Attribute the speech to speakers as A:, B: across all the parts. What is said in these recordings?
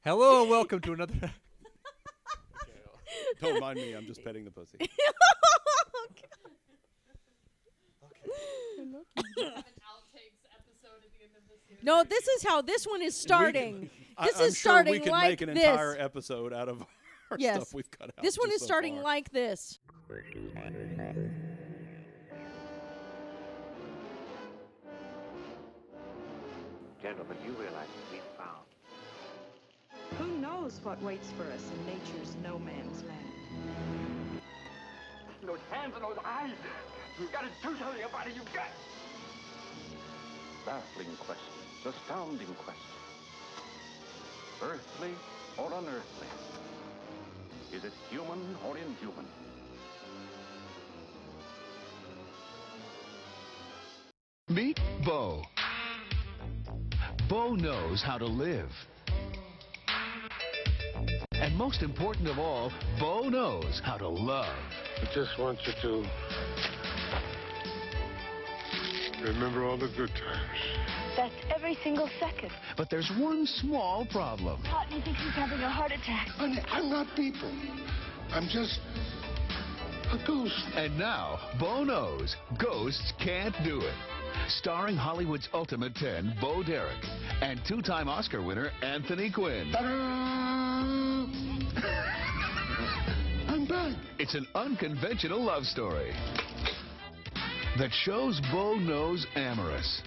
A: Hello and welcome to another.
B: Don't mind me. I'm just petting the pussy.
C: No, this is how this one is starting.
B: I-
C: this
B: I'm
C: is
B: sure
C: starting
B: we can
C: like
B: make an
C: this.
B: entire episode out of our
C: Yes.
B: stuff we've cut out.
C: this one
B: just
C: is
B: so
C: starting
B: far.
C: like this.
D: Gentlemen, you realize that we've found
E: Who knows what waits for us in nature's no man's land?
D: those hands and those eyes. You've got to do something about it. You've got. Baffling questions, astounding questions. Earthly or unearthly? Is it human or inhuman?
F: Meet Bo. Bo knows how to live. And most important of all, Bo knows how to love.
G: I just want you to remember all the good times.
H: That's every single second.
F: But there's one small problem.
H: Putney thinks he's having a heart attack.
G: Honey, I'm not people. I'm just a ghost.
F: And now, Bo knows ghosts can't do it. Starring Hollywood's Ultimate 10, Bo Derek, and two time Oscar winner Anthony Quinn.
G: Ta-da! I'm back.
F: It's an unconventional love story that shows Bo knows amorous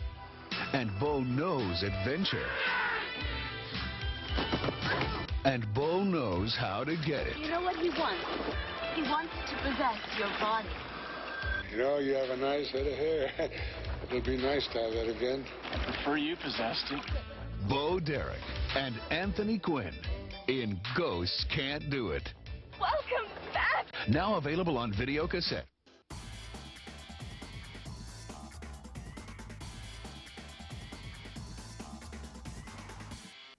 F: and Bo knows adventure. And Bo knows how to get it.
H: You know what he wants? He wants to possess your body.
G: You know, you have a nice head of hair. It'll be nice to have that again.
F: Bo Derek and Anthony Quinn in Ghosts Can't Do It.
H: Welcome back!
F: Now available on video cassette.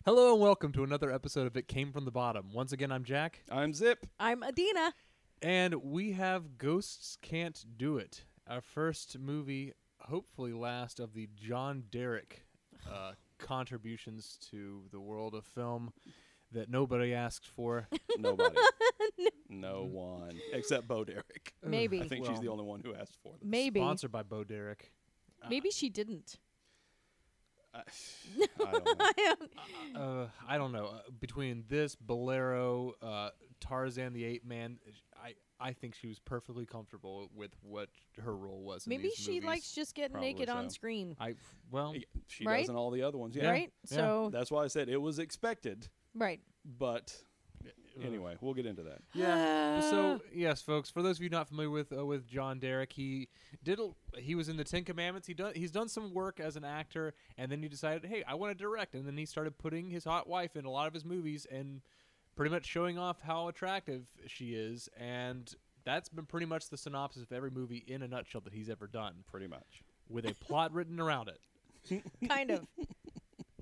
A: Hello and welcome to another episode of It Came From the Bottom. Once again, I'm Jack,
B: I'm Zip.
C: I'm Adina.
A: and we have Ghosts Can't Do It, our first movie, hopefully last of the John Derek uh, contributions to the world of film that nobody asked for.
B: Nobody. no one except Bo Derek.
C: Maybe.
B: I think she's the only one who asked for this.
C: Maybe.
A: Sponsored by Bo Derek.
C: Maybe she didn't.
B: I don't know.
A: Uh, I don't know. Uh, between this Bolero, uh, Tarzan the Ape Man, I I think she was perfectly comfortable with what her role was. In
C: Maybe
A: these
C: she
A: movies.
C: likes just getting
B: Probably
C: naked on
B: so.
C: screen.
A: I well,
B: She
C: Right?
B: does in all the other ones. Yeah.
C: right?
A: yeah.
C: So
B: That's why I said it was expected,
C: right.
B: but anyway, we'll get into that.
A: yeah. so yes, folks. For those of you not familiar with uh, with John Derek, he did a- he was in the Ten Commandments. He done he's done some work as an actor, and then he decided, hey, I want to direct, and then he started putting his hot wife in a lot of his movies, and pretty much showing off how attractive she is, and that's been pretty much the synopsis of every movie in a nutshell that he's ever done,
B: Pretty much.
A: with a plot written around it.
C: Kind of.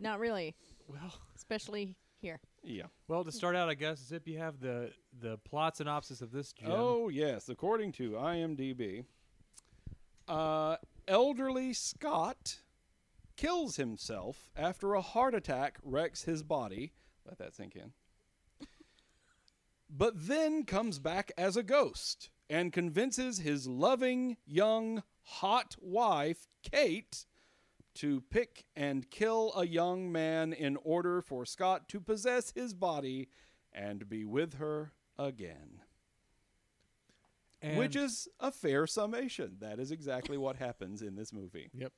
C: Not really.
A: Well.
C: Especially here.
B: Yeah.
A: Well, to start out, I guess Zip, you have the the plot synopsis of this. Gem.
B: Oh yes, according to IMDb, uh, elderly Scott kills himself after a heart attack wrecks his body. Let that sink in. But then comes back as a ghost and convinces his loving young hot wife Kate to pick and kill a young man in order for Scott to possess his body and be with her again. Which
A: And-
B: is a fair summation. That is exactly what happens in this movie.
A: Yep.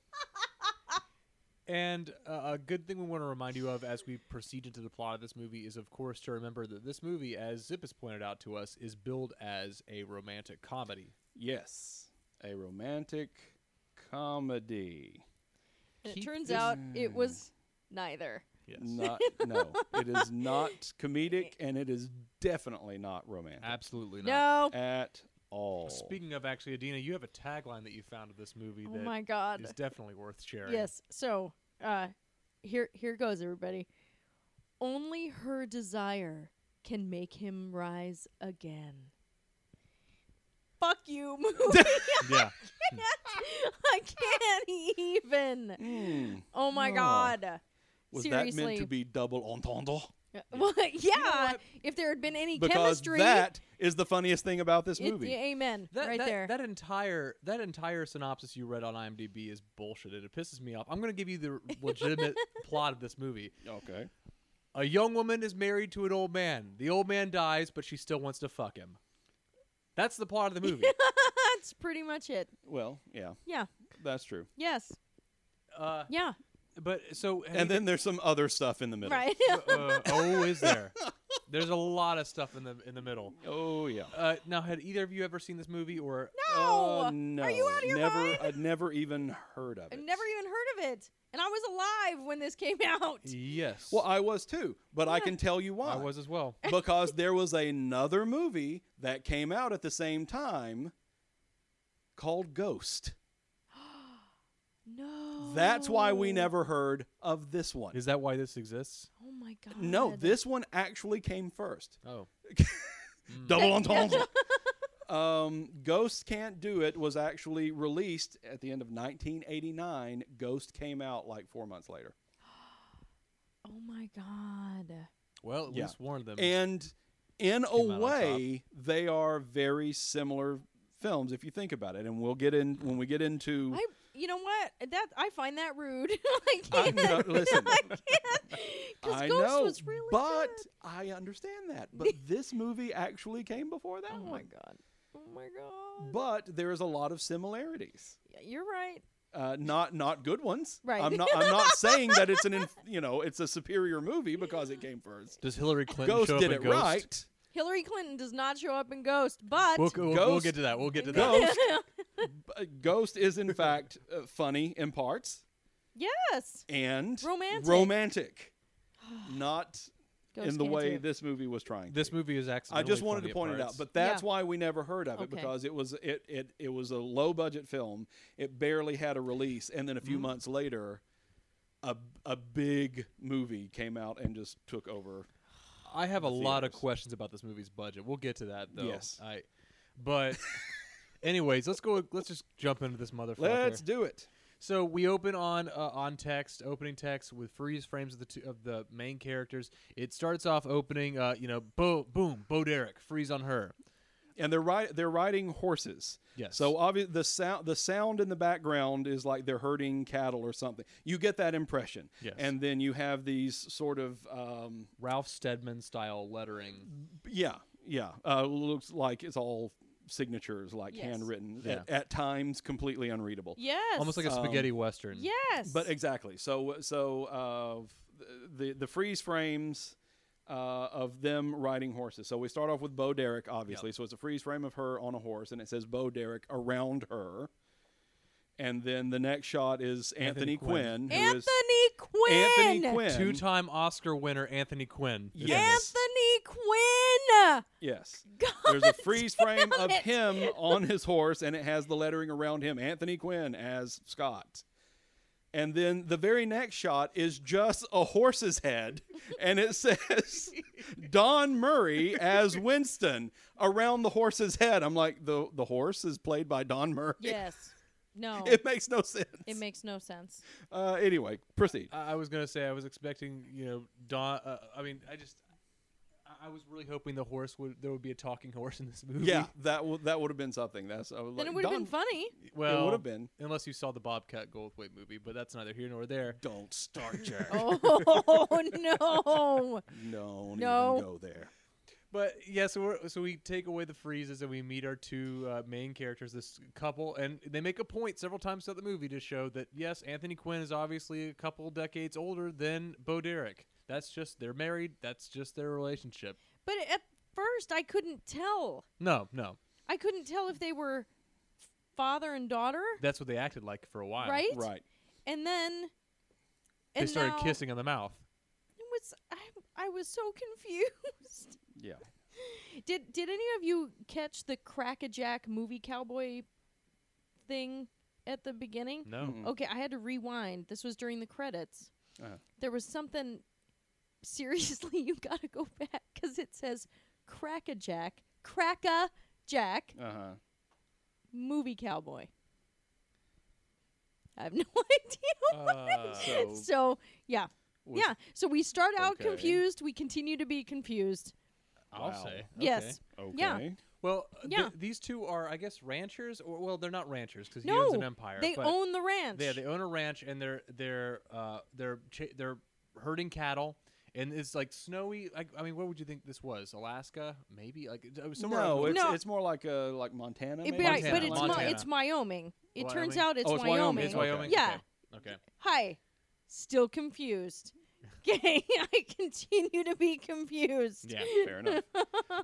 A: and uh, a good thing we want to remind you of as we proceed into the plot of this movie is, of course, to remember that this movie, as Zip has pointed out to us, is billed as a romantic comedy.
B: Yes, a romantic comedy.
C: And it
A: Keep
C: turns
A: this-
C: out it was neither.
A: Yes.
B: Not no, it is not comedic, and it is definitely not romantic
A: Absolutely not. Oh.
C: No.
B: at all.
A: Speaking of, actually, Adina, you have a tagline that you found of this movie
C: Oh
A: that
C: my God.
A: is definitely worth sharing.
C: Yes. So, uh here here goes everybody. Only her desire can make him rise again. Fuck you, movie.
A: Yeah.
C: I can't even.
B: Mm.
C: Oh my
B: No.
C: god.
B: was
C: Seriously.
B: that meant to be double entendre?
C: Yeah. Well, yeah. if there had been any
B: because
C: chemistry,
B: that is the funniest thing about this
C: it-
B: movie.
C: amen.
A: That,
C: right
A: that,
C: there.
A: That entire that entire synopsis you read on IMDb is bullshit, and it pisses me off. I'm going to give you the legitimate plot of this movie.
B: okay.
A: A young woman is married to an old man. The old man dies, but she still wants to fuck him. That's the plot of the movie.
C: That's pretty much it.
B: Well, yeah,
C: Yeah.
B: that's true.
C: Yes.
A: uh,
C: Yeah.
A: but so
B: And then there's some other stuff in the middle.
C: Right.
A: uh, oh, is there? There's a lot of stuff in the in the middle.
B: Oh yeah.
A: Uh, now, had either of you ever seen this movie or
C: no.
B: Oh, no.
C: Are you out of your
B: never,
C: mind?
B: I'd never even heard of it.
C: I've never even heard of it, and I was alive when this came out.
A: yes?
B: Well, I was too, but I can tell you why.
A: I was as well.
B: because there was another movie that came out at the same time called Ghost.
C: No.
B: That's why we never heard of this one.
A: Is that why this exists?
C: Oh my god.
B: No, this one actually came first.
A: Oh, Hmm.
B: Double entendre. um, Ghost Can't Do It was actually released at the end of 1989. Ghost came out like four months later.
C: Oh my god.
A: well, at
B: Yeah.
A: least warned them.
B: And in
A: Came
B: a
A: out on
B: way, they are very similar films if you think about it. And we'll get in when we get into.
C: I. You know what? That I find that rude. I
B: I-
C: can't.
B: no, listen.
C: I can't. Because
B: I
C: Ghost
B: know,
C: was really
B: but
C: good.
B: I understand that. But this movie actually came before that
C: Oh
B: one.
C: my god. Oh my god.
B: But there is a lot of similarities.
C: Yeah, You're right.
B: Uh, not not good ones.
C: Right.
B: I'm not. I'm not saying that it's an inf- you know it's a superior movie because it came first.
A: Does Hillary Clinton
B: Ghost
A: show up
B: did
A: in
B: it
A: Ghost?
B: right.
C: Hillary Clinton does not show up in Ghost, but
A: We'll, we'll, we'll
B: Ghost-
A: get to that. We'll get to that.
B: Ghost. b- Ghost is in fact uh, funny in parts
C: yes,
B: and
C: Romantic.
B: romantic. Not
C: Ghost
B: in the
C: can't
B: way
C: do it.
B: this movie was trying. to
A: This
B: be.
A: movie is
B: I
A: accidentally.
B: just wanted to point
A: funny at
B: it out,
A: parts.
B: but that's
C: Yeah.
B: why we never heard of it
C: Okay.
B: because it was it, it it was a low budget film. It barely had a release, and then a
C: Mm-hmm.
B: few months later, a a big movie came out and just took over.
A: I have a
B: the
A: lot of
B: theaters.
A: questions about this movie's budget. We'll get to that though.
B: Yes.
A: I, but anyways, let's go. Let's just jump into this motherfucker.
B: Let's do it.
A: So we open on uh, on text, opening text with freeze frames of the two, of the main characters. It starts off opening, uh, you know, bo- boom, Bo Derek, freeze on her.
B: And they're ri- they're riding horses.
A: Yes.
B: So obviously the sound the sound in the background is like they're herding cattle or something. You get that impression.
A: Yes.
B: And then you have these sort of um,
A: Ralph Steadman style lettering.
B: Yeah, yeah. Uh, looks like it's all signatures, like
C: Yes.
B: handwritten.
A: Yeah.
B: At, at times, completely unreadable.
C: yes,
A: Almost like a
B: Um,
A: spaghetti western.
C: yes,
B: But exactly. So, so uh, f- the the freeze frames. Uh, of them riding horses. So we start off with Bo Derek, obviously. So it's a freeze frame of her on a horse, and it says Bo Derek around her. And then the next shot is Anthony,
A: Anthony Quinn.
B: Quinn. who
C: Anthony
B: is
C: Quinn,
B: Anthony Quinn.
A: Two time Oscar winner Anthony Quinn. is in
B: Yes.
A: this.
C: Anthony Quinn.
B: Yes.
C: God
B: There's a freeze frame
C: damn
B: of
C: it.
B: him on his horse, and it has the lettering around him Anthony Quinn as Scott. And then the very next shot is just a horse's head, and it says Don Murray as Winston around the horse's head. I'm like, the, the horse is played by Don Murray.
C: Yes, no,
B: It makes no sense.
C: it makes no sense.
B: uh, anyway, proceed.
A: I I was gonna say I was expecting you know Don. Uh, I mean I just I- I was really hoping the horse would there would be a talking horse in this movie.
B: yeah, that w- that would have been something. That's I was like,
C: Then it would have
B: Don-
C: been funny.
A: well,
B: would've been.
A: unless you saw the Bobcat Goldthwait movie, but that's neither here nor there.
B: Don't start your.
C: Oh no!
B: No,
C: No.
B: Even go there.
A: But yeah, so we're, so we take away the freezes and we meet our two uh, main characters, this couple, and they make a point several times throughout the movie to show that yes, Anthony Quinn is obviously a couple decades older than Bo Derek. That's just they're married. That's just their relationship.
C: But at first, I couldn't tell.
A: No, no,
C: I couldn't tell if they were father and daughter,
A: that's what they acted like for a while.
C: right?
B: Right.
C: And then
A: They
C: and
A: started
C: now-
A: kissing on the mouth.
C: It was I, I was so confused.
B: Yeah.
C: Did did any of you catch the crackajack movie cowboy thing at the beginning?
A: No.
C: Okay, I had to rewind. This was during the credits.
B: Mm. Uh-huh.
C: There was something. Seriously, you gotta go back because it says crackajack, cracka jack
B: Uh huh.
C: movie cowboy. I have no idea. what it
A: Uh,
C: is. so yeah,
B: Was-
C: yeah. So we start out
B: Okay.
C: confused. We continue to be confused.
A: I'll
B: Wow.
A: say.
C: Yes.
B: Okay.
C: Yeah.
A: Well, uh, th-
C: Yeah.
A: these two are, I guess, ranchers, or well, they're not ranchers because he
C: No.
A: owns an empire.
C: They
A: but
C: own the ranch.
A: Yeah, they own a ranch, and they're they're uh, they're cha- they're herding cattle, and it's like snowy. Like, I mean, what would you think this was? Alaska, maybe? Like it- it was somewhere. out
B: No,
A: in
B: it's,
A: the-
C: No.
B: it's more like uh, like Montana.
C: It-
B: maybe?
C: but, I-
A: Montana.
C: but it's Mi-
A: Montana.
C: it's Wyoming. It turns
A: Wyoming?
C: out it's
B: Oh, it's Wyoming.
C: Wyoming.
A: it's
B: Okay.
A: Wyoming.
C: Yeah.
A: Okay. okay.
C: Hi. Still confused. Okay, I continue to be confused.
A: Yeah.
B: Fair enough.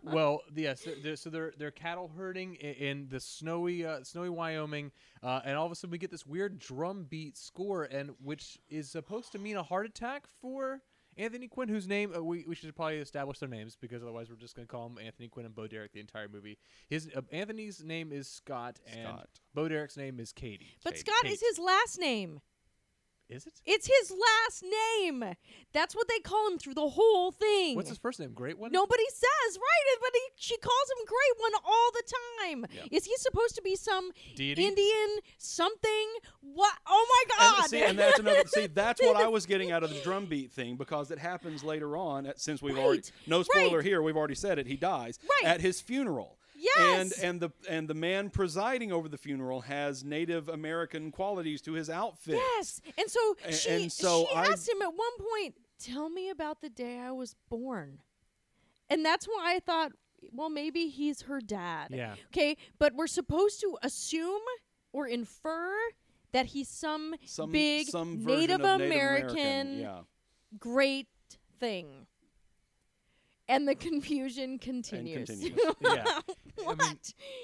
A: well, yes. Yeah, so, they're, so they're they're cattle herding in, in the snowy uh, snowy Wyoming, uh, and all of a sudden we get this weird drum beat score, and which is supposed to mean a heart attack for Anthony Quinn, whose name uh, we we should probably establish their names because otherwise we're just gonna call him Anthony Quinn and Bo Derek the entire movie. His uh, Anthony's name is Scott, and
B: Scott.
A: Bo Derek's name is Katie.
C: But
A: Katie.
C: Scott is
A: Kate.
C: his last name.
A: Is it?
C: It's his last name. That's what they call him through the whole thing.
A: What's his first name? Great one.
C: Nobody says, right? But he, she calls him Great One all the time. Is he supposed to be some
A: Deity?
C: Indian something? What? Oh my God!
B: And, see, and that's another. See, that's what I was getting out of the drum beat thing because it happens later on. At, since we've already
C: Right,
B: no spoiler
C: right.
B: here, we've already said it. He dies
C: Right.
B: at his funeral.
C: Yes.
B: And and the and the man presiding over the funeral has Native American qualities to his outfit.
C: yes. And so
B: A-
C: she
B: and so
C: she
B: I-
C: asked him at one point, "Tell me about the day I was born," and that's why I thought, well, maybe he's her dad.
A: Yeah.
C: Okay, but we're supposed to assume or infer. That he's some,
B: Some
C: big
B: some version
C: Native,
B: of
C: American,
B: Yeah.
C: great thing. And the confusion continues.
B: continues.
A: yeah.
C: what?
A: i-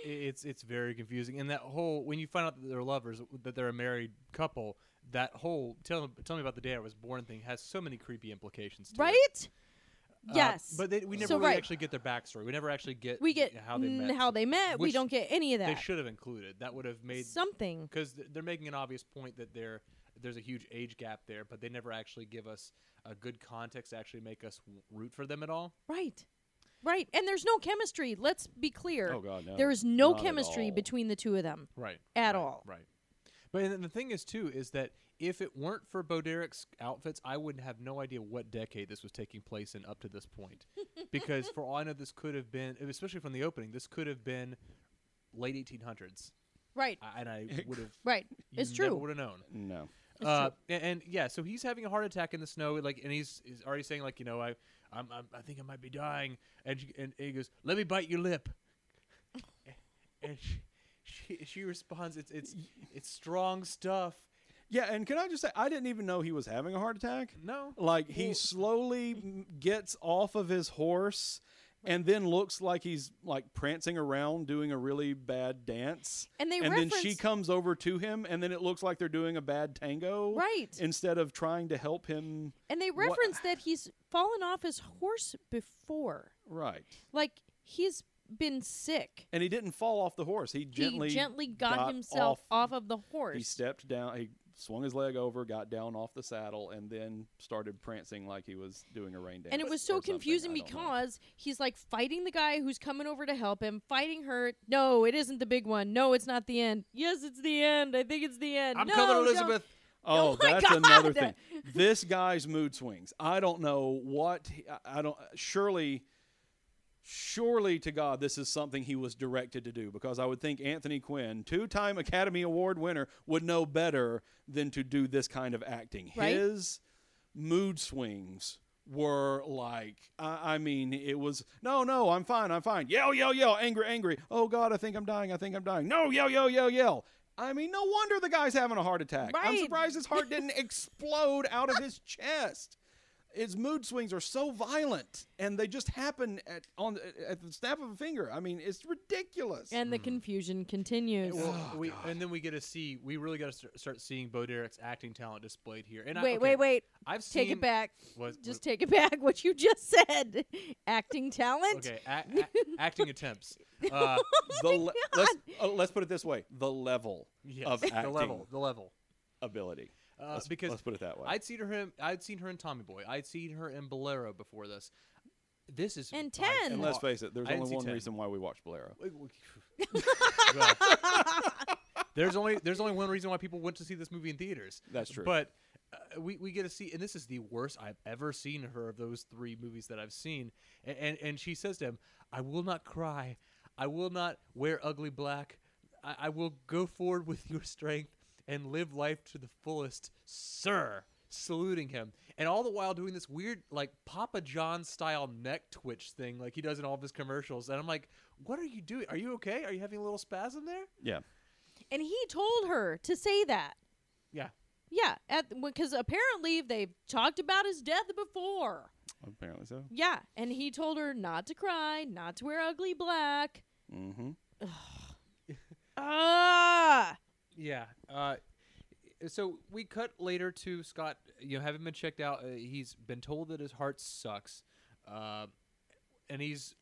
A: it's it's very confusing and that whole when you find out that they're lovers that they're a married couple that whole tell, tell me about the day i was born thing has so many creepy implications to it.
C: right?
A: Uh,
C: yes.
A: but they, we never
C: So,
A: really
C: right.
A: actually get their backstory we never actually get
C: we get
A: how they met
C: How they met. We
A: which
C: don't get any of
A: they
C: that.
A: should have included that would have made
C: Something.
A: because they're making an obvious point that there there's a huge age gap there but they never actually give us a good context to actually make us w- root for them at all
C: Right. Right. And there's no chemistry. Let's be clear.
B: Oh, God, no.
C: There is no
B: Not at
C: chemistry
B: all.
C: between the two of them.
A: right right,
C: At all.
A: right but and the thing is too is that if it weren't for Bo Derek's outfits i would have no idea what decade this was taking place in up to this point because for all i know this could have been especially from the opening this could have been late 1800s
C: Right.
A: I- and i would have
C: right. It's
A: would
C: true.
A: have known
B: No.
A: uh, a- and, yeah, so he's having a heart attack in the snow, like, and he's, he's already saying like, you know, I, I'm, I'm, I think I might be dying, and she, and he goes, let me bite your lip, and she, she, she responds, it's, it's, it's strong stuff.
B: Yeah, and can I just say I didn't even know he was having a heart attack.
A: No,
B: Like he
A: Well-
B: slowly m- gets off of his horse and then looks like he's like prancing around doing a really bad dance.
C: And they
B: and then she
C: reference-
B: comes over to him and then it looks like they're doing a bad tango.
C: Right.
B: Instead of trying to help him
C: And they
B: What-
C: reference that he's fallen off his horse before.
B: right.
C: Like he's been sick.
B: And he didn't fall off the horse. He gently
C: he gently got, himself off, of the horse.
B: He stepped down. He swung his leg over, got down off the saddle, and then started prancing like he was doing a rain dance.
C: and it was
B: or
C: so
B: something.
C: confusing
B: I don't know.
C: because he's like fighting the guy who's coming over to help him, fighting her. No, it isn't the big one. No, it's not the end. Yes, it's the end. I think it's the end.
A: I'm
C: no,
A: coming,
C: don't."
A: Elizabeth.
B: Oh,
C: Oh my
B: that's another thing.
C: God.
B: This guy's mood swings. I don't know what. he- I- I don't. Surely, surely to God, this is something he was directed to do because I would think Anthony Quinn, two-time Academy Award winner, would know better than to do this kind of acting.
C: Right.
B: His mood swings were like I, I mean it was no no i'm fine i'm fine yell yell yell angry angry oh god i think i'm dying i think i'm dying no yell yell yell yell i mean no wonder the guy's having a heart attack i'm
C: Right.
B: surprised his heart didn't explode out of his chest his mood swings are so violent and they just happen at on at the snap of a finger i mean it's ridiculous
C: And the confusion continues.
A: Well, we, and then we get to see, we really got to start, start seeing Bo Derek's acting talent displayed here. And I,
C: wait,
A: okay,
C: wait, wait.
A: I've seen
C: Take it back.
A: Was-
C: Just take it back what you just said. Acting talent.
A: Okay, a- a- acting attempts. Uh,
B: the le- let's, uh, let's put it this way the level
A: yes,
B: of acting
A: the level, the level.
B: ability
A: Uh,
B: Let's-
A: because
B: let's put it that way
A: I'd seen her. In, I'd seen her in Tommy Boy. I'd seen her in Bolero before this. This is
C: And
A: by
C: 10.
B: and let's
A: far-
B: face it there's
A: I didn't
B: only
A: see
B: one
A: 10.
B: reason why we watch bolero
A: Well, there's only there's only one reason why people went to see this movie in theaters.
B: That's true.
A: But uh, we, we get to see, and this is the worst I've ever seen her of those three movies that I've seen. And, and, and she says to him, I will not cry. I will not wear ugly black. I, I will go forward with your strength and live life to the fullest, sir. Saluting him, and all the while doing this weird, like Papa John style neck twitch thing, like he does in all of his commercials. And I'm like, what are you doing? Are you okay? Are you having a little spasm there?
B: Yeah.
C: And he told her to say that.
A: Yeah.
C: Yeah, at because apparently they've talked about his death before.
B: Apparently so.
C: Yeah, and he told her not to cry, not to wear ugly black.
B: Mm-hmm.
C: Ah,
A: Yeah. Uh, so we cut later to Scott. You know, having been checked out, uh, he's been told that his heart sucks, uh, and he's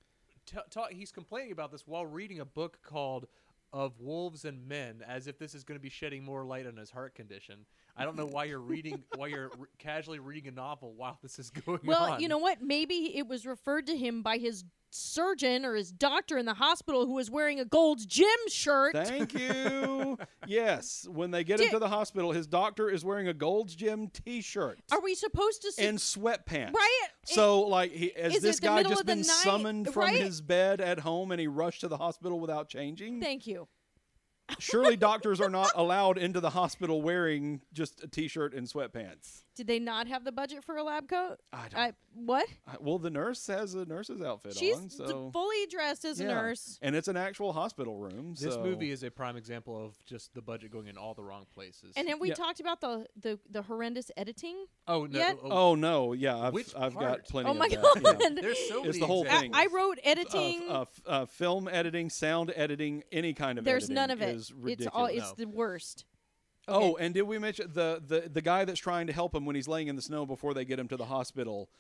A: t- ta he's complaining about this while reading a book called "Of Wolves and Men," as if this is going to be shedding more light on his heart condition. I don't know why you're reading, why you're re- casually reading a novel while this is going on.
C: well, you know what? Maybe it was referred to him by his surgeon or his doctor in the hospital who was wearing a gold gym shirt.
B: Thank you. yes. When they get him
C: Dick.
B: to the hospital, his doctor is wearing a Gold's Gym T-shirt
C: Are we supposed to?
B: and
C: Su-
B: sweatpants.
C: Right?
B: So, like, he, has
C: Is it
B: this
C: the
B: guy
C: middle
B: just
C: of the
B: been
C: night?
B: summoned from
C: Right?
B: his bed at home and he rushed to the hospital without changing?
C: Thank you.
B: Surely doctors are not allowed into the hospital wearing just a T-shirt and sweatpants.
C: Did they not have the budget for a lab coat?
B: I don't.
C: I, what?
B: I- Uh, well, the nurse has a nurse's outfit
C: She's
B: on,
C: d-
B: so
C: fully dressed as a
B: yeah.
C: nurse.
B: and it's an actual hospital room.
A: this
B: so-
A: movie is a prime example of just the budget going in all the wrong places.
C: And have we
B: Yeah.
C: talked about the, the, the horrendous editing?
A: oh no!
C: yet-
B: Oh no, yeah, I've,
A: Which
B: I've
A: part?
B: got plenty.
C: Oh
B: of
C: my
B: that, yeah.
C: god!
A: There's so
B: It's
A: many
B: the whole
C: I-
A: examples.
B: thing. uh,
C: I wrote editing.
B: of, of, uh, film editing, sound editing, any kind of
C: There's
B: editing
C: none of
B: is
C: it. It's
B: ridiculous.
C: all. It's the worst.
B: Oh, and did we mention the, the the guy that's trying to help him when he's laying in the snow before they get him to the hospital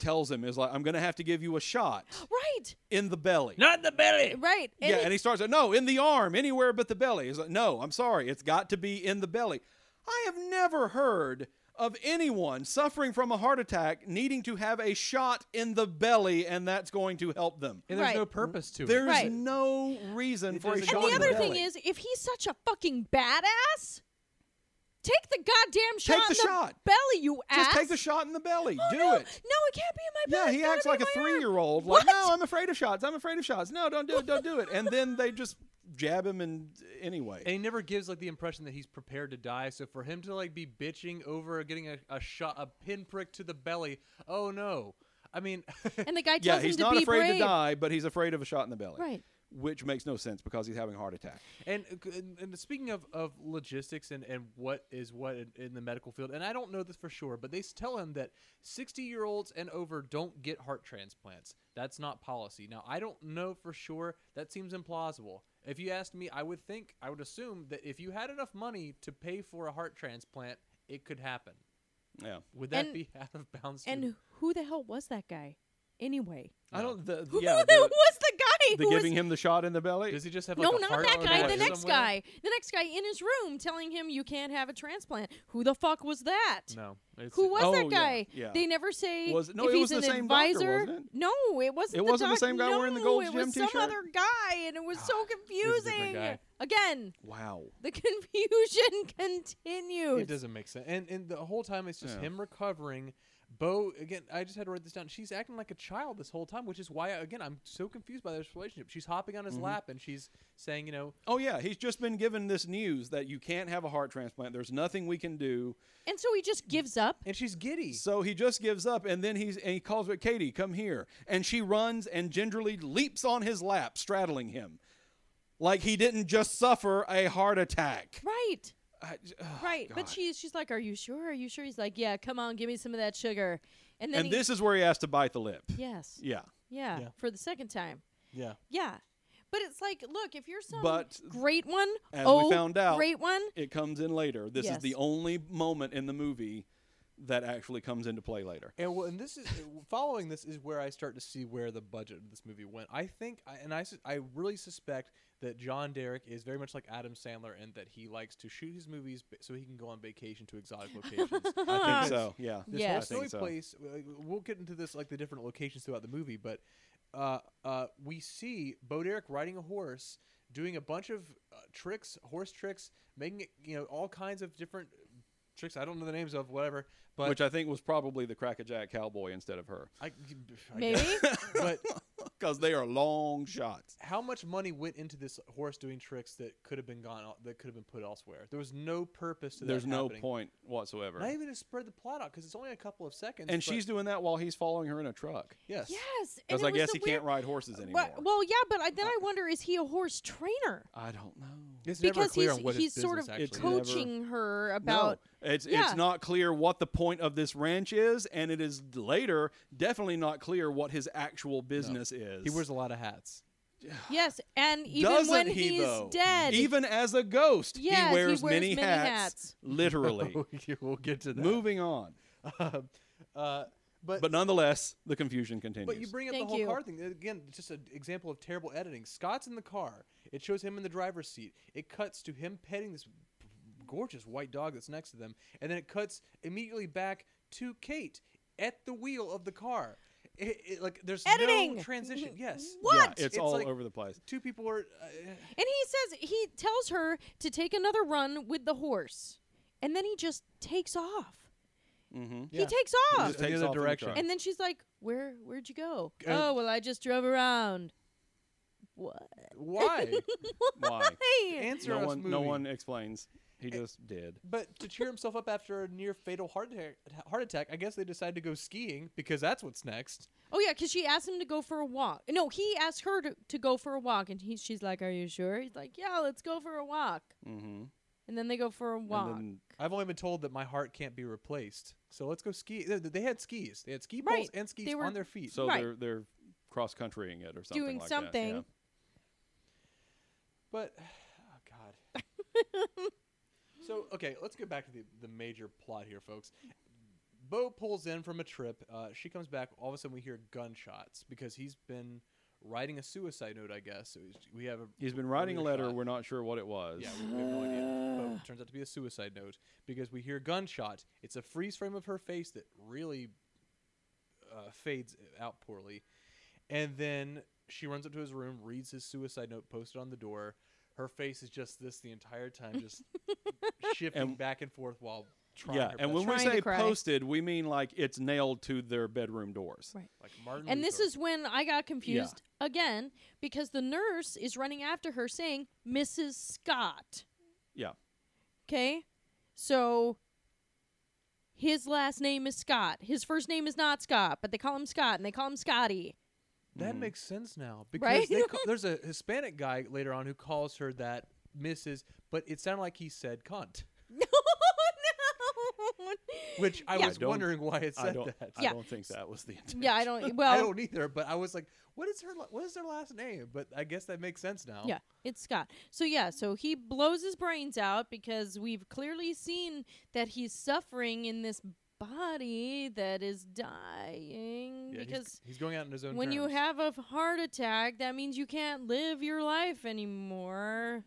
B: tells him is like I'm going to have to give you a shot
C: Right.
B: in the belly.
A: Not the belly.
C: Right. And
B: yeah,
C: it-
B: and he starts like, no, in the arm, anywhere but the belly. He's like, no, I'm sorry, it's got to be in the belly. I have never heard of anyone suffering from a heart attack needing to have a shot in the belly, and that's going to help them.
A: And there's
C: Right.
A: no purpose to
B: There's
A: it.
C: Right.
B: no reason
A: It
B: for a
A: doesn't
B: shot.
A: go
C: and the
B: in the
C: other thing
B: belly.
C: is, if he's such a fucking badass, take the goddamn shot.
B: the
C: in
B: shot.
C: Belly, you ass.
B: just take the shot in the belly.
C: Oh,
B: Do
C: no.
B: it.
C: No, it can't be in my belly.
B: Yeah,
C: It's
B: he
C: gotta
B: acts
C: be
B: like
C: in
B: a
C: my arm.
B: three-year-old.
C: What?
B: Like, no, I'm afraid of shots. I'm afraid of shots. No, don't do it. Don't do it. And then they just jab him, and anyway,
A: and he never gives like the impression that he's prepared to die. So for him to like be bitching over getting a, a shot, a pinprick to the belly, oh no! I mean,
C: and the guy tells
B: yeah,
C: him
B: he's
C: to
B: not
C: be
B: afraid
C: brave.
B: to die, but he's afraid of a shot in the belly.
C: Right.
B: Which makes no sense because he's having a heart attack.
A: and uh, and- and speaking of, of logistics and, and what is what in, in the medical field, and I don't know this for sure, but they s- tell him that sixty year olds and over don't get heart transplants. That's not policy. Now I don't know for sure. That seems implausible. If you asked me, I would think I would assume that if you had enough money to pay for a heart transplant, it could happen.
B: Yeah.
A: Would that
C: And-
A: be out of bounds? to-
C: And who the hell was that guy? Anyway,
B: I don't. The,
C: who
B: yeah.
C: the,
B: The,
C: was the guy
B: the
C: who
B: giving
C: was
B: him the shot in the belly.
A: does he just have like
C: No,
A: a
C: not
A: heart
C: that
A: on
C: guy.
A: his
C: The
B: device
A: head
C: next
A: somewhere?
C: guy. The next guy in his room telling him you can't have a transplant. Who the fuck was that?
A: No, it's-
C: Who was
B: Oh,
C: that
B: yeah,
C: guy?
B: yeah.
C: They never say
B: Was it- no,
C: if
B: it
C: he's
B: was the
C: an
B: same doctor,
C: advisor.
B: wasn't it?
C: No, it wasn't.
B: It wasn't the
C: doc-
B: same guy wearing the
C: no,
B: Gold's
C: it
B: Gym
C: was
B: t-shirt?
C: some other guy, and it was so
A: was a different
C: confusing.
A: guy.
C: Again,
B: wow.
C: the confusion
B: Oh,
C: continues.
A: It doesn't make sense. And and the whole time it's just
B: Yeah.
A: him recovering. Bo again, I just had to write this down. She's acting like a child this whole time, which is why again I'm so confused by this relationship. She's hopping on his lap and she's saying, you know,
B: Oh yeah, he's just been given this news that you can't have a heart transplant. There's nothing we can do.
C: And so he just gives up.
A: and she's giddy.
B: So he just gives up, and then he's and he calls her, Katie, come here, and she runs and gingerly leaps on his lap, straddling him, like he didn't just suffer a heart attack.
C: Right.
B: I j- ugh,
C: Right. But
B: God.
C: she's she's like, Are you sure? Are you sure? He's like, Yeah, come on, give me some of that sugar. And then
B: and
C: he,
B: this is where he has to bite the lip.
C: Yes.
B: Yeah,
C: Yeah,
A: Yeah.
C: for the second time.
A: yeah.
C: Yeah. But it's like, look, if you're some
B: But
C: great one,
B: as we
C: oh,
B: found out-
C: great one,
B: it comes in later. This is the
C: Yes.
B: only moment in the movie that actually comes into play later.
A: And well, and this is uh, following this is where I start to see where the budget of this movie went. I think, I- and I, sus- I really suspect that John Derek is very much like Adam Sandler, and that he likes to shoot his movies ba- so he can go on vacation to exotic locations.
B: I think so. Yeah.
A: This
C: Yes.
A: whole
C: I
A: snowy
B: think so.
A: place. uh, We'll get into this like the different locations throughout the movie, but uh, uh, we see Bo Derek riding a horse, doing a bunch of uh, tricks, horse tricks, making it you know all kinds of different tricks I don't know the names of, whatever. But
B: which I think was probably the Crackerjack Cowboy instead of her,
A: I, I
C: Maybe.
A: guess. but
B: because they are long shots.
A: how much money went into this horse doing tricks that could have been gone el- that could have been put elsewhere? There was no purpose to
B: There's
A: that.
B: no
A: happening.
B: point whatsoever.
A: Not even to spread the plot out because it's only a couple of seconds.
B: and
A: but-
B: she's doing that while he's following her in a truck.
A: yes.
C: Yes. and
B: Because
C: it
B: I
C: was
B: guess he
C: the
B: can't
C: weird-
B: ride horses anymore.
C: Well, well, yeah, but I, then I wonder is he a horse trainer?
B: I don't know.
A: It's never
C: because
A: clear
C: he's
A: on what
C: he's
A: his
C: sort of
A: business
B: It's
A: actually is.
B: never-
C: coaching her about
B: no, it's
C: yeah.
B: it's not clear what the point of this ranch is, and it is later definitely not clear what his actual business is.
A: He wears a lot of hats.
C: yes, and even
B: Doesn't
C: when
B: he,
C: he's
B: though?
C: dead,
B: Even as a ghost,
C: Yes,
B: he
C: he
B: wears,
C: wears
B: many,
C: many hats.
B: Literally.
A: we'll get to that.
B: Moving on, Um,
A: Uh, but
B: but nonetheless, the confusion continues.
A: But you bring up
C: Thank
A: the whole
C: you.
A: car thing again. it's Just an example of terrible editing. Scott's in the car. It shows him in the driver's seat. It cuts to him petting this gorgeous white dog that's next to them, and then it cuts immediately back to Kate at the wheel of the car. It, it- like there's
C: Editing!
A: no transition. Yes.
B: yeah,
C: what?
B: it's, all
A: like
B: over the place.
A: Two people are. Uh,
C: And he says he tells her to take another run with the horse, and then he just takes off.
B: Mhm.
A: Yeah.
C: He takes
B: He
C: off,
B: just
A: other
B: takes off in the
A: direction.
B: truck.
C: and then she's like, "Where? Where'd you go?
A: Uh,
C: oh, well, I just drove around. What?
A: why?
B: Why?
A: Answer
B: No
A: us,
B: one, no
A: movie.
B: one explains. He just did.
A: But to cheer himself up after a near fatal heart attack, heart attack, I guess they decide to go skiing because that's what's next.
C: Oh yeah, because she asked him to go for a walk. No, he asked her to, to go for a walk, and he, she's like, "Are you sure?" He's like, "Yeah, let's go for a walk."
B: Mm-hmm.
C: And then they go for a walk.
B: And then
A: I've only been told that my heart can't be replaced. So let's go ski. They, they had skis. They had ski poles
C: Right.
A: and skis
C: They were-
A: on their feet.
B: So
C: Right.
B: they're they're cross countrying it or something.
C: Doing
B: like
C: something.
B: That.
A: but, oh God. so, okay, let's get back to the, the major plot here, folks. Bo pulls in from a trip. Uh, she comes back. All of a sudden, we hear gunshots because he's been writing a suicide note, I guess. So he's- we have a,
B: Yeah. He's been writing a
A: Weird
B: letter.
A: shot.
B: We're not sure what it was.
A: Yeah, we we have no idea. But it turns out to be a suicide note because we hear gunshot. It's a freeze frame of her face that really uh, fades out poorly, and then she runs up to his room, reads his suicide note posted on the door. Her face is just this the entire time, just shifting
B: And-
A: back and forth while trying.
B: Yeah,
A: her best
B: and when we
A: to-
C: Trying to
B: say
C: cry.
B: posted, we mean like it's nailed to their bedroom doors.
C: Right.
A: like Martin
C: And this
A: Luther.
C: is when I got confused again because the nurse is running after her saying, Mrs. Scott.
B: Yeah,
C: Okay? So his last name is Scott. His first name is not Scott, but they call him Scott and they call him Scotty.
A: that
B: Mm.
A: makes sense now because
C: Right?
A: they ca- there's a Hispanic guy later on who calls her that Mrs. But it sounded like he said cunt.
C: No, no.
A: Which I
C: Yeah.
A: was
B: don't-
A: wondering why it
B: I
A: said
B: don't.
A: that.
B: I
C: Yeah.
B: don't think that was the intent.
C: Yeah, I don't.
A: I
C: Well,
A: don't either, but I was like, what is her la- what is their last name? But I guess that makes sense now.
C: yeah, it's Scott. So, yeah, so he blows his brains out because we've clearly seen that he's suffering in this body that is dying
A: Yeah, he's-
C: because.
A: he's, going out on his own.
C: when you
A: terms.
C: have a heart attack, that means you can't live your life anymore,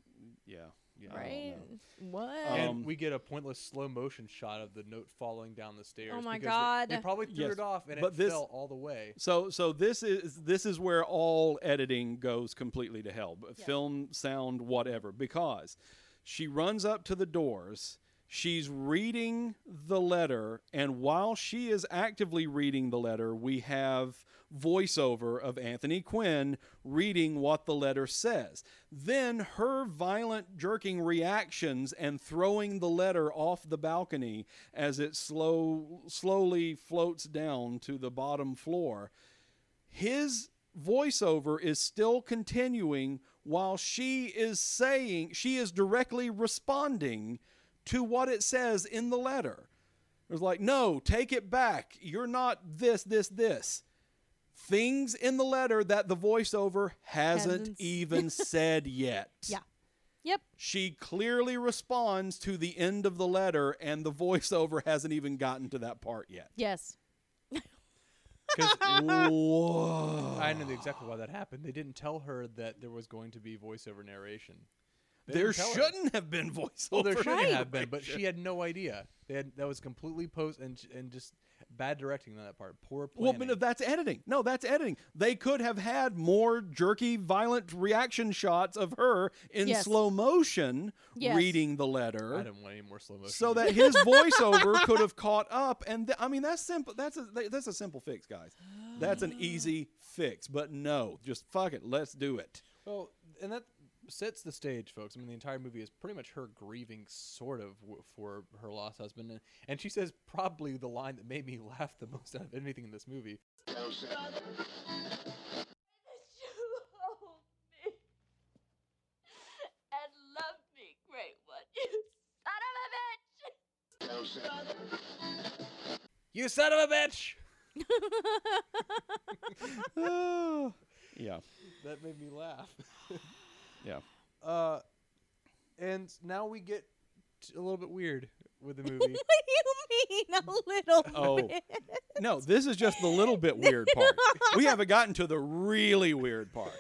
B: Yeah. yeah, I don't
C: right?
B: know.
C: What?
A: and
B: um,
A: we get a pointless slow motion shot of the note falling down the stairs.
C: Oh my
A: because they- They,
C: God.
A: probably threw
B: Yes,
A: it off and
B: but
A: it
B: this-
A: fell all the way.
B: So so this is this is where all editing goes completely to hell. b- Film, sound, whatever. Because she runs up to the doors. She's reading the letter, and while she is actively reading the letter, we have voiceover of Anthony Quinn reading what the letter says. Then her violent jerking reactions and throwing the letter off the balcony as it slow slowly floats down to the bottom floor. His voiceover is still continuing while she is saying she is directly responding to what it says in the letter. It was like, no, take it back. You're not this, this, this. Things in the letter that the voiceover hasn't
C: Hasn't s-
B: even said yet.
C: Yeah. yep.
B: She clearly responds to the end of the letter, and the voiceover hasn't even gotten to that part yet.
C: Yes.
B: Whoa.
A: I know exactly why that happened. They didn't tell her that there was going to be voiceover narration. They
B: There
A: didn't tell her.
B: shouldn't have been voiceover.
A: Well, there shouldn't
C: Right.
A: have been, but she had no idea. They had, that was completely post and sh- and just bad directing on that part. Poor
B: Well,
A: planning.
B: but no, that's editing. No, that's editing. They could have had more jerky, violent reaction shots of her in
C: Yes.
B: slow motion
C: Yes.
B: reading the letter.
A: I don't want any more slow motion.
B: so that his voiceover could have caught up. And th- I mean, that's simple. That's a th- that's a simple fix, guys. That's an easy fix. But no, just fuck it. Let's do it.
A: Well, and that sets the stage, folks. I mean, the entire movie is pretty much her grieving, sort of, w- for her lost husband, and, and she says probably the line that made me laugh the most out of anything in this movie.
H: you hold me and love me, great one, you son of a bitch!
A: You son of a bitch!
B: Oh, yeah,
A: That made me laugh.
B: yeah.
A: Uh, and now we get t- a little bit weird with the movie.
C: What do you mean a little
B: Oh.
C: bit?
B: No, this is just the little bit weird part. We haven't gotten to the really weird parts.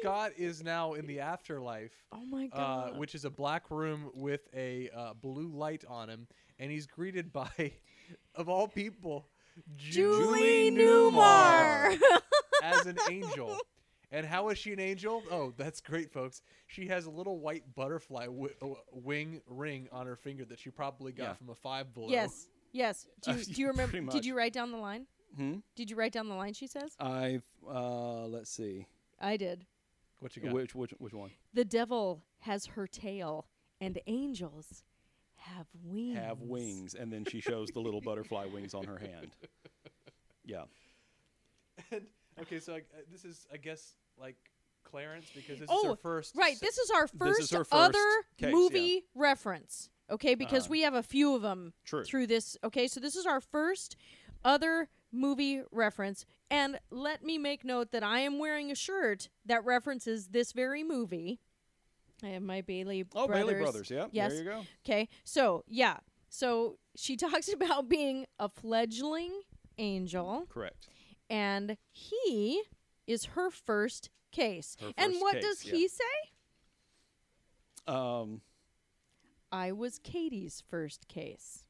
A: Scott is now in the afterlife.
C: Oh my
A: uh,
C: god.
A: which is a black room with a uh, blue light on him, and he's greeted by, of all people,
C: Julie,
A: Julie
C: Newmar.
A: as an angel. And how is she an angel? Oh, that's great, folks. She has a little white butterfly wi- uh, wing ring on her finger that she probably got
B: Yeah.
A: from a five below.
C: yes. Yes. Do you,
B: Uh,
C: do you remember?
B: pretty much.
C: Did you write down the line?
B: Hmm?
C: Did you write down the line she says?
B: I uh, let's see
C: I did.
A: What you got?
B: which which which one
C: The devil has her tail, and angels have wings.
B: have wings, and then she shows the little butterfly wings on her hand. Yeah.
A: And- okay, so I, uh, this is, I guess, like Clarence because this is
C: Oh,
A: her first.
C: Right.
A: se-
C: This is our first,
B: This is her first
C: other
B: case, yeah. Uh-huh.
C: movie reference. Okay, because we have a few of them
B: True.
C: through this. Okay, so this is our first other movie reference. And let me make note that I am wearing a shirt that references this very movie. I have my Bailey
B: Oh,
C: brothers.
B: Bailey Brothers. Yeah.
C: Yes.
B: There you go.
C: Okay. So, yeah. So she talks about being a fledgling angel
B: Correct.
C: and he is her first case.
B: Her
C: and
B: first
C: what
B: case,
C: does
B: yeah.
C: he say?
B: Um.
C: I was Katie's first case.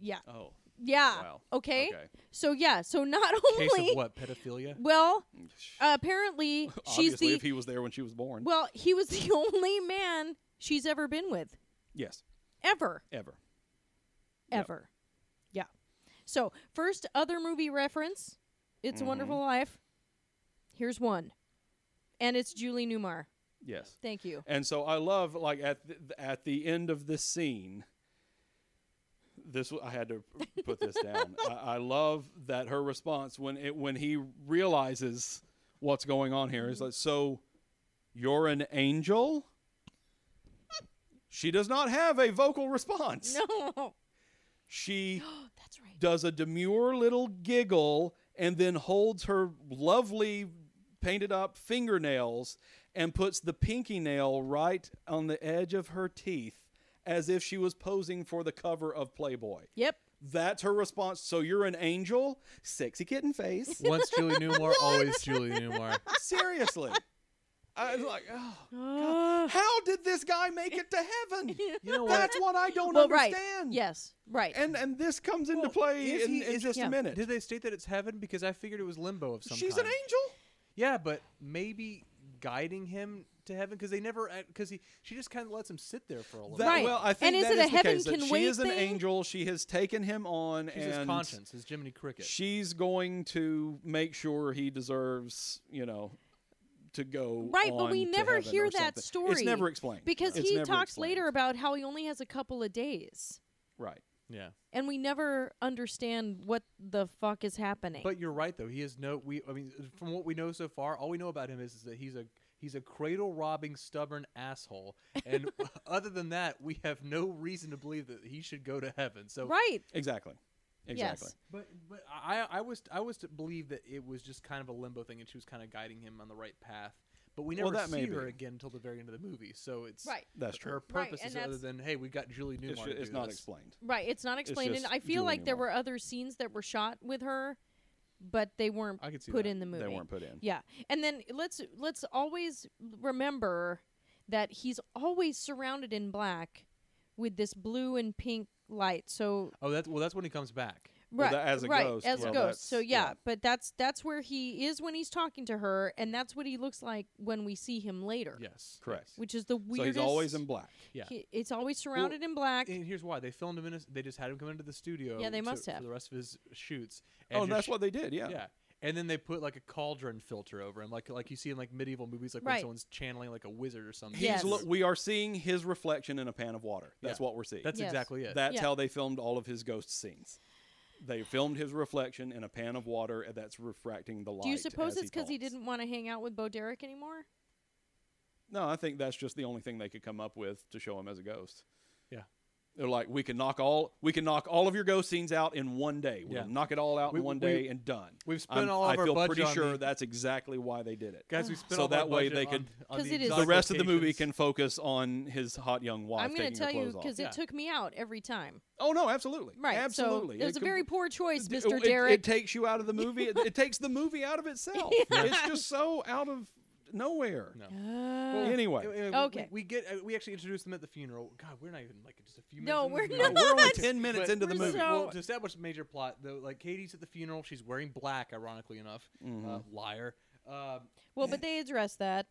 C: Yeah.
B: Oh.
C: Yeah.
B: Wow.
C: Okay?
B: Okay.
C: So yeah, so not
A: Case
C: only
A: of what? Pedophilia?
C: well, uh, apparently she's
B: Mm, Obviously,
C: the
B: if he was there when she was born.
C: well, he was the only man she's ever been with
B: yes.
C: ever.
B: Ever. Yep.
C: ever. Yeah. So, first other movie reference It's
B: Mm-hmm.
C: a Wonderful Life. Here's one. And it's Julie Newmar.
B: Yes.
C: Thank you.
B: And so I love like at the, at the end of this scene. This w- I had to put this down. I, I love that her response when it when he realizes what's going on here is like so. You're an angel. She does not have a vocal response.
C: No.
B: She
C: That's right.
B: does a demure little giggle and then holds her lovely painted up fingernails and puts the pinky nail right on the edge of her teeth as if she was posing for the cover of Playboy.
C: Yep.
B: That's her response. So you're an angel? Sexy kitten face.
A: Once Julie Newmar, always Julie Newmar.
B: Seriously. I was like, oh, God. how did this guy make it to heaven?
A: You know what?
B: That's what I don't
C: Well, right.
B: understand.
C: Yes. Right.
B: And and this comes into
A: Well,
B: play
A: is
B: in,
A: he-
B: in
A: is-
B: just
C: yeah.
B: a minute.
A: Did they state that it's heaven? Because I figured it was limbo of some
B: She's
A: kind.
B: an angel.
A: Yeah, but maybe guiding him to heaven because they never because he she just kind of lets him sit there for a little.
B: That,
C: Right.
B: Well, I think
C: And is
B: that
C: it a
B: the
C: heaven
B: case, that
C: can
B: she
C: wait
B: is an
C: thing?
B: angel. She has taken him on,
A: bit. She's his
B: and
A: conscience, his Jiminy Cricket.
B: she's going to make sure he deserves, you know, to go.
C: Right, but we
B: on to
C: never
B: heaven
C: hear
B: or
C: that
B: something.
C: story.
B: It's never explained
C: because
B: It's
C: he
B: never
C: talks
B: explained.
C: later about how he only has a couple of days.
B: Right.
A: yeah,
C: And we never understand what the fuck is happening.
A: but you're right though. He is no. We I mean, from what we know so far, all we know about him is, is that he's a he's a cradle robbing, stubborn asshole. And other than that, we have no reason to believe that he should go to heaven. So
C: right.
B: Exactly. Exactly.
C: Yes.
A: But but I I was I was to believe that it was just kind of a limbo thing, and she was kind of guiding him on the right path. But we never
B: Well, that may
A: see her
B: be.
A: again until the very end of the movie, so it's
C: Right.
B: That's
A: Her
B: true.
C: Right,
A: purpose
C: and
A: is other
C: that's-
A: than hey, we got Julie Newmar.
B: It's,
A: to
B: it's
A: do
B: not
A: this."
B: explained.
C: Right. It's not explained. and
B: just
C: I feel
B: Julie
C: like there
B: Newmar.
C: were other scenes that were shot with her, but they weren't
A: I could see
C: put
A: that.
C: in the movie.
B: They weren't put in.
C: Yeah. And then let's let's always remember that he's always surrounded in black with this blue and pink light. So
A: Oh, that's well. That's when he comes back.
B: Well,
C: right,
B: that- as a
C: right,
B: ghost,
C: as
B: well,
C: a ghost. So
B: that's-
C: yeah,
B: yeah.
C: but that's that's where he is when he's talking to her, and that's what he looks like when we see him later.
A: Yes,
B: Correct.
C: which is the
B: So
C: weirdest.
B: he's always in black.
A: Yeah.
C: he- it's always surrounded in black.
A: And here's why they filmed him in. A, s- they just had him come into the studio.
C: Yeah, they
A: to-
C: must have.
A: for the rest of his shoots.
B: Oh,
A: just
B: and that's
A: sh-
B: what they did. Yeah.
A: Yeah. And then they put like a cauldron filter over him, like like you see in like medieval movies, like when
C: Right.
A: someone's channeling like a wizard or something.
B: He's
C: Yes.
B: lo- we are seeing his reflection in a pan of water. That's
A: Yeah.
B: what we're seeing.
A: That's
C: Yes.
A: exactly it.
B: That's
C: Yeah.
B: how they filmed all of his ghost scenes. They filmed his reflection in a pan of water and that's refracting the light.
C: Do you suppose
B: as
C: it's because he,
B: talks.
C: didn't want to hang out with Bo Derek anymore?
B: No, I think that's just the only thing they could come up with to show him as a ghost.
A: Yeah.
B: They're like, we can knock all we can knock all of your ghost scenes out in one day. We'll
A: Yeah.
B: knock it all out
A: We-
B: in one
A: we-
B: day and done.
A: we've spent all
B: I
A: of our
B: feel
A: budget
B: pretty
A: on
B: sure
A: the-
B: that's exactly why they did it.
A: Guys, we spent
B: so
A: all our
B: that way
A: budget
B: they
A: on-
B: could-
A: on
C: 'Cause
A: the
C: it is-
B: the
A: exotic
B: rest of the movie can
A: locations.
B: focus on his hot young wife.
C: I'm
B: going to
C: tell you
B: off.
C: because
A: Yeah.
C: it took me out every time.
B: Oh no, absolutely,
C: Right.
B: absolutely.
C: So it was a
B: com-
C: very poor choice,
B: d-
C: Mr.
B: oh, It,
C: Derek.
B: It, takes you out of the movie. It, it takes the movie out of itself. It's just so out of nowhere.
A: No.
B: anyway,
A: Uh, we-
C: Okay.
A: We, we get uh, we actually introduced them at the funeral. God, we're not even like just a few minutes.
C: No,
A: into
C: we're
A: the
C: not.
A: movie.
B: we're only ten minutes
A: But-
B: into the
C: We're
B: movie.
C: so-
A: Well, to establish the major plot, though, like Katie's at the funeral. She's wearing black, ironically enough.
B: Mm-hmm.
A: Uh, liar. Um,
C: Well, but they addressed that.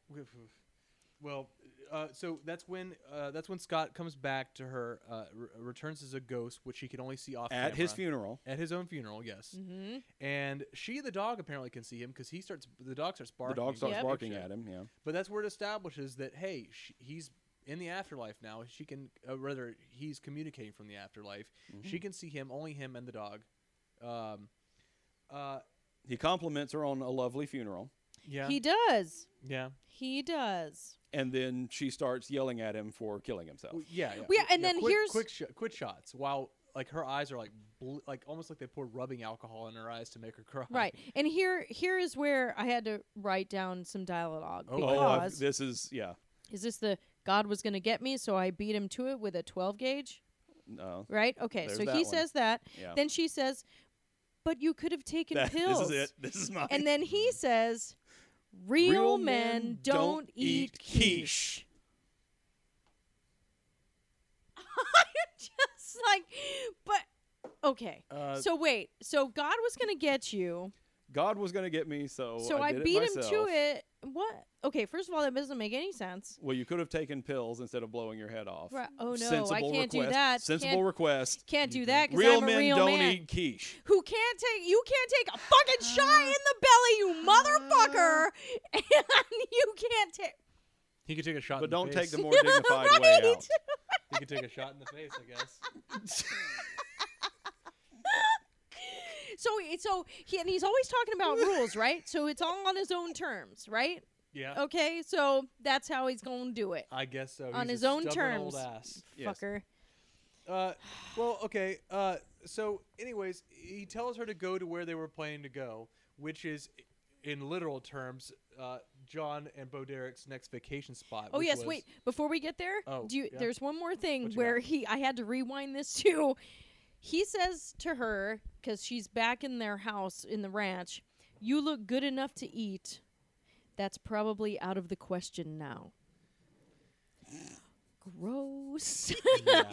A: well, uh, so that's when uh, that's when Scott comes back to her, uh, re- returns as a ghost, which he can only see off
B: At his
A: camera.
B: funeral,
A: At his own funeral, yes. Mm-hmm. And she, the dog, apparently can see him because he starts. The dog starts
B: the
A: barking.
B: dog starts
C: Yep.
B: barking at him. Yeah.
A: But that's where it establishes that hey, sh he's in the afterlife now. She can, uh, rather, he's communicating from the afterlife. She
C: Mm-hmm.
A: can see him, only him and the dog. Um, uh,
B: He compliments her on a lovely funeral,
A: yeah,
C: He does.
A: yeah,
C: He does.
B: and then she starts yelling at him for killing himself.
A: Well, yeah, yeah.
C: Well, yeah, and then
A: quick,
C: here's-
A: quick, sh- quick shots. While like her eyes are like, bl- like almost like they poured rubbing alcohol in her eyes to make her cry.
B: Oh.
C: Right. And here here is where I had to write down some dialogue
A: Oh,
B: Oh, I've-
C: because
B: this is yeah.
C: is this the God was going to get me so I beat him to it with a 12 gauge?
B: No,
C: Right? Okay.
B: There's
C: so he
B: that one.
C: says that.
B: Yeah.
C: Then she says, "But you could have taken
B: That-
C: pills."
B: this is it. This is mine.
C: And then he says, "Real,
B: Real
C: men,
B: men
C: don't,
B: don't
C: eat
B: eat
C: quiche." I'm just like, but okay.
A: Uh,
C: so wait. So God was gonna get you.
B: God was going to get me, so
C: so I,
B: Oh, did it
C: beat him to
B: myself.
C: it. What? Okay. First of all, that doesn't make any sense.
B: Well, you could have taken pills instead of blowing your head off.
C: Right. Oh, no, I
B: sensible
C: can't do
B: request.
C: that.
B: Sensible
C: Can't-
B: request.
C: Can't do that because
B: Real
C: I'm a
B: men
C: real
B: don't
C: man.
B: eat quiche.
C: who can't take you can't take a fucking shot in the belly, you motherfucker, and
B: Ah.
C: you can't take.
A: He could take a shot,
B: But
A: in the
B: don't take
A: face.
B: the more dignified way out.
A: He could take a shot in the face, I guess.
C: So so he and he's always talking about rules, right? So it's all on his own terms, right?
A: Yeah,
C: Okay, so that's how he's gonna do it
A: I guess so.
C: on
A: He's
C: his
A: a
C: own
A: stubborn old
C: terms,
A: ass.
B: Uh, Yes.
C: fucker.
A: Uh, well, okay. Uh, so, anyways, he tells her to go to where they were planning to go, which is, in literal terms, uh, John and Bo Derek's next vacation spot.
C: Oh
A: which
C: yes,
A: was-
C: wait. Before we get there,
A: Oh,
C: do you,
A: yeah.
C: there's one more thing
A: What you
C: where
A: got?
C: he I had to rewind this too. He says to her because she's back in their house in the ranch, "You look good enough to eat." That's probably out of the question now. Gross.
A: uh,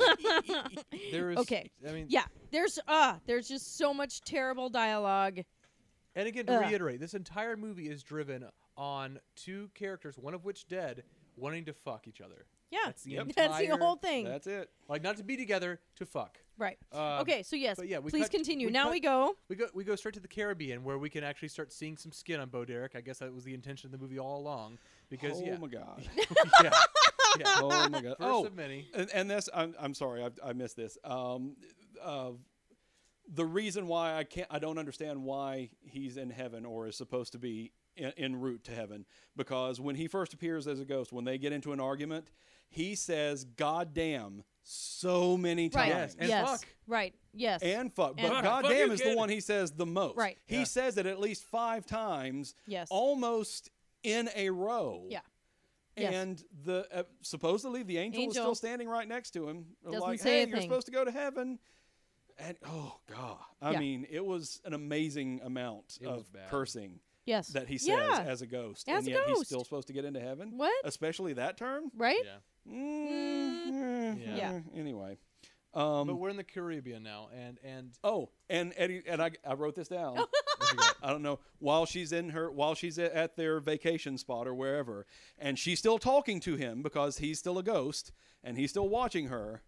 A: There is,
C: Okay.
A: I mean,
C: yeah, there's uh there's just so much terrible dialogue.
A: And again, to
C: Ugh.
A: reiterate, this entire movie is driven on two characters, one of which dead, wanting to fuck each other.
C: Yeah.
A: That's the
C: That's the
A: entire-
C: whole thing.
B: That's it.
A: Like not to be together, to fuck.
C: right.
A: Um,
C: okay, so yes,
A: but yeah, we
C: please
A: cut-
C: continue.
A: we
C: now
A: cut-
C: we go.
A: We go we go straight to the Caribbean where we can actually start seeing some skin on Bo Derek. I guess that was the intention of the movie all along. Because
B: Oh
A: yeah,
B: my god.
A: yeah, yeah.
B: Oh my god.
A: First
B: oh,
A: of many.
B: and, and this I'm I'm sorry I, I missed this. Um, uh, the reason why I can't I don't understand why he's in heaven or is supposed to be in, en route to heaven because when he first appears as a ghost, when they get into an argument, he says "God damn" so many
C: Right.
B: times.
A: Yes, and
C: yes.
A: fuck.
C: Right. Yes.
B: and fuck. But
C: And fuck.
B: goddamn
A: Fuck you,
B: is the
A: kid.
B: one he says the most.
C: Right.
B: He
A: Yeah.
B: says it at least five times.
C: Yes.
B: Almost in a row.
C: yeah. Yes.
B: And the uh, supposedly the angel, is
C: Angel.
B: still standing right next to him,
C: Doesn't
B: like,
C: say a
B: "Hey, you're
C: thing.
B: supposed to go to heaven." And oh god, I
C: Yeah.
B: mean, it was an amazing amount
A: It was
B: of
A: bad.
B: cursing
C: Yes.
B: that he says
C: Yeah.
B: as a ghost,
C: As
B: and
C: a
B: yet he's
C: ghost.
B: still supposed to get into heaven.
C: What?
B: Especially that term.
C: right? Mm-hmm.
A: Yeah.
B: Mm, eh,
A: Yeah.
C: Yeah.
B: eh, Anyway,
A: but we're in the Caribbean now, and and
B: Oh, and Eddie and I, I wrote this down. I don't know while she's in her while she's a- at their vacation spot or wherever, and she's still talking to him because he's still a ghost and he's still watching her.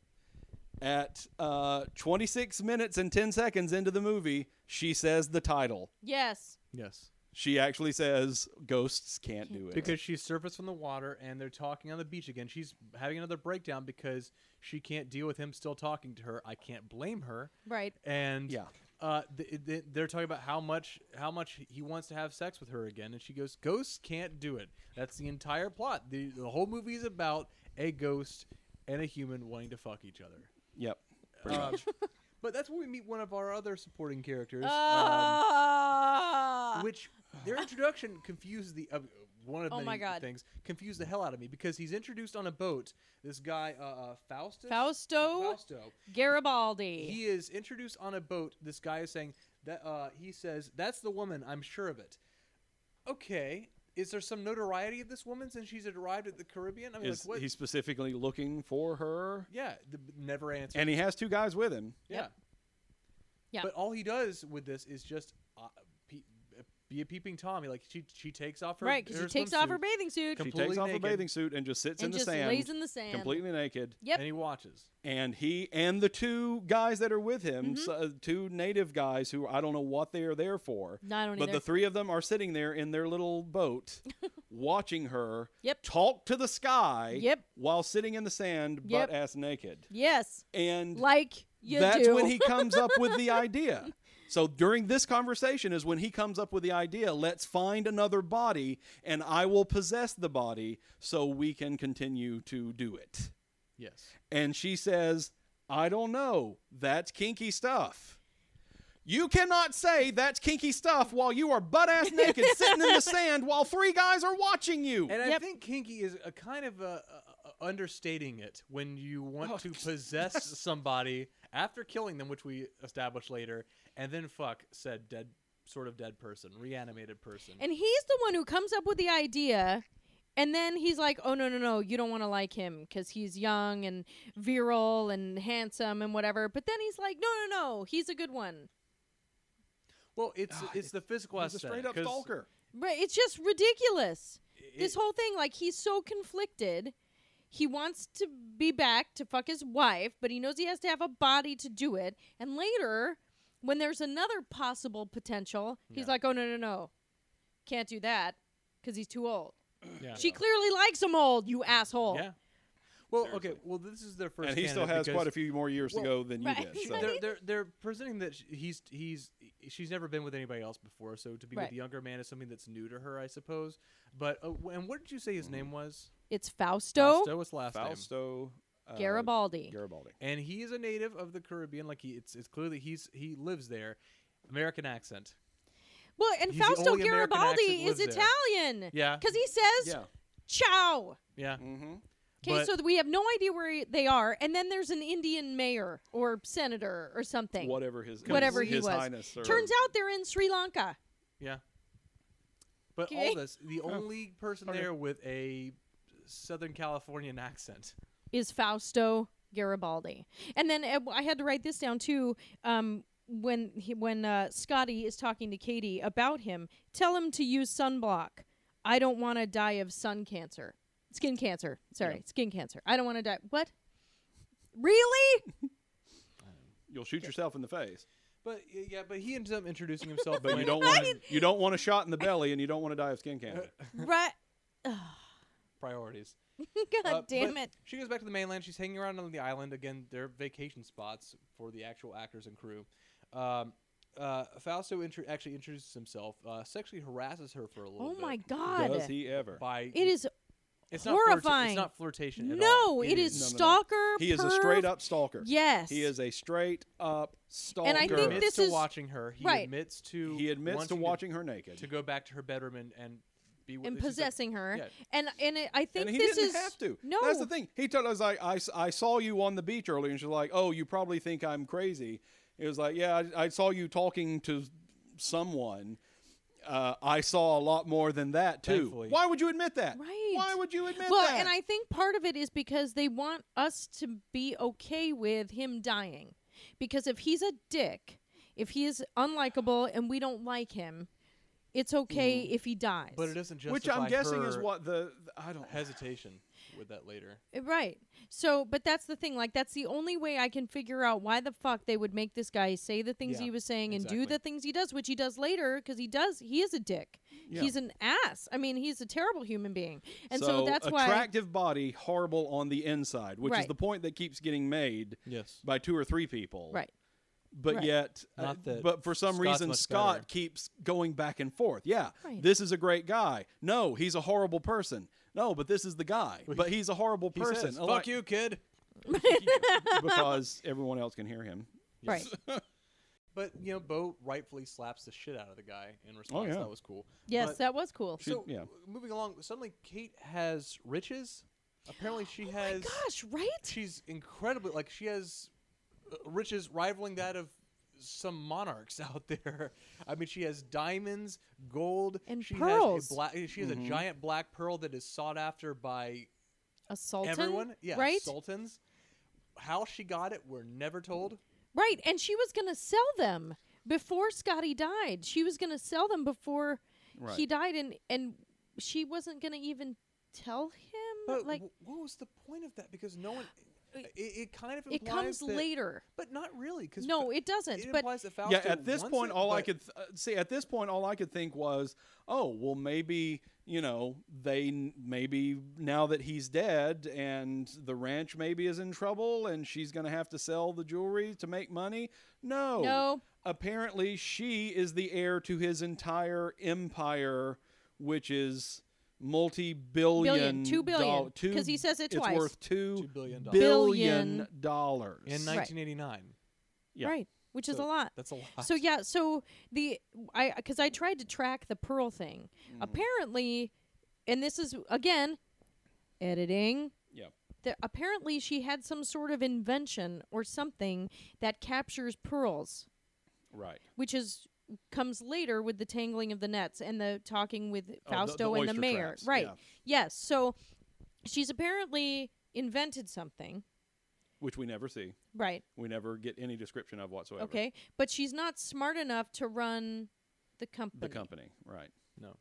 B: At uh, 26 minutes and 10 seconds into the movie, she says the title.
C: Yes.
A: yes,
B: She actually says ghosts can't do it.
A: because she's surfaced from the water, and they're talking on the beach again. She's having another breakdown because she can't deal with him still talking to her. I can't blame her.
C: Right.
A: and
B: Yeah.
A: uh, th- th- they're talking about how much how much he wants to have sex with her again, and she goes, "Ghosts can't do it." That's the entire plot. the The whole movie is about a ghost and a human wanting to fuck each other.
B: yep.
A: Uh, but that's when we meet one of our other supporting characters,
C: Ah.
A: um, which their introduction confused the. Uh, one of
C: Uh, Oh
A: many
C: my God.
A: things confused the hell out of me because he's introduced on a boat. This guy, uh, uh, Faustus? Uh,
C: Fausto?
A: Fausto.
C: Garibaldi.
A: He is introduced on a boat. This guy is saying that uh, he says that's the woman. I'm sure of it. Okay, is there some notoriety of this woman since she's arrived at the Caribbean? I mean,
B: Is
A: like what?
B: he specifically looking for her?
A: yeah, the, never answered.
B: And he has two guys with him.
A: yeah,
C: Yeah.
A: But all he does with this is just uh, pe- be a peeping Tommy. Like she she takes off her
C: right, because
A: her
C: she takes off her
A: swimsuit
C: bathing suit
A: Com-
B: She
A: Completely
B: takes off
A: naked.
B: her bathing suit and just sits
C: and
B: in the
C: just
B: sand,
C: lays in the sand.
B: completely naked.
A: and
C: Yep.
A: he watches.
B: and he and the two guys that are with
C: Mm-hmm.
B: him, so, uh, two native guys who I don't know what they are there for.
C: No, I don't
B: but
C: either.
B: the three of them are sitting there in their little boat, watching her
C: Yep.
B: talk to the sky.
C: Yep.
B: While sitting in the sand,
C: Yep.
B: butt ass naked,
C: yes.
B: and
C: Like you
B: that's
C: do.
B: when he comes up with the idea. So during this conversation is when he comes up with the idea. Let's find another body, and I will possess the body so we can continue to do it.
A: Yes.
B: And she says, I don't know. That's kinky stuff. You cannot say that's kinky stuff while you are butt ass naked sitting in the sand while three guys are watching you.
A: And I
C: Yep.
A: think kinky is a kind of a, a, a understating it when you want
B: Oh,
A: to possess somebody after killing them, which we establish later, and then fuck said dead, sort of dead person, reanimated person.
C: And he's the one who comes up with the idea. And then he's like, oh, no, no, no, you don't want to like him because he's young and virile and handsome and whatever. But then he's like, no, no, no, he's a good one.
A: well, it's it's the physical
B: He's a
A: aesthetic,
B: straight up
A: 'cause
B: stalker.
C: Right. It's just ridiculous. this
A: it-
C: whole thing, like, he's so conflicted. He wants to be back to fuck his wife, but he knows he has to have a body to do it. And later, when there's another possible potential, he's like, oh, no, no, no. Can't do that because he's too old.
A: Yeah.
C: She clearly likes him old, you asshole.
A: yeah. Well, okay. Well, this is their first.
B: And he still
A: candidate
B: has quite a
A: because
B: few more years to go
C: Well,
B: than you
C: right.
B: did. So.
C: Right.
A: They're, they're they're presenting that sh- he's he's she's never been with anybody else before, so to be
C: Right.
A: with a younger man is something that's new to her, I suppose. But uh, w- and what did you say his name was?
C: It's Fausto,
A: Fausto, what's last name?
B: Mm-hmm. Fausto uh,
C: Garibaldi.
B: Garibaldi.
A: and he is a native of the Caribbean. Like he, it's it's clearly he's he lives there. American accent.
C: well, and
A: He's the
C: Fausto
A: only American
C: Garibaldi
A: accent lives
C: is
A: there.
C: Italian.
A: Yeah.
C: Because he says,
B: Yeah.
C: ciao.
A: Yeah.
B: Mm-hmm.
C: Okay,
A: But-
C: so we have no idea where he- they are. And then there's an Indian mayor or senator or something.
B: Whatever his
C: Whatever
B: his,
C: he
B: his
C: was.
B: Highness or-
C: Turns out they're in Sri Lanka.
A: Yeah. But all
C: Okay.
A: this, the
C: Oh.
A: only person there with a Southern Californian accent.
C: is Fausto Garibaldi. And then uh, I had to write this down too. Um, when he, when uh, Scotty is talking to Katie about him, tell him to use sunblock. I don't want to die of sun cancer, skin cancer. Sorry, skin cancer. I don't want to die. What? Really?
B: You'll shoot yourself in the face.
A: But y- yeah, but he ends up introducing himself.
B: But you
A: like-
B: don't want you don't want a shot in the belly, and you don't want to die of skin cancer.
C: right?
A: priorities.
C: God
A: Uh,
C: damn
A: but
C: it!
A: She goes back to the mainland. She's hanging around on the island again. They're vacation spots for the actual actors and crew. Um, uh, Fausto intro- actually introduces himself. Uh, sexually harasses her for a little
C: Oh
A: bit.
C: my god!
B: Does he ever?
A: By
C: It is
A: It's
C: horrifying.
A: Not flirta- it's not flirtation. At all.
C: no. It is
B: No, no, no.
C: stalker.
B: He is a
C: perv-
B: straight up stalker.
C: Yes.
B: He is a straight up stalker.
C: I
A: He
C: think
A: admits
C: this
A: to
C: is-
A: watching her. He
C: right.
A: admits to
B: he admits to
A: wanting
B: watching her
A: to
B: naked.
A: go back to her bedroom and and be with
C: and
A: it's just a-
C: possessing her.
A: yeah.
C: And and it, I think
B: And he
C: this
B: didn't
C: is
B: have to.
C: No,
B: That's the thing. He told us like I, s- I saw you on the beach earlier and she's like, "Oh, you probably think I'm crazy." It was like, "Yeah, I, I saw you talking to someone." Uh, I saw a lot more than that too.
A: Thankfully.
B: Why would you admit that?
C: Right.
B: Why would you admit
C: well,
B: that?
C: and I think part of it is because they want us to be okay with him dying. Because if he's a dick, if he is unlikable and we don't like him, it's okay
B: Mm.
C: if he dies.
A: But it doesn't justify
B: Which I'm guessing is
A: her
B: what the, the- I don't.
A: hesitation with that later.
C: Uh, Right. So, but that's the thing. Like, that's the only way I can figure out why the fuck they would make this guy say the things
B: Yeah,
C: he was saying and do
A: exactly.
C: the things he does, which he does later because he does. He is a dick. He's an ass. I mean, he's a terrible human being. And so, that's why.
B: attractive body, horrible on the inside, which is
C: Right.
B: the point that keeps getting made
A: Yes.
B: by two or three people.
C: Right.
B: But
C: Right.
B: yet, uh,
A: Not that
B: but for some
A: Scott's
B: reason,
A: much
B: Scott
A: better.
B: keeps going back and forth. Yeah,
C: Right.
B: this is a great guy. No, he's a horrible person. No, but this is the guy. But he's a horrible
A: He
B: person.
A: says,
B: A
A: "Fuck
B: lot-
A: you, kid."
B: because everyone else can hear him.
C: Right.
A: But you know, Bo rightfully slaps the shit out of the guy in response.
B: Oh, yeah.
A: That was cool.
C: Yes,
A: But-
C: that was cool.
A: so
B: yeah.
A: moving along, suddenly Kate has riches. Apparently, she
B: Oh
A: has.
C: Gosh, right?
A: She's incredibly like she has uh, riches rivaling that of some monarchs out there. I mean, she has diamonds, gold,
C: And
A: she
C: pearls.
A: Has a black, she has
B: Mm-hmm.
A: a giant black pearl that is sought after by
C: A sultan.
A: everyone. Yeah,
C: Right.
A: sultans. How she got it, we're never told.
C: Right. And she was going to sell them before Scotty died. She was going to sell them before he
B: Right.
C: died, and and she wasn't going to even tell him.
A: But
C: like, Uh,
A: wh- what was the point of that? Because no one. It, it kind of
C: it
A: implies
C: comes
A: that-
C: later.
A: but not really. Because
C: No, it doesn't.
A: It
C: but
A: implies that Fausto
B: yeah, at this
A: wants
B: point,
A: it,
B: all I
A: but-
B: could th- uh, see at this point, all I could think was, oh, well, maybe you know they n- maybe now that he's dead and the ranch maybe is in trouble and she's going to have to sell the jewelry to make money. No,
A: Oh,
C: No.
B: Apparently, she is the heir to his entire empire, which is multi-billion,
C: Billion, two billion,
B: doll- two-
C: 'cause he says it
B: it's
C: twice.
B: worth two,
A: Two billion dollars.
B: billion
C: Billion.
B: dollars
A: in
C: Right.
A: 1989.
B: Yeah.
C: Right, which is a
A: So
C: lot.
A: That's a lot.
C: So yeah, so the I because I tried to track the pearl thing.
A: Mm.
C: Apparently, and this is again editing.
B: Yeah.
C: The, apparently, she had some sort of invention or something that captures pearls,
B: Right.
C: which is comes later with the tangling of the nets and the talking
A: Oh,
C: with
B: the
C: Fausto and the
B: oyster
C: mayor.
B: traps,
C: Right.
B: yeah.
C: Yes. So she's apparently invented something.
B: Which we never see.
C: Right.
B: We never get any description of whatsoever.
C: Okay. But she's not smart enough to run the company.
B: The company, right.
A: no,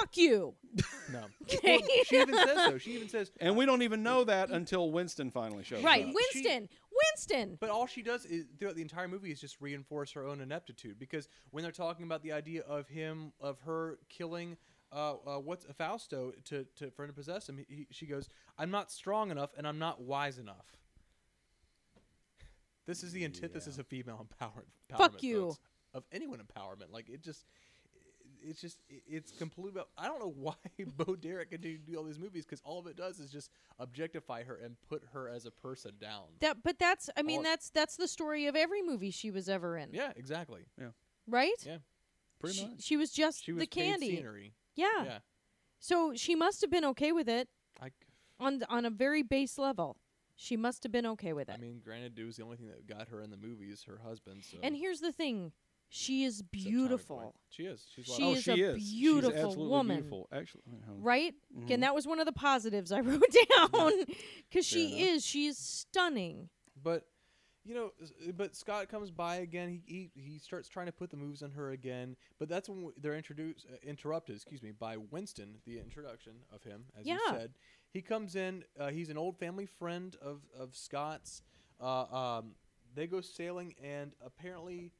C: Fuck you.
A: no.
C: Okay.
A: she even says so. She even says.
B: And we don't even know that until Winston finally shows
C: right.
B: up.
A: She-
C: Winston. Winston.
A: Oh, But all she does is throughout the entire movie is just reinforce her own ineptitude because when they're talking about the idea of him of her killing uh, uh, what's Fausto to, to for him to possess him, he, she goes, "I'm not strong enough and I'm not wise enough." This is the antithesis of female empowerment.
C: Fuck
A: empowerment,
C: you.
A: folks, of anyone empowerment, like it just. It's just it- it's complete. about- I don't know why Bo Derek continued to do all these movies because all of it does is just objectify her and put her as a person down.
C: That. But that's. I mean,
A: Or-
C: that's that's the story of every movie she was ever in.
A: Oh. Yeah, exactly.
C: Right.
A: Yeah,
B: Pretty
C: She,
B: much.
C: she was just
A: She was
C: the
A: paid
C: candy.
A: scenery.
C: Yeah.
A: Yeah,
C: So she must have been okay with it
A: I,
C: on th- on a very base level. She must have been okay with it.
A: I mean, granted, it was the only thing that got her in the movies. Her husband. So
C: and here's the thing, she is
A: uh, it's a counterpoint.
C: beautiful.
A: She is. She's
C: She
A: like,
B: oh,
C: is
B: she
C: a
B: is.
C: beautiful
B: She's absolutely
C: woman.
B: beautiful. Actually, hold on.
C: right? And that was one of the positives I wrote down because she is she is stunning.
A: but you know, s- but Scott comes by again. He he, he starts trying to put the moves on her again. But that's when w- they're introduced, uh, interrupted. Excuse me, by Winston. The introduction of him, as you
C: Yeah.
A: said, he comes in. Uh, he's an old family friend of of Scott's. Uh, um, they go sailing, and apparently.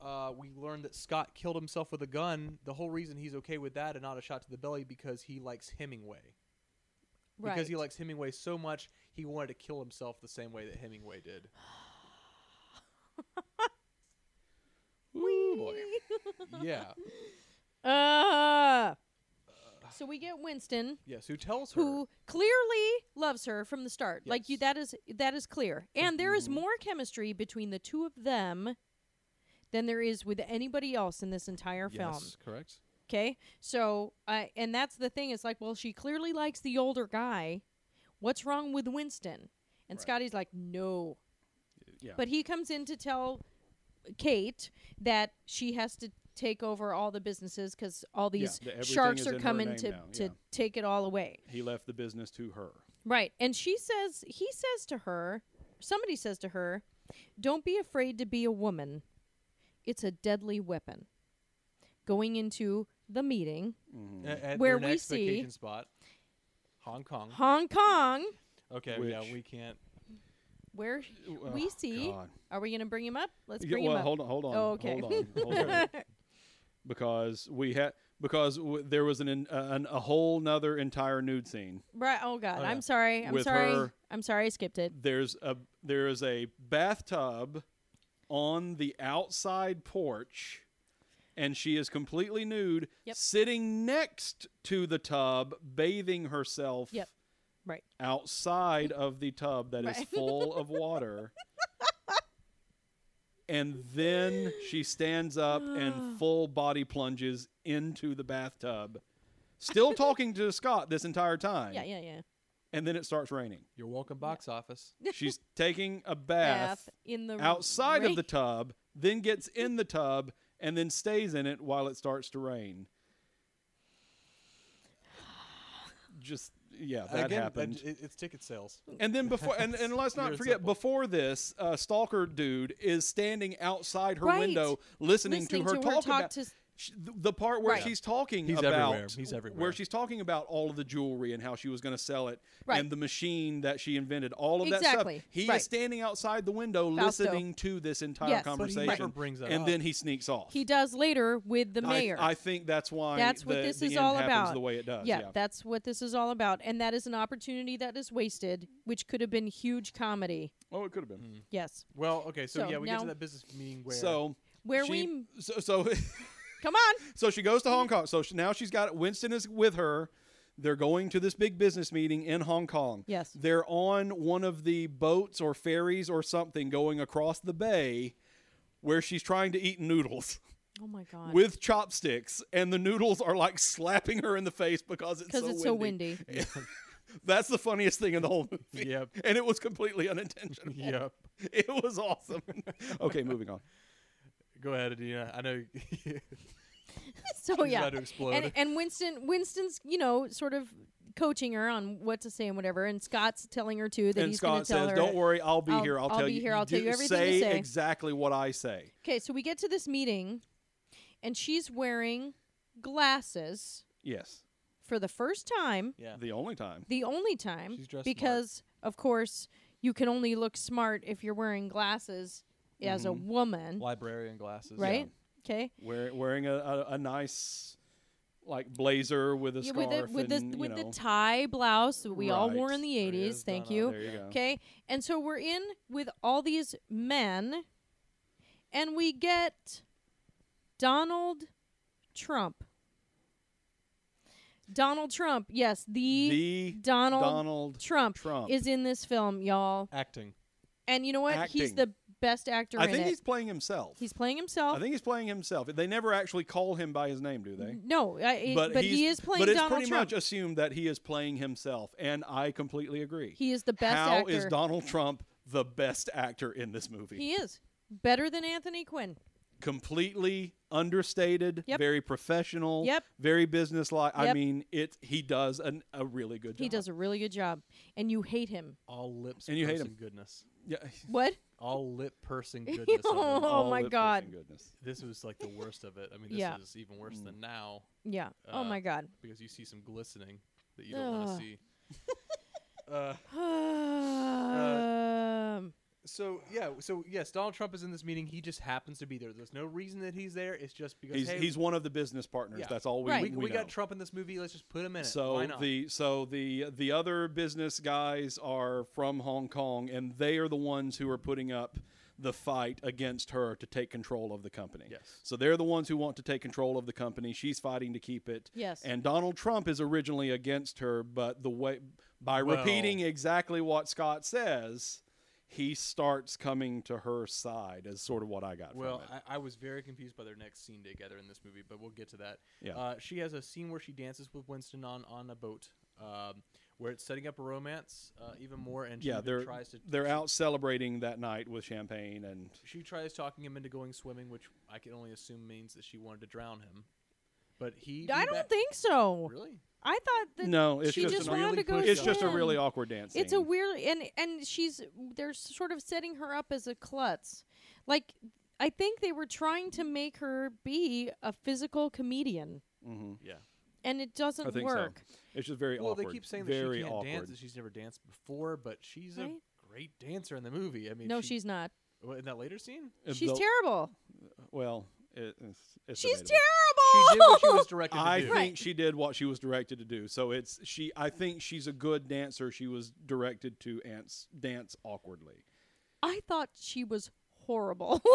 A: uh, we learned that Scott killed himself with a gun. The whole reason he's okay with that and not a shot to the belly because he likes Hemingway.
C: Right.
A: Because he likes Hemingway so much, he wanted to kill himself the same way that Hemingway did.
B: Ooh, boy.
A: yeah.
C: Uh, so we get Winston,
A: Yes. Who tells her?
C: who clearly loves her from the start. Like you,
A: Yes. Mm-hmm.
C: that is that is clear. And there is more chemistry between the two of them than there is with anybody else in this entire film.
A: Yes. Correct.
C: Okay, so I and that's the thing. It's like, well, she clearly likes the older guy. What's wrong with Winston? And Scotty's like, no.
B: yeah.
C: But he comes in to tell Kate that she has to take over all the businesses because all these
B: the- everything
C: sharks
B: is in
C: are
B: her
C: coming
B: name
C: to,
B: now,
C: to
B: yeah.
C: take it all away.
B: He left the business to her.
C: Right. And she says, he says to her, somebody says to her, don't be afraid to be a woman. It's a deadly weapon. Going into the meeting,
B: Mm.
I: A- at
C: Where
I: their
C: we
I: next
C: see-
I: vacation spot, Hong Kong.
C: Hong Kong,
I: Okay, yeah,
B: Which-
I: we can't.
C: where we see.
B: Oh, God.
C: Are we going to bring him up? Let's
B: Yeah,
C: bring
B: well,
C: him up.
B: hold on, hold on,
C: Oh, okay.
B: hold on, hold on. because we had because w- there was an, in- uh, an a whole nother entire nude scene.
C: Right. Oh God.
I: yeah.
C: I'm sorry. I'm
B: With
C: sorry.
B: her-
C: I'm sorry. I skipped it.
B: There's a there is a bathtub on the outside porch, and she is completely nude,
C: Yep.
B: sitting next to the tub, bathing herself.
C: Yep. Right.
B: outside of the tub that is
C: Right.
B: full of water. and then she stands up and full body plunges into the bathtub. Still talking to Scott this entire time.
C: Yeah. Yeah. Yeah.
B: And then it starts raining.
I: Your welcome box office.
B: She's taking a bath
C: in the
B: outside of
C: rain.
B: the tub, then gets in the tub, and then stays in it while it starts to rain. Just, yeah, that
I: Again,
B: happened.
I: it- it's ticket sales.
B: And then before, and, and let's not
I: You're
B: forget,
I: simple.
B: before this, uh, stalker dude is standing outside her
C: Right.
B: window listening,
C: Listening
B: to her
C: to her
B: talk
C: talk
B: about
C: to s-
B: sh- th- the part where
C: Right.
B: she's talking
I: He's
B: about
I: everywhere. He's everywhere.
B: where she's talking about all of the jewelry and how she was going to sell it
C: Right.
B: and the machine that she invented, all of that
C: Exactly.
B: stuff. He
C: Right.
B: is standing outside the window
C: Fausto.
B: listening to this entire
C: Yes. But he
B: conversation,
I: never brings that
B: and
I: up.
B: then he sneaks off.
C: He does later with the
B: I-
C: mayor.
B: I, think that's why
C: that's what
B: the-
C: this
B: the
C: is
B: end
C: all
B: happens
C: about.
B: The way it does,
C: Yeah,
B: yeah.
C: that's what this is all about, and that is an opportunity that is wasted, which could have been huge comedy.
B: oh, it could have been.
C: Yes,
I: Well, okay, so,
C: So
I: yeah, we get to
C: now-
I: that business meeting where
B: So
C: where
B: she-
C: we m-
B: so so.
C: come on.
B: So she goes to Hong Kong. So she, now she's got Winston is with her. They're going to this big business meeting in Hong Kong.
C: Yes.
B: They're on one of the boats or ferries or something going across the bay where she's trying to eat noodles
C: Oh my god.
B: with chopsticks and the noodles are like slapping her in the face because it's
C: 'Cause
B: so
C: it's so
B: windy. That's the funniest thing in the whole movie.
I: Yep.
B: And it was completely unintentional.
I: Yep.
B: It was awesome. okay, moving on.
I: Go ahead, Adina. I know.
C: so yeah,
I: about to explode.
C: And, and Winston, Winston's, you know, sort of coaching her on what to say and whatever, and Scott's telling her too that
B: and
C: he's
B: Scott
C: going to tell
B: says,
C: her.
B: "Don't worry, I'll be
C: I'll-
B: here. I'll,
C: I'll
B: tell
C: be
B: you.
C: here, I'll tell
B: do-
C: you everything to
B: Say
C: say."
B: exactly what I say.
C: Okay, so we get to this meeting, and she's wearing glasses
B: Yes,
C: for the first time,
I: Yeah.
B: the only time.
C: the only time,
I: She's dressed smart.
C: because of course you can only look smart if you're wearing glasses as a
B: Mm-hmm.
C: woman,
I: Librarian glasses.
C: right? Okay.
B: Wear, wearing a, a, a nice like blazer with a
C: Yeah,
B: scarf
C: with the with
B: and,
C: the
B: you
C: with
B: know,
C: the tie blouse that we all wore
B: Right.
C: in the
I: There it
C: '80s.
I: is,
C: Thank
I: Donna.
C: you.
B: There you go.
C: Okay, and so we're in with all these men, and we get Donald Trump. Donald Trump, yes, the,
B: the
C: Donald,
B: Donald
C: Trump,
B: Trump.
C: is in this film, y'all.
I: Acting.
C: And you know what? He's
B: Acting.
C: the best actor
B: I
C: in
B: think
C: it.
B: he's playing himself.
C: He's playing himself.
B: I think he's playing himself. They never actually call him by his name, do they?
C: no, I, I-
B: he's-
C: but, Mm-hmm. he is playing
B: But it's
C: Donald
B: pretty
C: Trump.
B: much assumed that he is playing himself, and I completely agree.
C: He is the best
B: How
C: actor.
B: is Donald Trump the best actor in this movie?
C: he is better than Anthony Quinn.
B: completely understated,
C: Yep.
B: very professional,
C: Yep.
B: very businesslike. I
C: Yep.
B: mean, it he does an, a really good job.
C: He does a really good job, and you hate him.
I: All lips.
B: And you hate
I: piercing
B: him.
I: Goodness.
B: Yeah.
C: What?
I: All lip pursing goodness. of
C: Oh,
I: them.
B: All
C: my
B: lip-pushing
C: God.
B: Goodness.
I: This was like the worst of it. I mean, this
C: Yeah.
I: is even worse
B: Mm.
I: than now
C: Yeah. oh
I: Uh,
C: my God.
I: because you see some glistening that you don't want to
C: Ugh.
I: see.
C: Um,
I: So yeah, so yes, Donald Trump is in this meeting. He just happens to be there. There's no reason that he's there. It's just because
B: He's
I: hey,
B: he's one of the business partners.
I: Yeah.
B: That's all we
C: Right.
B: we,
I: we, we got
B: know.
I: Trump in this movie. Let's just put him in it.
B: So
I: Why not?
B: the so the the other business guys are from Hong Kong, and they are the ones who are putting up the fight against her to take control of the company.
I: Yes.
B: So they're the ones who want to take control of the company. She's fighting to keep it.
C: Yes.
B: And Donald Trump is originally against her, but the way by
I: Well-
B: repeating exactly what Scott says, he starts coming to her side. Is sort of what I got
I: Well,
B: from it.
I: I, I was very confused by their next scene together in this movie, but we'll get to that.
B: Yeah.
I: Uh, she has a scene where she dances with Winston on on a boat, um,
A: where it's setting up a romance uh, even more, and she
B: Yeah,
A: even
B: they're
A: tries to
B: they're out celebrating that night with champagne and
A: she tries talking him into going swimming, which I can only assume means that she wanted to drown him. But he,
C: I
A: he
C: don't
A: back-
C: think so.
A: really.
C: I thought that
B: no, it's
C: she
B: just,
C: just,
B: an
C: wanted
A: really
C: to go.
A: pushed
B: it's just a
C: swim.
B: really awkward dance.
C: It's a
B: scene.
C: weird and and she's they're sort of setting her up as a klutz. Like I think they were trying to make her be a physical comedian.
B: Mhm.
A: Yeah.
C: And it doesn't
B: I think so.
C: work.
B: It's just very
A: Well,
B: awkward.
A: they keep saying that
B: very
A: she can't
B: awkward.
A: dance, that she's never danced before, but she's
C: Right?
A: a great dancer in the movie. I mean,
C: No,
A: she-
C: she's not.
A: what, in that later scene.
B: Uh,
C: She's
B: the-
C: terrible.
B: Well, it, it's, it's
C: She's
B: debatable.
A: She did what she
C: terrible.
A: was directed
B: I
A: to do.
B: think
C: Right.
B: she did what she was directed to do. So it's she. I think she's a good dancer. She was directed to ants, dance awkwardly.
C: I thought she was horrible.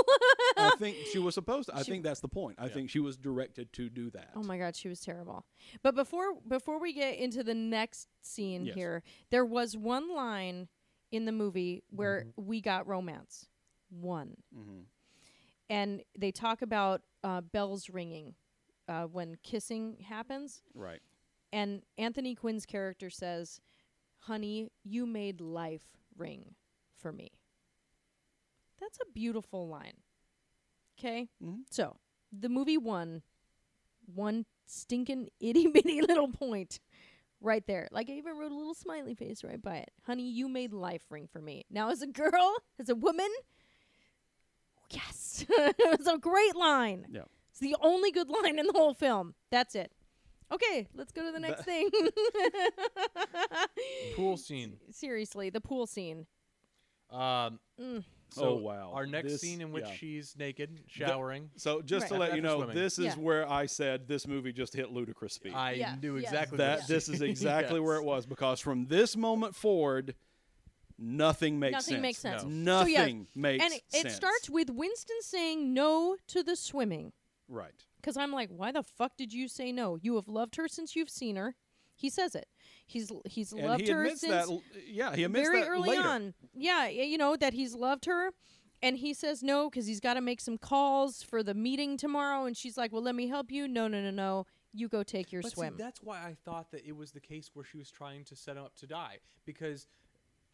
B: I think she was supposed. To, I
C: She-
B: think that's the point. I think she was directed to do that.
C: Oh my god, she was terrible. But before before we get into the next scene
B: Yes.
C: here, there was one line in the movie where we got romance. One.
B: Mhm.
C: And they talk about uh, bells ringing uh, when kissing happens.
B: Right.
C: And Anthony Quinn's character says, Honey, you made life ring for me. That's a beautiful line. Okay?
B: Mhm.
C: So, the movie won one stinking itty bitty little point right there. Like, I even wrote a little smiley face right by it. Honey, you made life ring for me. Now, as a girl, as a woman, yes. it was a great line.
B: Yeah.
C: It's the only good line in the whole film. That's it. Okay, let's go to the next thing.
A: Pool scene.
C: Seriously, the pool scene.
A: Um,
C: Mm.
A: so
B: Oh, wow.
A: Our next
B: This-
A: scene in which
B: yeah.
A: she's naked showering.
B: So just to
C: Right.
B: let you
A: After
B: know,
A: swimming.
B: this is
C: Yeah.
B: where I said this movie just hit ludicrous speed.
A: I
C: Yeah,
A: knew
C: yes.
A: exactly
B: that this is exactly where it was because from this moment forward, nothing makes
C: Nothing
B: sense.
C: makes sense. No. So, yeah,
B: Nothing makes
C: and it,
B: sense.
C: it starts with Winston saying no to the swimming.
B: right.
C: Because I'm like, why the fuck did you say no? You have loved her since you've seen her. He says it. He's l- he's
B: And
C: loved
B: he
C: her
B: admits
C: since
B: that. l- Yeah, he admits
C: very
B: that
C: early
B: later.
C: on. Yeah, y- you know that he's loved her, and he says no because he's got to make some calls for the meeting tomorrow. And she's like, "Well, let me help you." No, no, no, no. You go take your
A: But see,
C: swim.
A: that's why I thought that it was the case where she was trying to set him up to die because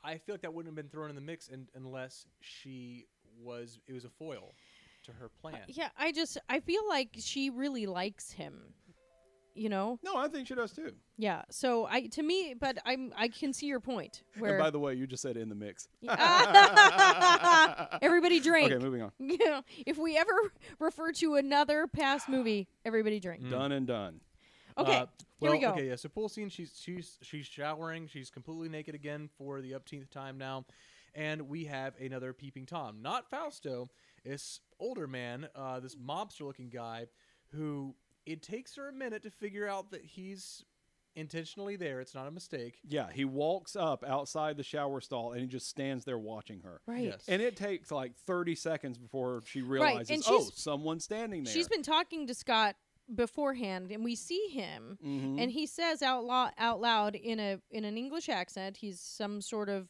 A: I feel like that wouldn't have been thrown in the mix and, unless she was it was a foil to her plan.
C: Uh, yeah, I just I feel like she really likes him. You know,
B: No, I think she does too.
C: yeah. So I to me, but I'm I can see your point where
B: And by the way, you just said in the mix.
C: everybody drink.
B: Okay, moving on.
C: You know, if we ever refer to another past movie, everybody drink.
B: Done and done.
C: Okay,
A: Uh,
C: here we
A: well,
C: go.
A: Okay, yeah. So pool scene. She's she's she's showering. She's completely naked again for the upteenth time now, and we have another peeping tom. Not Fausto. This older man, uh, this mobster-looking guy, who it takes her a minute to figure out that he's intentionally there. It's not a mistake.
B: Yeah, he walks up outside the shower stall and he just stands there watching her.
C: Right.
A: Yes.
B: And it takes like 30 seconds before she realizes,
C: and
B: oh,
C: she's-
B: someone's standing there.
C: She's been talking to Scott beforehand, and we see him,
B: Mhm.
C: and he says out, lo- out loud in a in an English accent, he's some sort of,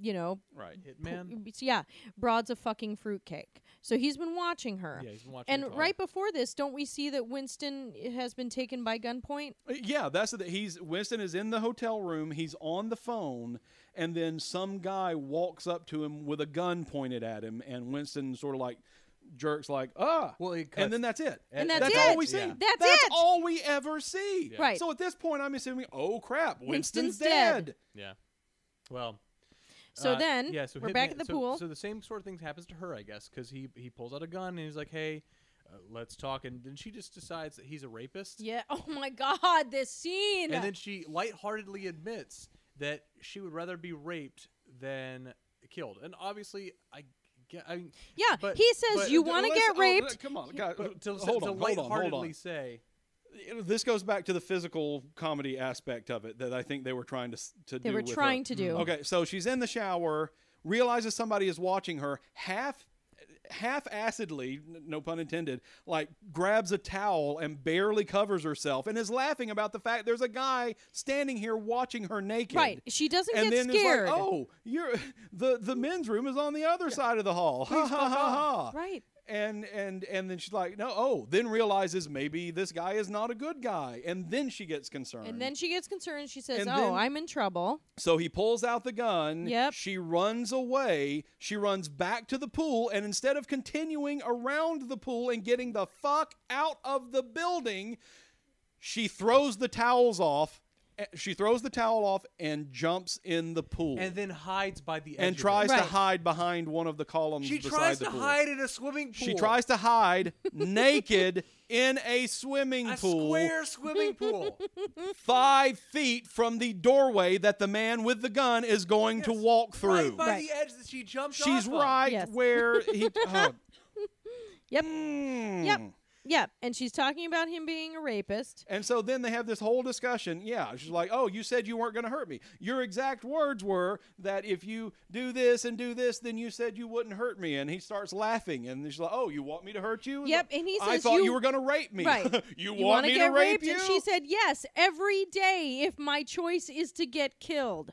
C: you know,
B: right.
A: Hitman.
C: it's- yeah, broad's a fucking fruitcake. So he's been watching her.
A: Yeah, he's been watching.
C: and
A: her talk.
C: right before this, don't we see that Winston has been taken by gunpoint?
B: Uh, Yeah, that's the he's Winston is in the hotel room, he's on the phone, and then some guy walks up to him with a gun pointed at him and Winston sort of like jerks like, "Ah."
A: Well, it
B: and then
A: cuts.
B: that's it.
C: And
A: At-
C: that's
A: at-
B: all we
C: it.
B: see.
A: yeah.
C: That's it.
B: all we ever see.
C: Right.
B: So at this point, I'm assuming, oh crap, Winston's,
C: Winston's dead.
B: dead.
A: Yeah. Well.
C: So
A: uh,
C: then
A: yeah, so
C: we're
A: Hitman-
C: back at the
A: so-
C: pool.
A: So the same sort of things happens to her, I guess, because he he pulls out a gun and he's like, "Hey, uh, let's talk," and then she just decides that he's a rapist.
C: yeah. Oh my God, this scene.
A: And then she lightheartedly admits that she would rather be raped than killed. And obviously, I, ge- I mean,
C: yeah,
A: but-
C: he says
A: but-
C: you
B: Uh,
C: want to
B: let's-
C: get
B: oh,
C: raped.
B: uh, come on, guys,
A: but to,
B: uh,
A: to
B: hold on, hold on,
A: lightheartedly
B: hold on.
A: say,
B: You know, This goes back to the physical comedy aspect of it that I think they were trying to s- to
C: they
B: do.
C: were
B: with her.
C: trying to do.
B: Okay, so she's in the shower, realizes somebody is watching her, half half acidly, n- no pun intended, like grabs a towel and barely covers herself and is laughing about the fact there's a guy standing here watching her naked.
C: Right. She doesn't
B: and
C: get
B: then
C: scared.
B: it's "Oh, like, oh, you're the the men's room is on the other side of the hall. Ha ha ha ha.
C: Right.
B: and and and then she's like, no, oh, then realizes maybe this guy is not a good guy, and then she gets concerned.
C: And then she gets concerned. She says,
B: And
C: "Oh,
B: then-
C: I'm in trouble."
B: so he pulls out the gun.
C: Yep.
B: She runs away. She runs back to the pool, and instead of continuing around the pool and getting the fuck out of the building, she throws the towels off. eh, She throws the towel off and jumps in the pool.
A: and then hides by the edge.
B: and
A: of it.
B: tries to
C: Right.
B: hide behind one of the columns
A: She
B: beside
A: tries
B: the
A: to
B: pool.
A: hide in a swimming pool.
B: She tries to hide naked in a swimming
A: a
B: pool
A: square swimming pool.
B: five feet from the doorway that the man with the gun is going to walk through.
A: Right by
C: Right.
A: the edge that she jumps off
B: She's
A: of.
B: right
C: Yes.
B: where he. oh.
C: Yep.
B: Mm.
C: Yep. Yep. And she's talking about him being a rapist.
B: And so then they have this whole discussion. Yeah, she's like, "Oh, you said you weren't going to hurt me. Your exact words were that if you do this and do this, then you said you wouldn't hurt me." And he starts laughing, and she's like, "Oh, you want me to hurt you?"
C: Yep, and he
B: "I
C: says,
B: thought you,
C: "You-
B: were going to rape me.
C: Right.
B: you,
C: You
B: want
C: wanna
B: me
C: get
B: to rape
C: raped?
B: you?"
C: And she said, "Yes, every day if my choice is to get killed."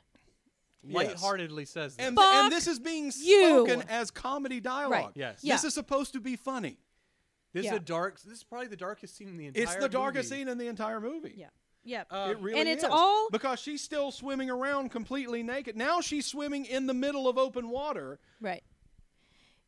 A: Lightheartedly says this.
B: And,
C: Fuck
B: and this is being
C: you.
B: spoken as comedy dialogue.
C: Right.
A: Yes.
B: This
C: Yeah.
B: is supposed to be funny.
A: this
C: Yeah.
A: is a dark. This is probably the darkest scene in the entire.
B: It's the darkest
A: movie. Uh,
B: scene in the entire movie.
C: Yeah. Yep.
B: It really
C: Um, and it's
B: is.
C: all
B: because she's still swimming around completely naked. Now she's swimming in the middle of open water.
C: right.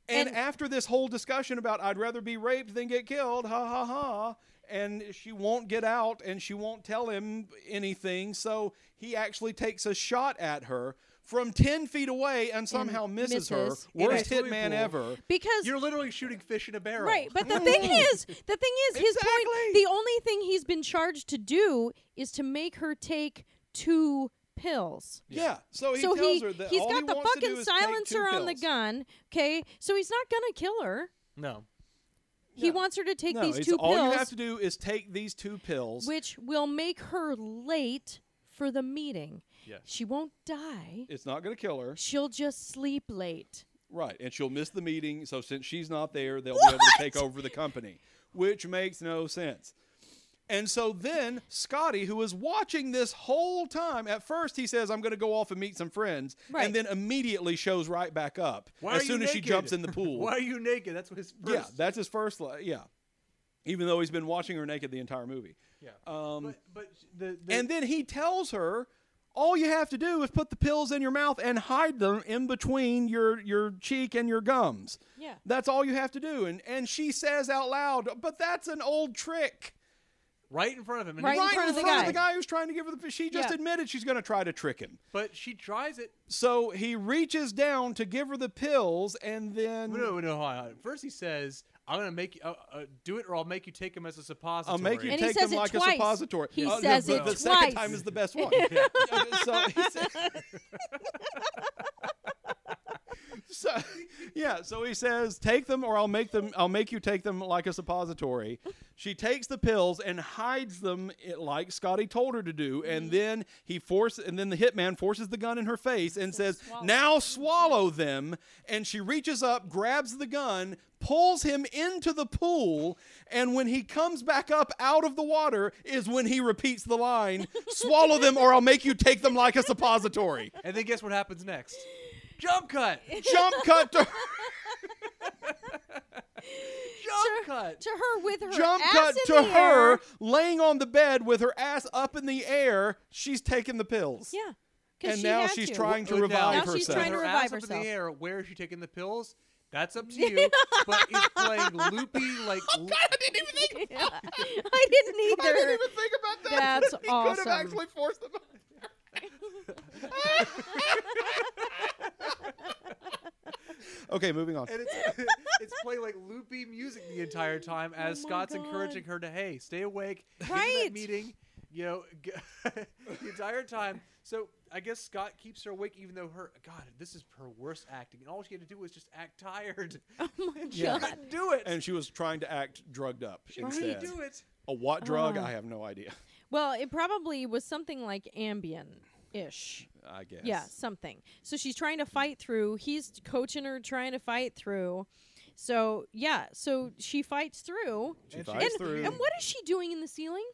B: And,
C: And-
B: after this whole discussion about I'd rather be raped than get killed, ha ha ha, and she won't get out and she won't tell him anything, so he actually takes a shot at her from 10 feet away and somehow misses,
C: misses.
B: her. Worst
A: In a swimming
B: hitman
A: pool.
B: ever.
C: Because
A: You're literally shooting fish in a barrel.
C: Right, but the thing is, the thing is, his
B: Exactly.
C: point. The only thing he's been charged to do is to make her take two pills.
B: Yeah. So he
C: so
B: tells
C: he
B: her that
C: he's
B: all
C: got
B: he
C: the
B: wants to do
C: fucking
B: is take two
C: silencer on the
B: pills.
C: gun. Okay, so he's not gonna kill her.
A: no.
C: He wants her to take
B: No,
C: these
B: it's
C: two
B: all
C: pills,
B: you have to do is take these two pills.
C: which will make her late for the meeting.
A: Yes.
C: She won't die.
B: it's not going to kill her.
C: She'll just sleep late.
B: Right, and she'll miss the meeting. So since she's not there, they'll be able to take over the company, which makes no sense. And so then Scotty, who is watching this whole time, at first he says, "I'm going to go off and meet some friends,"
C: Right.
B: and then immediately shows right back up
A: Why
B: as
A: are you
B: soon as she
A: naked?
B: jumps in the pool.
A: Why are you naked? That's what his first.
B: yeah, that's his first. Li- yeah, even though he's been watching her naked the entire movie.
A: Yeah.
B: Um,
A: but but the, the
B: and then he tells her all you have to do is put the pills in your mouth and hide them in between your your cheek and your gums.
C: Yeah.
B: That's all you have to do. And and she says out loud, "But that's an old trick."
A: right in front of him. And
C: Right
A: he-
C: in
B: right
C: front of the guy.
B: who's trying to give her the she just
C: Yeah.
B: admitted she's going to try to trick him.
A: But she tries it.
B: So he reaches down to give her the pills and then
A: No, no, no. Hold on. First he says, "I'm gonna make you uh, uh, do it, or I'll make you take him as a suppository."
B: I'll make you
C: And he
B: take
C: says
B: them
C: it
B: like a
C: twice.
B: suppository.
C: He
B: Uh, no,
C: says
B: the,
C: it
B: the second
C: twice.
B: time is the best one. Uh, so, he sa- so yeah, so he says, "Take them, or I'll make them. I'll make you take them like a suppository." She takes the pills and hides them, it, like Scotty told her to do. And then he force, and then the hitman forces the gun in her face and says, "Now swallow them." And she reaches up, grabs the gun, pulls him into the pool, and when he comes back up out of the water is when he repeats the line, "Swallow them, or I'll make you take them like a suppository."
A: And then guess what happens next? Jump cut.
B: Jump cut to
A: Jump cut.
C: To her with her
B: jump
C: ass
B: cut
C: in
B: to
C: the
B: her
C: air.
B: laying on the bed with her ass up in the air. She's taking the pills.
C: Yeah. 'cause
B: And
C: she
B: now
C: had
B: she's
C: to.
B: trying to
A: But
B: revive
C: Now
B: herself.
C: she's trying to
A: Her
C: revive
A: ass Up in
C: herself.
A: the air. Where is she taking the pills? That's up to you. but it's playing loopy, like
C: Oh, I didn't
B: think about
C: either. That's He could have awesome. actually
B: forced them. okay, moving on.
A: and it's it's playing like loopy music the entire time as
C: Oh, my
A: Scott's
C: God.
A: encouraging her to hey, stay awake. get to that
C: Right.
A: meeting, you know, g- the entire time. So I guess Scott keeps her awake even though her God, this is her worst acting, and all she had to do was just act tired. Oh my and she
B: God.
A: couldn't do it.
B: And she was trying to act drugged up
A: she
B: instead.
A: couldn't do it.
B: A what drug?
C: Uh-huh.
B: I have no idea.
C: Well, it probably was something like Ambien ish.
B: I guess.
C: Yeah, something. So she's trying to fight through. He's coaching her, trying to fight through. So, yeah, so she fights through.
B: She
A: And she-
B: fights
C: And,
B: through.
C: and what is she doing in the ceiling?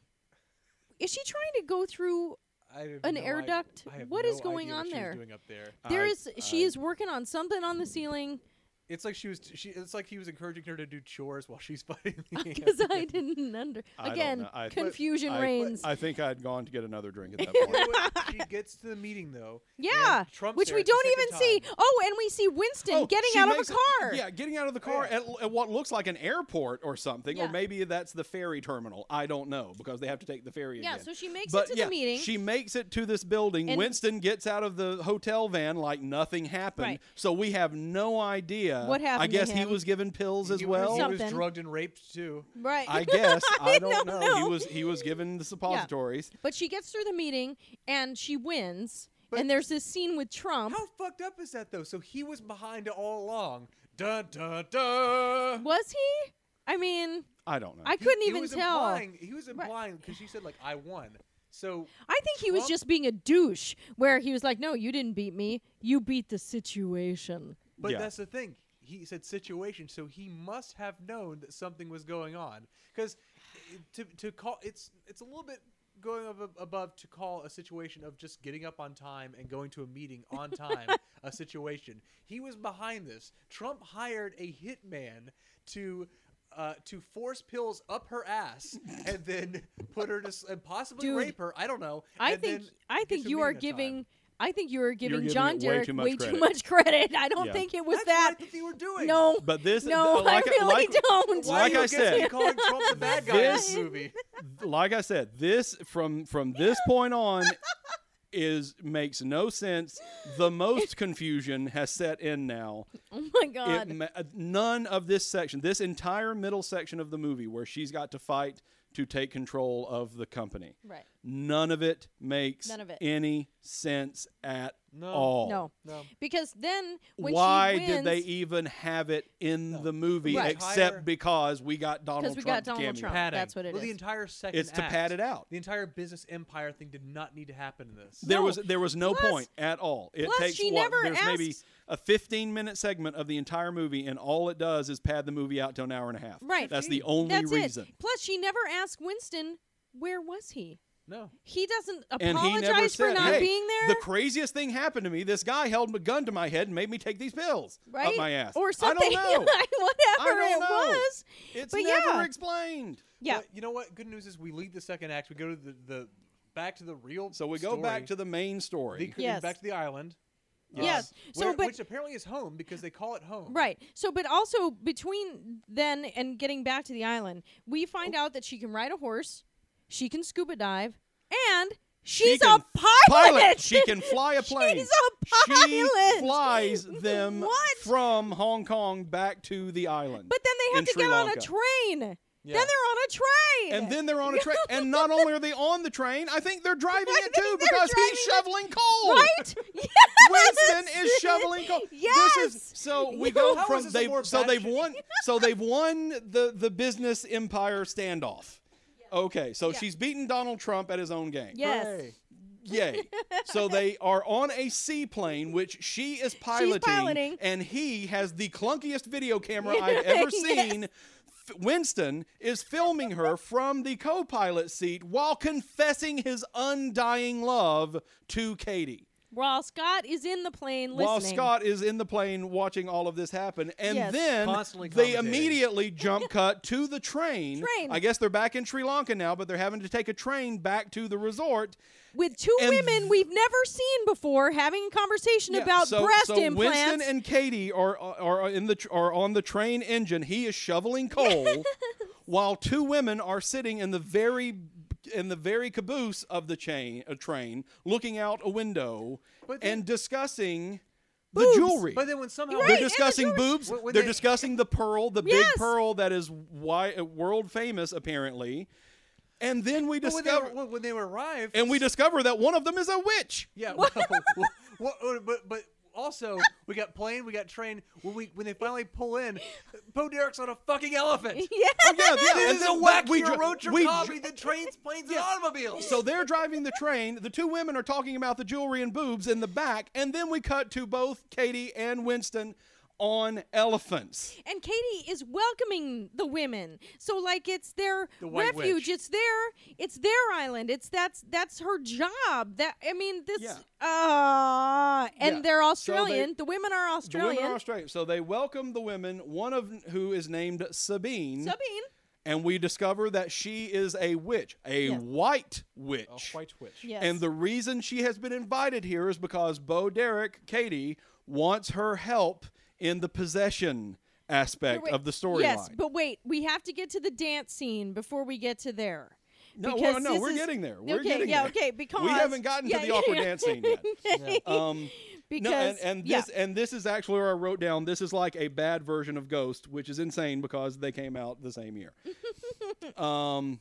C: Is she trying to go through?
A: I have
C: An
A: no
C: air
A: idea-
C: duct?
A: I have
C: What is
A: no
C: going
A: idea what
C: on
A: she was
C: there?
A: doing up there.
C: There
B: I-
C: is. she is working on something on the ceiling.
A: It's like she was. She. It's like he was encouraging her to do chores while she's fighting. the
C: Because I didn't under
B: I don't
C: again
B: know. I-
C: confusion
B: I-
C: reigns.
B: I think I'd gone to get another drink at that point.
A: ant. she gets to the meeting though. and
C: yeah,
A: Trump's
C: which
A: there
C: we
A: at the
C: don't even
A: second
C: see.
A: time.
C: Oh, and we see Winston
B: Oh,
C: getting
B: she
C: out of a
B: makes it-
C: car.
B: yeah, getting out of the car at, at what looks like an airport or something, or
C: Yeah.
B: maybe that's the ferry terminal. I don't know because they have to take the ferry.
C: Yeah,
B: again.
C: so she makes it
B: But
C: to the
B: yeah,
C: meeting.
B: She makes it to this building.
C: And-
B: Winston gets out of the hotel van like nothing happened.
C: Right.
B: So we have no idea
C: What
B: I
C: happened to
B: guess he
C: him.
B: was given pills as
A: He
B: well.
A: Was, he was
C: Something.
A: drugged and raped too.
C: right.
B: I guess I, don't,
C: don't
B: know.
C: know.
B: He was he was given the suppositories.
C: but she gets through the meeting and she wins.
A: But-
C: and there's this scene with Trump.
A: How fucked up is that though? So he was behind all along. Da da da.
C: Was he? I mean,
B: I don't know.
C: I couldn't
A: he
C: even
A: was
C: tell.
A: Implying, he was implying because she said like I won. So
C: I think he was
A: Trump-
C: just being a douche, where he was like, "No, you didn't beat me. You beat the situation."
A: But
B: Yeah.
A: that's the thing. He said situation, so he must have known that something was going on. Because to to call it's it's a little bit going ab- above to call a situation of just getting up on time and going to a meeting on time a situation. He was behind this. Trump hired a hitman to. Uh, to force pills up her ass and then put her to s- and possibly
C: Dude,
A: rape her. I don't know.
C: I
A: and
C: think
A: then
C: I
A: get
C: think
A: to a
C: you are
A: meeting on time.
C: giving. I think you are giving
B: giving
C: John
B: it way
C: Derek
B: too much
C: way
B: credit.
C: too much credit. I don't
B: Yeah.
C: think it was
A: That's
C: that.
A: what I think you were doing.
C: No,
B: But this-
C: no,
B: uh, like-
C: I really
B: like-
C: don't.
A: Why
B: Like
A: are you
B: I
A: against me
B: said,
A: calling Trump the bad guy in this
B: this-
A: movie.
B: like I said, this from from this point on is makes no sense. The most confusion has set in now.
C: oh my
B: It,
C: god!
B: ma- uh, none of this section, this entire middle section of the movie where she's got to fight to take control of the company.
C: right?
B: None of it makes
C: None of it.
B: any sense at all.
C: No.
A: No.
C: because then when
B: Why
C: she wins,
B: did they even have it in the movie
C: Right.
B: except
A: Entire-
B: because we got Donald
C: Because we
B: Trump's
C: got Donald
B: cameo?
C: Trump. That's what it
A: well, the
C: is.
A: entire second
B: It's to
A: act,
B: pad it out.
A: The entire business empire thing did not need to happen in this.
B: There
C: No.
B: was there was no
C: Plus-
B: point at all. It
C: plus
B: takes
C: she
B: what
C: never
B: there's maybe
C: asks-
B: a 15 minute segment of the entire movie, and all it does is pad the movie out to an hour and a half.
C: Right.
B: That's the only
C: That's
B: reason.
C: It. Plus, she never asked Winston where was he.
A: No.
C: He doesn't
B: And he never
C: apologize
B: said,
C: for not
B: hey,
C: being there.
B: The craziest thing happened to me. This guy held a gun to my head and made me take these pills
C: right?
B: up my ass.
C: Or something.
B: I don't know. I
C: Whatever
B: don't
C: it
B: know.
C: was.
B: It's
C: But
B: never
C: yeah.
B: explained.
C: Yeah.
A: But you know what? Good news is we lead the second act. We go to the, the back to the real.
B: So we go back to
A: story.
B: the main
A: the,
B: story.
A: c-
C: Yes.
A: back to the island.
C: Yes. So,
A: where-
C: but-
A: which apparently is home because they call it home.
C: Right. So, but also between then and getting back to the island, we find
B: Oh.
C: out that she can ride a horse, she can scuba dive, and she's
B: can
C: a pilot.
B: She can fly a plane.
C: She's a pilot.
B: She flies them
C: What?
B: from Hong Kong back to the island.
C: But then they
B: in
C: have to
B: Sri
C: get on a
B: Lanka.
C: train.
A: Yeah.
C: Then they're on a train.
B: And then they're on a train. and not only are they on the train, I think they're driving
C: I
B: it
C: think
B: too
C: they're
B: because he's
C: driving it.
B: shoveling coal.
C: right? yes.
B: Winston is shoveling coal.
C: Yes.
B: This is so we
C: You-
B: go
A: How
B: from
A: is this a
B: they
A: more
B: so they've
A: bad-
B: won so they've won the the business empire standoff. Okay, so she's beaten Donald Trump at his own game.
C: Yes.
A: Hooray.
B: Yay. So they are on a seaplane, which she is piloting,
C: piloting.
B: and he has the clunkiest video camera I've ever seen. F- Winston is filming her from the co pilot seat while confessing his undying love to Katie.
C: While Scott is in the plane listening.
B: While Scott is in the plane watching all of this happen, and
C: Yes.
B: then
A: Constantly
B: they
A: commentating.
B: immediately jump cut to the train.
C: Train.
B: I guess they're back in Sri Lanka now, but they're having to take a train back to the resort.
C: with two
B: And
C: women we've never seen before having a conversation
B: Yeah,
C: about
B: so,
C: breast
B: so
C: implants.
B: Winston and Katie are are in the tr- are on the train engine. He is shoveling coal, while two women are sitting in the very in the very caboose of the chain a train, looking out a window
A: But then-
B: and discussing
C: Boobs.
B: the jewelry.
A: But then when somehow
C: Right,
B: they're
C: and the
B: discussing
C: jewelry-
B: boobs.
A: When- when
B: they're
A: they-
B: discussing the pearl, the big
C: Yes.
B: pearl that is why uh, world famous apparently. And then we
A: but when, they,
B: discover
A: were- when they arrived,
B: and we discover that one of them is a witch.
A: Yeah. Well, well, well, but but also we got plane, we got train. When we when they finally pull in, Bo Derek's on a fucking elephant.
C: yeah.
B: Oh, yeah, yeah.
A: This
B: and
A: is a
B: then
A: wackier
B: we dri-
A: road trip
B: we
A: comedy
B: dri-
A: than trains, planes,
B: Yeah.
A: and automobiles.
B: So they're driving the train. The two women are talking about the jewelry and boobs in the back, and then we cut to both Katie and Winston on elephants.
C: And Katie is welcoming the women. So like it's their
I: The White
C: refuge.
I: Witch.
C: It's their it's their island. It's that's that's her job. That I mean this
B: Yeah.
C: uh and
B: Yeah.
C: they're
B: So they-
C: Australian. the women are
B: The
C: Australian.
B: women are Australian. So they welcome the women, one of who is named Sabine.
C: Sabine.
B: And we discover that she is a witch, a
C: Yes.
B: white witch.
I: A white witch.
C: Yes.
B: And the reason she has been invited here is because Bo Derek, Katie, wants her help in the possession aspect
C: Wait,
B: of the storyline.
C: Yes, but wait, we have to get to the dance scene before we get to there.
B: no, well,
C: because
B: no,
C: this
B: we're
C: is-
B: getting there. We're
C: okay,
B: getting
C: yeah,
B: there.
C: okay, because
B: we haven't gotten
C: yeah,
B: to the
C: yeah,
B: awkward
C: yeah.
B: dance scene yet. Um,
C: because
B: no, and, and
C: yeah.
B: this and this is actually where I wrote down this is like a bad version of Ghost, which is insane because they came out the same year. um,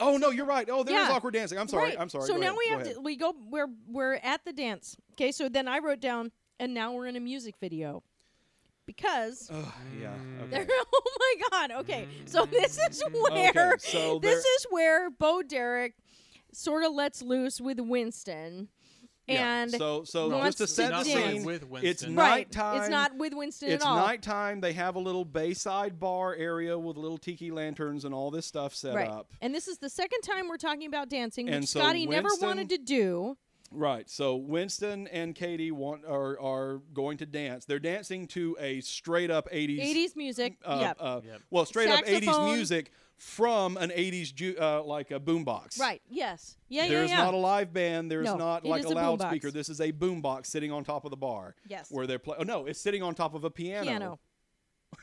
B: oh no, you're right. Oh, there is
C: Yeah.
B: awkward dancing. I'm sorry.
C: Right.
B: I'm sorry.
C: So
B: Go
C: now
B: ahead.
C: we
B: Go
C: have
B: ahead.
C: to we go we're we're at the dance. Okay, so then I wrote down and now we're in a music video. Because
B: Ugh, yeah.
C: they're,
B: Okay. Mm.
C: oh my god. Okay. So this is where
B: so
C: this
B: they're-
C: is where Bo Derek sort of lets loose with Winston.
B: Yeah.
C: And
B: so so
C: No,
B: just to
C: it's
B: set the
C: not really
B: scene,
I: with
B: it's
I: Winston.
C: right,
B: nighttime.
C: it's not with Winston
B: It's
C: at all.
B: nighttime. They have a little bayside bar area with little tiki lanterns and all this stuff set
C: right.
B: up.
C: And this is the second time we're talking about dancing, which
B: And so
C: Scotty never
B: Winston-
C: wanted to do.
B: Right. So Winston and Katie want are are going to dance. They're dancing to a straight up 80s
C: 80s music.
B: uh,
C: yep.
B: uh, well, straight up
C: Saxophone.
B: 80s music from an 80s ju- uh, like a boombox.
C: right. Yes. Yeah,
B: There's
C: yeah, yeah.
B: not a live band. There's
C: No,
B: not
C: it
B: like
C: is
B: a
C: a boombox.
B: loudspeaker. This is a boombox sitting on top of the bar.
C: Yes.
B: Where they're playing. Oh no, it's sitting on top of a piano.
C: piano.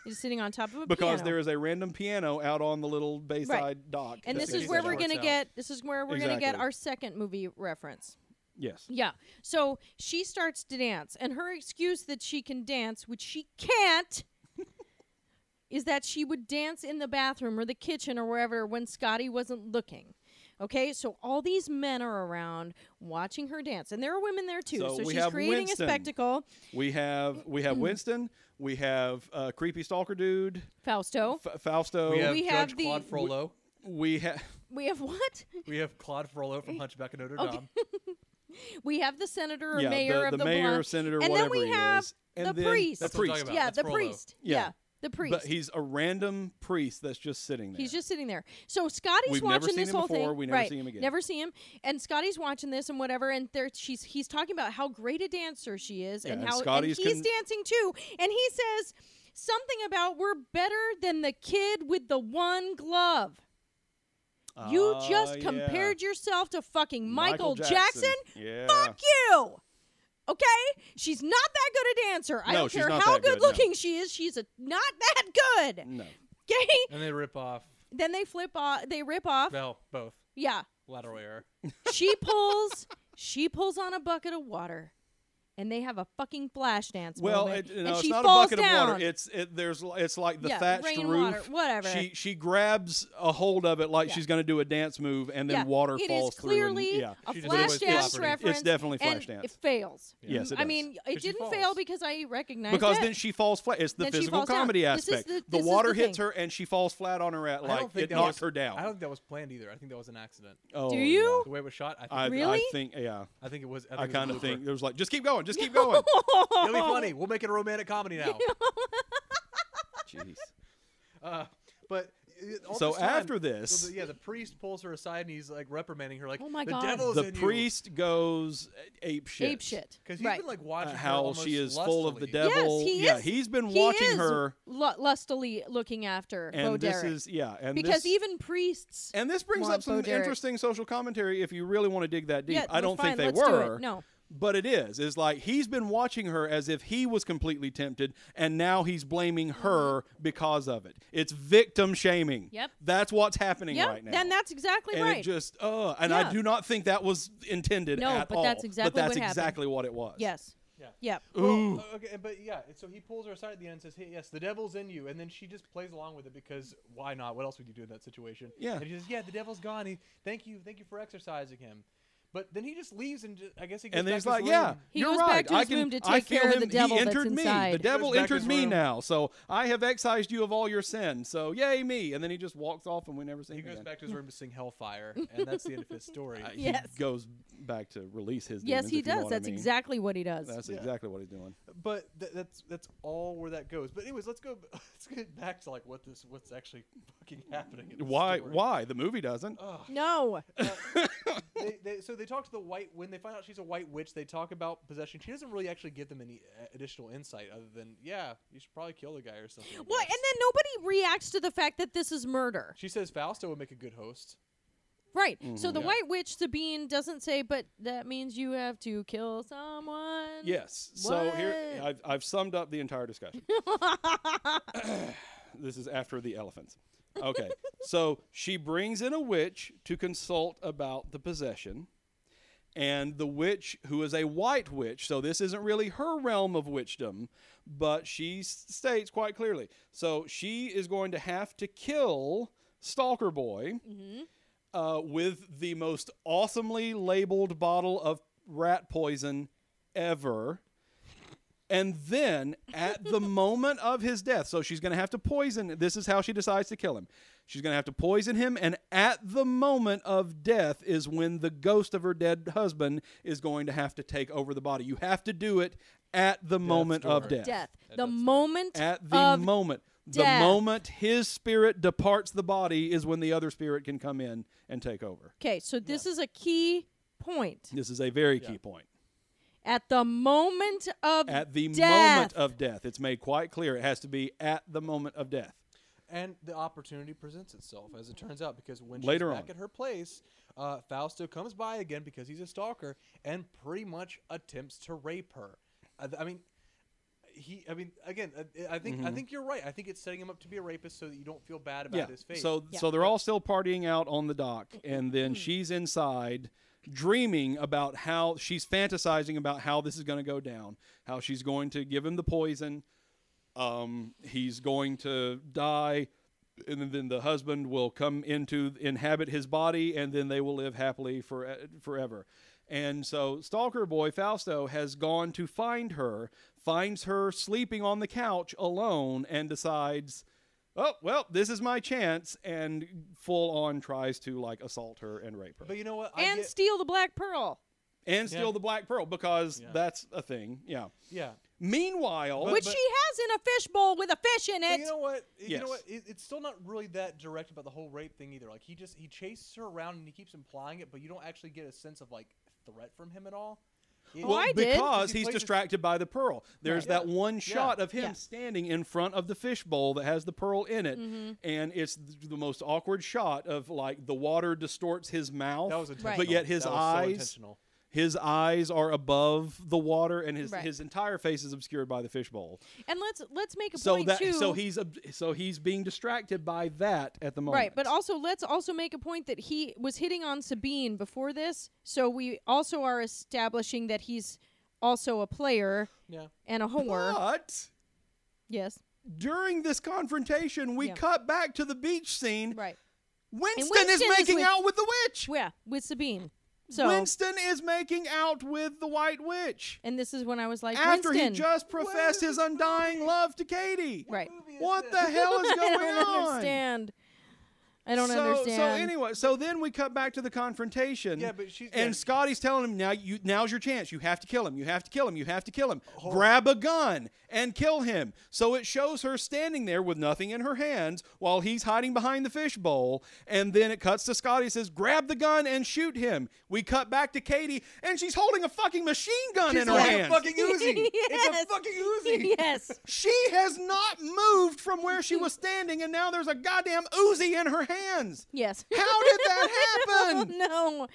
C: He's sitting on top of a
B: Because
C: piano.
B: there is a random piano out on the little bayside dock.
C: and
B: that
C: this
B: they
C: is
B: set
C: where
B: up.
C: we're
I: Works
C: gonna
I: out.
C: get this is where we're gonna get
B: Exactly.
C: our second movie reference.
B: Yes.
C: Yeah. So she starts to dance, and her excuse that she can dance, which she can't, is that she would dance in the bathroom or the kitchen or wherever when Scotty wasn't looking. Okay, so all these men are around watching her dance, and there are women there too.
B: So
C: So,
B: we
C: she's
B: have
C: creating
B: Winston.
C: a spectacle.
B: We have we have Winston. We have uh, creepy stalker dude
C: Fausto.
B: F- Fausto.
I: We have
C: We
I: Judge
C: have the-
I: Claude Frollo.
B: we have
C: We have what?
I: We have Claude Frollo from Hunchback of Notre Dame.
C: We have the senator or
B: yeah,
C: mayor
B: the,
C: of
B: the,
C: the,
B: mayor,
C: blonde-
B: senator,
C: and
B: whatever
C: then we
B: he
C: have
B: is, and
C: the
B: then
C: priest.
B: The
I: That's what I'm talking
B: priest.
I: about.
C: Yeah,
I: That's
C: the
I: Frollo.
C: priest.
B: Yeah.
C: Yeah. the priest.
B: But he's a random priest that's just sitting there.
C: He's just sitting there. So Scotty's
B: We've never
C: watching
B: seen
C: this
B: him
C: whole
B: before.
C: thing.
B: We never
C: right.
B: see him again.
C: Never see him. And Scotty's watching this and whatever. And there, she's he's talking about how great a dancer she is
B: Yeah,
C: and
B: and
C: how
B: Scotty's
C: and he's
B: con-
C: dancing too. And he says something about we're better than the kid with the one glove. You
B: Ah,
C: just
B: yeah.
C: compared yourself to fucking Michael,
B: Yeah.
C: Fuck you. Okay, she's not that good a dancer. I
B: No,
C: don't
B: she's
C: care
B: not
C: how
B: that good,
C: good
B: no.
C: looking she is. She's a, not that good.
B: No.
C: Okay,
I: And they rip off
C: then they flip off. They rip off.
I: Val both.
C: Yeah,
I: Lateral error.
C: she pulls she pulls on a bucket of water and they have a fucking flash dance
B: Well,
C: moment,
B: it, no,
C: and
B: it's
C: she
B: not a
C: falls
B: bucket
C: down
B: of water. It's it, there's l- it's like the
C: Yeah,
B: thatched
C: rainwater,
B: roof.
C: whatever.
B: She she grabs a hold of it like
C: Yeah.
B: she's going to do a dance move, and then
C: yeah,
B: water
C: it
B: falls
C: is clearly
B: through. And, yeah.
C: a
I: She just
C: flash
I: always
C: dance
I: cooperates.
C: reference
B: It's definitely
C: and
B: Flashdance.
C: it fails
B: Yes, it
C: i
B: does.
C: mean it
I: Because she
C: didn't fail
I: falls.
C: because i recognized
B: because
C: it.
B: then she falls flat. It's the
C: Then she
B: physical
C: falls down.
B: comedy
C: This is
B: aspect.
C: the-
B: the
C: this is
B: water
C: the
B: hits
C: thing.
B: her, and she falls flat on her at
I: I
B: like
I: don't think
B: it
I: that
B: knocks
I: was,
B: her down.
I: I don't think that was planned either. I think that was an accident.
B: oh,
C: Do
B: yeah.
C: you?
I: The way it was shot, I think,
B: I, I
C: Really?
B: think yeah.
I: I think it was. I,
B: I
I: think it was a
B: kind of
I: blooper.
B: think there was like just keep going, just keep going.
I: It'll be funny. We'll make it a romantic comedy now.
B: Jeez.
I: Uh, but uh, all
B: So
I: this time-
B: after this-
I: so the- yeah, the priest pulls her aside and he's like reprimanding her, like,
C: Oh my
I: the
C: God.
I: devil's
B: The priest goes uh, ape shit.
C: ape shit
I: because he's
C: right
I: been like
B: uh,
I: watching her
B: how
I: almost
B: she is full of the
I: lustily.
C: Yes,
B: devil.
C: he
B: yeah,
C: is-
B: he's been
C: he
B: watching
C: is
B: her,
C: lu- lustily looking after
B: and
C: Bo
B: this
C: Derek.
B: is yeah, and
C: because
B: this,
C: even priests
B: and this brings
C: want
B: up some
C: Bo Derek.
B: interesting social commentary. If you really want to dig that deep,
C: Yeah,
B: I don't think
C: fine,
B: they
C: let's do it.
B: were.
C: No.
B: but it is. Is like he's been watching her as if he was completely tempted, and now he's blaming
C: Mm-hmm.
B: her because of it. It's victim shaming.
C: Yep.
B: that's what's happening
C: yeah
B: right now.
C: then that's exactly
B: and
C: right
B: it just uh and I
C: Yeah.
B: do not think that was intended
C: No,
B: at
C: but
B: all.
C: that's exactly
B: but that's
C: what happened.
B: exactly what it was.
C: yes
I: Yeah.
C: yep
I: Well,
B: Ooh.
I: uh, okay, but yeah, so he pulls her aside at the end and says, "Hey, yes, the devil's in you," and then she just plays along with it because why not? What else would you do in that situation?
B: Yeah.
I: and he says, "Yeah, the devil's gone. He, thank you, thank you for exercising him." But then he just leaves, and ju- I guess he. Goes
B: And then
I: back
B: he's
I: to his
B: like, "Yeah,
I: room.
C: He
B: you're
C: goes
B: right.
C: back to
B: I
C: his
B: can,
C: room to
B: I
C: take
B: feel
C: care of
B: him.
C: the devil
B: he
C: that's
B: entered me.
C: inside.
B: The
C: He
I: goes
B: devil
I: back to
B: entered
I: his
B: me
I: room.
B: now. So I have excised you of all your sin. So yay me." And then he just walks off, and we never see
I: He
B: him
I: goes
B: again.
I: back to his room to sing Hellfire, and that's the end of his story.
B: Uh,
C: Yes.
B: He goes back to release his.
C: yes,
B: demons,
C: he
B: if you know
C: does.
B: what I
C: That's
B: mean.
C: exactly what he does.
B: That's
A: Yeah.
B: exactly what he's doing.
A: but th- that's that's all where that goes. But anyways, let's go. Let's get back to like what this what's actually fucking happening. In this
B: Why?
A: story.
B: Why the movie doesn't?
C: no.
A: They, they, so they talk to the white when they find out she's a white witch. They talk about possession. She doesn't really actually give them any uh, additional insight other than yeah, you should probably kill the guy or something. I
C: Well, and
A: guess."
C: then nobody reacts to the fact that this is murder.
A: she says Fausto would make a good host.
C: Right.
B: Mm-hmm,
C: So the
A: Yeah.
C: White Witch, Sabine, doesn't say, but that means you have to kill someone.
B: Yes. So here
C: What?
B: I've, I've summed up the entire discussion. this is after the elephants. Okay. so she brings in a witch to consult about the possession. And the witch, who is a white witch, so this isn't really her realm of witchdom, but she s- states quite clearly. So she is going to have to kill Stalker Boy uh, with the most awesomely labeled bottle of rat poison ever. And then at the moment of his death, so she's going to have to poison. This is how she decides to kill him. She's going to have to poison him. And at the moment of death is when the ghost of her dead husband is going to have to take over the body. You have to do it at the moment of
A: door.
B: death.
C: Death. The moment
B: At the
C: of
B: moment.
C: death.
B: The moment his spirit departs the body is when the other spirit can come in and take over.
C: Okay, so this is a key point.
B: This is a very key point.
C: At the moment of
B: At the
C: death.
B: moment of death, it's made quite clear it has to be at the moment of death.
A: And the opportunity presents itself, as it turns out, because when
B: Later
A: she's back
B: on.
A: at her place, uh, Fausto comes by again because he's a stalker and pretty much attempts to rape her. I, th- I mean, he. I mean, again, uh, I, I think
B: Mm-hmm.
A: I think you're right. I think it's setting him up to be a rapist so that you don't feel bad about his fate.
B: So so they're all still partying out on the dock, and then she's inside dreaming about how she's fantasizing about how this is going to go down, how she's going to give him the poison, um, he's going to die, and then- then the husband will come into inhabit his body, and then they will live happily for forever. And so Stalker Boy Fausto has gone to find her, finds her sleeping on the couch alone, and decides, oh well, this is my chance, and full on tries to like assault her and rape her
A: but you know what? I
C: and
A: get,
C: steal the black pearl.
B: and steal the black pearl because that's a thing. Yeah.
A: yeah.
B: Meanwhile,
C: which she has in a fishbowl with a fish in
A: But
C: it.
A: you know what? You know
B: Yes.
A: what? It, it's still not really that direct about the whole rape thing either. Like he just he chases her around and he keeps implying it, but you don't actually get a sense of like threat from him at all. It-
C: Well, Oh, I did.
B: because
A: Because he
B: he's
A: plays this-
B: distracted by the pearl. There's that one shot of him
C: Yeah.
B: standing in front of the fishbowl that has the pearl in it,
C: Mm-hmm.
B: and it's th- the most awkward shot of like the water distorts his mouth,
A: That was intentional.
B: but yet his
A: That was so
B: eyes.
A: intentional.
B: his eyes are above the water, and his,
C: Right.
B: his entire face is obscured by the fishbowl.
C: and let's let's make a
B: So
C: point
B: that
C: too.
B: so he's ob- so he's being distracted by that at the moment.
C: Right, but also let's also make a point that he was hitting on Sabine before this, so we also are establishing that he's also a player
A: Yeah.
C: and a whore.
B: but
C: yes,
B: during this confrontation, we
C: Yeah.
B: cut back to the beach scene.
C: right.
B: Winston, is
C: Winston is
B: making
C: with-
B: out with the witch.
C: Yeah, with Sabine. So
B: Winston is making out with the White Witch
C: and this is when I was like,
B: after
C: Winston,
B: he just professed his undying love to Katie.
C: right.
B: What the hell is
C: I
B: going
C: don't
B: on?
C: understand. I don't
B: so,
C: understand.
B: So anyway, so then we cut back to the confrontation.
A: Yeah, but she's-
B: and
A: yeah.
B: Scotty's telling him now you now's your chance. You have to kill him. You have to kill him. You have to kill him.
A: Oh.
B: Grab a gun and kill him. So it shows her standing there with nothing in her hands while he's hiding behind the fishbowl. And then it cuts to Scotty and says, "Grab the gun and shoot him." We cut back to Katie, and she's holding a fucking machine gun in her
A: like a
B: hand.
A: fucking Uzi. It's
C: Yes.
A: a fucking Uzi.
C: yes.
B: She has not moved from where she was standing, and now there's a goddamn Uzi in her hands.
C: Yes.
B: How did that
C: I
B: happen?
C: don't know.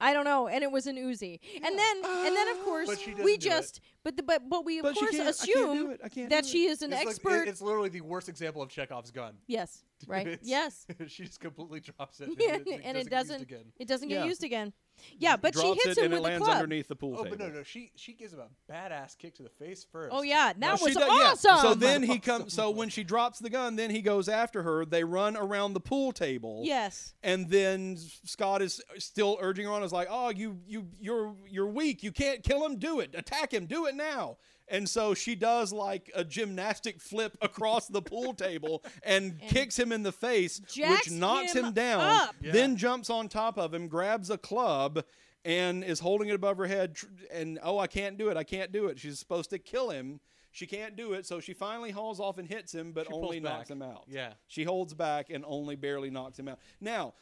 C: I don't know. And it was an Uzi. And then and then of course
A: But she doesn't do
C: we
A: it.
C: just but the, but but we of
B: Ah. But she
C: course
B: can't- I can't do
C: assume
B: it. I can't
C: that
B: do
C: she is an
A: It's like- it-
C: expert.
A: it's literally the worst example of Chekhov's gun.
C: yes. Right.
A: It's-
C: Yes.
A: she just completely drops it.
C: Yeah,
A: and,
C: and it
A: gets used
C: doesn't
A: again.
C: it doesn't get
B: Yeah.
C: used again. Yeah, but she
B: Drops
C: hits
B: it
C: him
B: and
C: with
B: it lands
C: a club.
B: underneath the pool
A: Oh,
B: table.
A: but no, no. She she gives him a badass kick to the face first.
C: Oh yeah, that
B: She
C: was
B: does- yeah.
C: awesome.
B: So then he comes. So when she drops the gun, then he goes after her. They run around the pool table.
C: Yes.
B: And then Scott is still urging her on. Is like, oh, you, you, you're, you're weak. You can't kill him. Do it. Attack him. Do it now. And so she does like a gymnastic flip across the pool table and, kicks him in the face,
C: jacks
B: which knocks him,
C: him
B: down.
C: up.
B: Then jumps on top of him, grabs a club, and is holding it above her head tr- and oh i can't do it i can't do it she's supposed to kill him she can't do it so she finally hauls off and hits him but
A: She pulls
B: only knocks
A: back.
B: him out
A: Yeah.
B: she holds back and only barely knocks him out now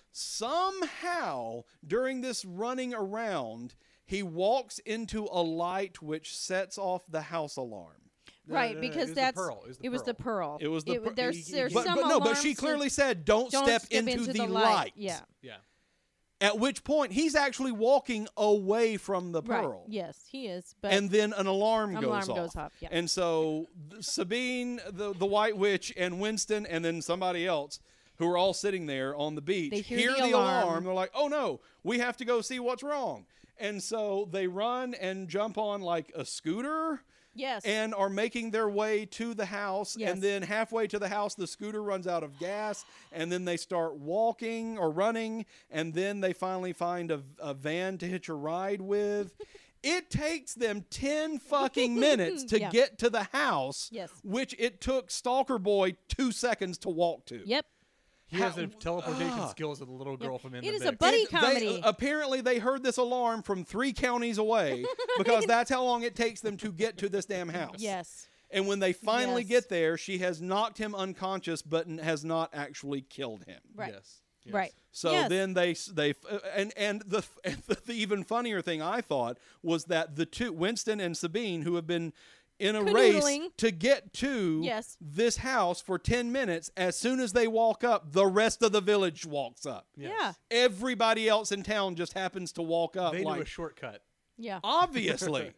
B: somehow during this running around he walks into a light which sets off the house alarm
A: No,
C: right,
A: no, no, no,
C: because
A: it was the
C: that's
A: pearl, it was the
C: the pearl.
B: it was the
C: w-
B: pr-
C: there's there's
B: but,
C: some
B: but no but
C: alarms
B: she
C: and-
B: clearly said don't,
C: don't
B: step, into, the, light.
C: Yeah,
A: Yeah.
B: at which point he's actually walking away from the
C: right.
B: pearl
C: Yes, he is. But
B: and then an alarm,
C: Alarm
B: goes off.
C: goes off, yeah.
B: And so th- Sabine, the the White Witch, and Winston, and then somebody else who are all sitting there on the beach
C: They hear the
B: alarm.
C: alarm.
B: They're like, "Oh no, we have to go see what's wrong." And so they run and jump on like a scooter
C: yes,
B: and are making their way to the house
C: Yes.
B: and then halfway to the house the scooter runs out of gas and then they start walking or running and then they finally find a, a van to hitch a ride with it takes them 10 fucking minutes to
C: Yeah.
B: get to the house
C: Yes.
B: which it took stalker boy two seconds to walk to
C: yep.
A: He
B: How-
A: has the teleportation
B: ah.
A: skills of the little girl from in
C: It
A: the
C: is a
A: Mix.
C: buddy
B: It- they- uh,
C: comedy.
B: apparently, they heard this alarm from three counties away because that's how long it takes them to get to this damn house.
C: Yes.
B: And when they finally
C: Yes.
B: get there, she has knocked him unconscious, but n- has not actually killed him.
C: Right.
A: Yes.
C: Right.
B: So
C: Yes.
B: then they s- they f- uh, and and the, f- and the the even funnier thing I thought was that the two Winston and Sabine who have been in a race
C: Canoodling.
B: to get to
C: Yes.
B: this house for 10 minutes as soon as they walk up the rest of the village walks up.
C: Yeah.
B: Everybody else in town just happens to walk up
A: They
B: like
A: knew a shortcut.
C: Yeah.
B: Obviously.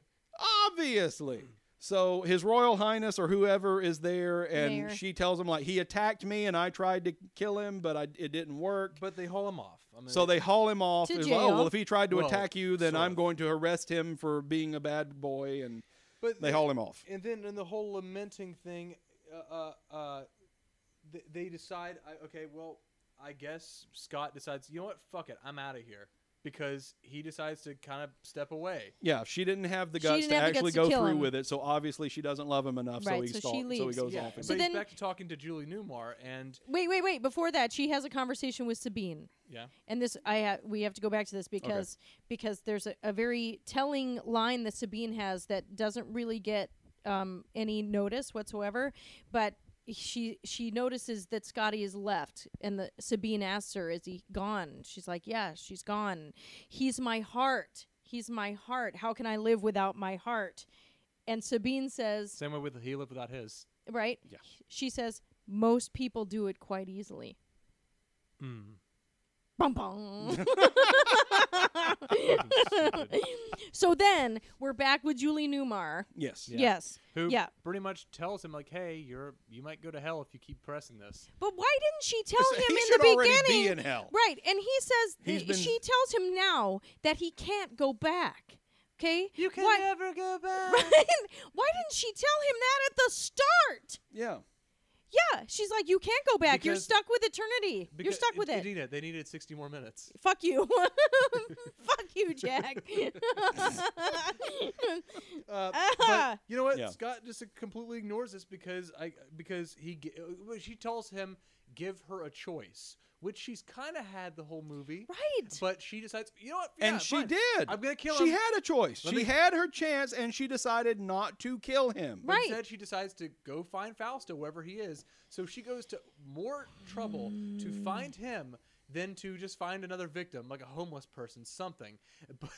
B: Obviously. So his royal highness or whoever is there and
C: Mayor.
B: she tells him like he attacked me and I tried to kill him but I, it didn't work.
A: But they haul him off. I mean,
B: so they haul him off.
C: To
B: It's like, oh,
C: jail.
B: well if he tried to
A: Well,
B: attack you then
A: sort
B: I'm
A: of.
B: going to arrest him for being a bad boy and
A: but
B: they haul him off.
A: And then in the whole lamenting thing, uh, uh, uh, th- they decide, I- okay, well, I guess Scott decides, you know what, fuck it, I'm out of here. Because he decides to kind of step away.
B: Yeah, she didn't have the
C: She
B: guts
C: didn't
B: to
C: have the
B: actually go
C: guts to kill
B: through
C: him.
B: with it. So obviously she doesn't love him enough so
C: Right,
B: he
C: so she
B: stalks, so he
C: leaves.
B: goes
A: yeah.
B: off. and-
C: So
A: but
C: then-
A: he's back to talking to Julie Newmar, and
C: Wait, wait, wait. Before that, she has a conversation with Sabine.
A: yeah,
C: and this I ha- we have to go back to this because because there's a, a very telling line that Sabine has that doesn't really get um, any notice whatsoever, but she she notices that Scotty is left, and the Sabine asks her, "Is he gone?" She's like, "Yeah, she's gone. He's my heart. He's my heart. How can I live without my heart?" And Sabine says,
A: same way with he lived without his.
C: right? Yeah. She says most people do it quite easily. Bum, bum. so then we're back with Julie Newmar.
B: yes.
C: Yes.
A: Who
C: Yeah.
A: pretty much tells him like, "Hey, you're you might go to hell if you keep pressing this."
C: But why didn't she tell him
B: he
C: in
B: should
C: the
B: already be
C: beginning?
B: in hell.
C: Right. And he says
B: He's
C: th-
B: been-
C: she tells him now that he can't go back. Okay? You can why,
A: never go back.
C: Right? Why didn't she tell him that at the start?
B: Yeah.
C: Yeah. She's like, You can't go back. You're
A: Because-
C: stuck with eternity. You're
A: Because
C: stuck with it.
A: They needed, they needed 60 more minutes.
C: Fuck you. Fuck you, Jack.
A: Uh,
C: Ah.
A: but you know what?
B: Yeah.
A: Scott just uh, completely ignores this because I because he g- uh, well, she tells him give her a choice, which she's kind of had the whole movie.
C: Right.
A: But she decides, you know what? yeah,
B: and she
A: fine.
B: did.
A: I'm gonna kill
B: she
A: him.
B: She had a choice.
A: Let
B: she
A: me-
B: had her chance, and she decided not to kill him.
C: Right.
A: Instead, she decides to go find Fausto wherever he is. So she goes to more trouble to
C: Mm.
A: find him than to just find another victim, like a homeless person, something. But,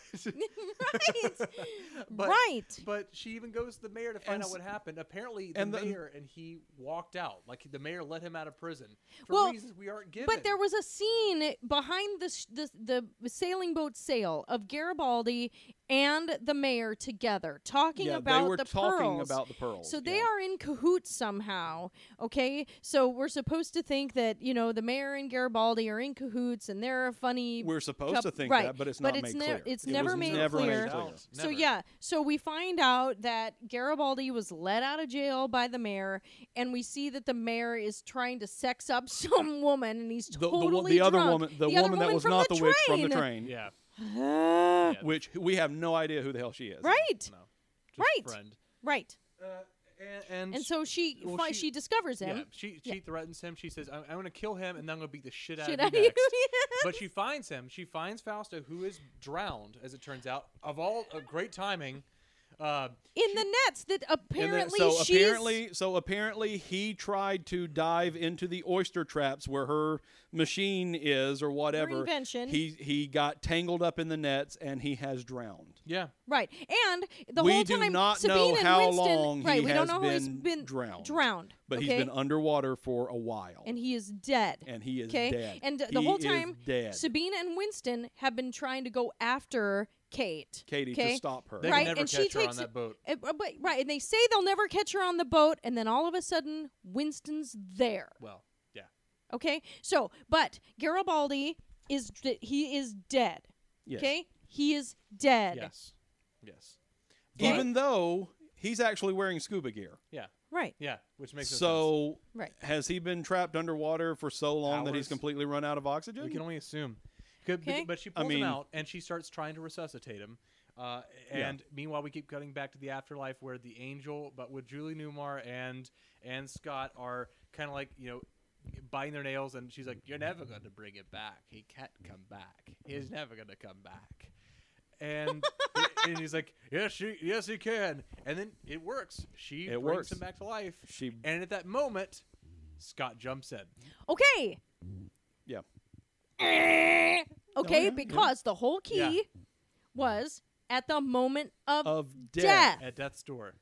C: right.
A: but-
C: right.
A: But she even goes to the mayor to find
B: And
A: out
B: s-
A: what happened. Apparently, the,
B: and the-
A: mayor and he walked out. Like the mayor let him out of prison for
C: Well,
A: reasons we aren't given.
C: But there was a scene behind the, sh- the the sailing boat sail of Garibaldi and the mayor together talking
B: Yeah,
C: about
B: they were
C: the
B: talking
C: pearls.
B: about the pearls.
C: So they
B: yeah.
C: are in cahoots somehow. Okay, so we're supposed to think that you know the mayor and Garibaldi are in cahoots, and they're a funny.
B: We're supposed to
C: coup-
B: think
C: right.
B: that, but it's
C: but
B: not
C: it's
B: made
C: ne-
B: clear.
C: It's
B: It
C: never
B: was
C: made
B: never made
C: clear.
B: clear.
C: So
A: Never.
C: yeah, so we find out that Garibaldi was let out of jail by the mayor, and we see that the mayor is trying to sex up some woman, and he's
B: The, the,
C: totally
B: wo- the other
C: drunk.
B: woman, the,
C: other
B: woman that was
C: from
B: not
C: the,
B: the witch from the train,
C: train.
A: yeah,
B: which we have no idea who the hell she is.
C: Right,
A: no, just
C: Right.
A: friend.
C: right.
A: Uh, And, and,
C: And so she
A: well,
C: fi-
A: she-
C: she, discovers him.
A: yeah, she she threatens him. She says, "I'm, I'm going to kill him, and then I'm going to beat the shit out
C: Shit
A: of
C: out
A: you."
C: of you,
A: next." But she finds him. She finds Fausto, who is drowned, as it turns out. Of all uh, great timing, uh,
C: in the nets
B: And
C: that
B: then-
C: apparently
B: so
C: she's
B: apparently, so apparently, he tried to dive into the oyster traps where her machine is, or whatever.
C: invention.
B: He he got tangled up in the nets and he has drowned.
A: yeah,
C: right, and the
B: We
C: whole
B: do
C: time
B: not
C: Sabine
B: know
C: and
B: how
C: Winston,
B: long he
C: right, we
B: has
C: don't know how he's
B: been
C: been
B: drowned.
C: drowned,
B: But
C: okay?
B: he's been underwater for a while.
C: and he is dead.
B: And he is
C: okay?
B: dead.
C: And uh, the
B: He
C: whole
B: is
C: time,
B: dead.
C: Sabine and Winston have been trying to go after Kate.
B: Katie, to
C: okay?
B: stop her. They
A: they
C: right,
A: can never
C: and
A: catch
C: she
A: her on
C: takes
A: that boat.
C: uh, uh, but, right, and they say they'll never catch her on the boat, and then all of a sudden, Winston's there.
A: Well, yeah,
C: Okay, so but Garibaldi is d- he is dead.
B: Yes.
C: Okay, he is dead.
A: yes, yes,
B: Even though he's actually wearing scuba gear.
A: yeah,
C: Right.
A: yeah, which makes no sense.
B: So
C: Right.
B: has he been trapped underwater for so long that he's
A: Hours.
B: completely run out of oxygen?
A: We can only assume. Could- bec-
C: Okay.
A: But she
B: I
A: pulls
B: mean-
A: him out, and she starts trying to resuscitate him. Uh,
B: Yeah.
A: and meanwhile, we keep cutting back to the afterlife where the angel, but with Julie Newmar and and Scott are kind of like you know biting their nails, and she's like, "You're never going to bring it back. He can't come back. He's never going to come back." And and he's like, "Yes, she, yes, he can." And then it works. She
B: It
A: brings
B: works.
A: him back to life.
B: She-
A: and at that moment, Scott jumps in.
C: Okay.
B: yeah.
C: okay,
B: Oh, yeah,
C: because the whole key
A: Yeah.
C: was at the moment of,
B: Of death.
C: death.
A: at Death's door.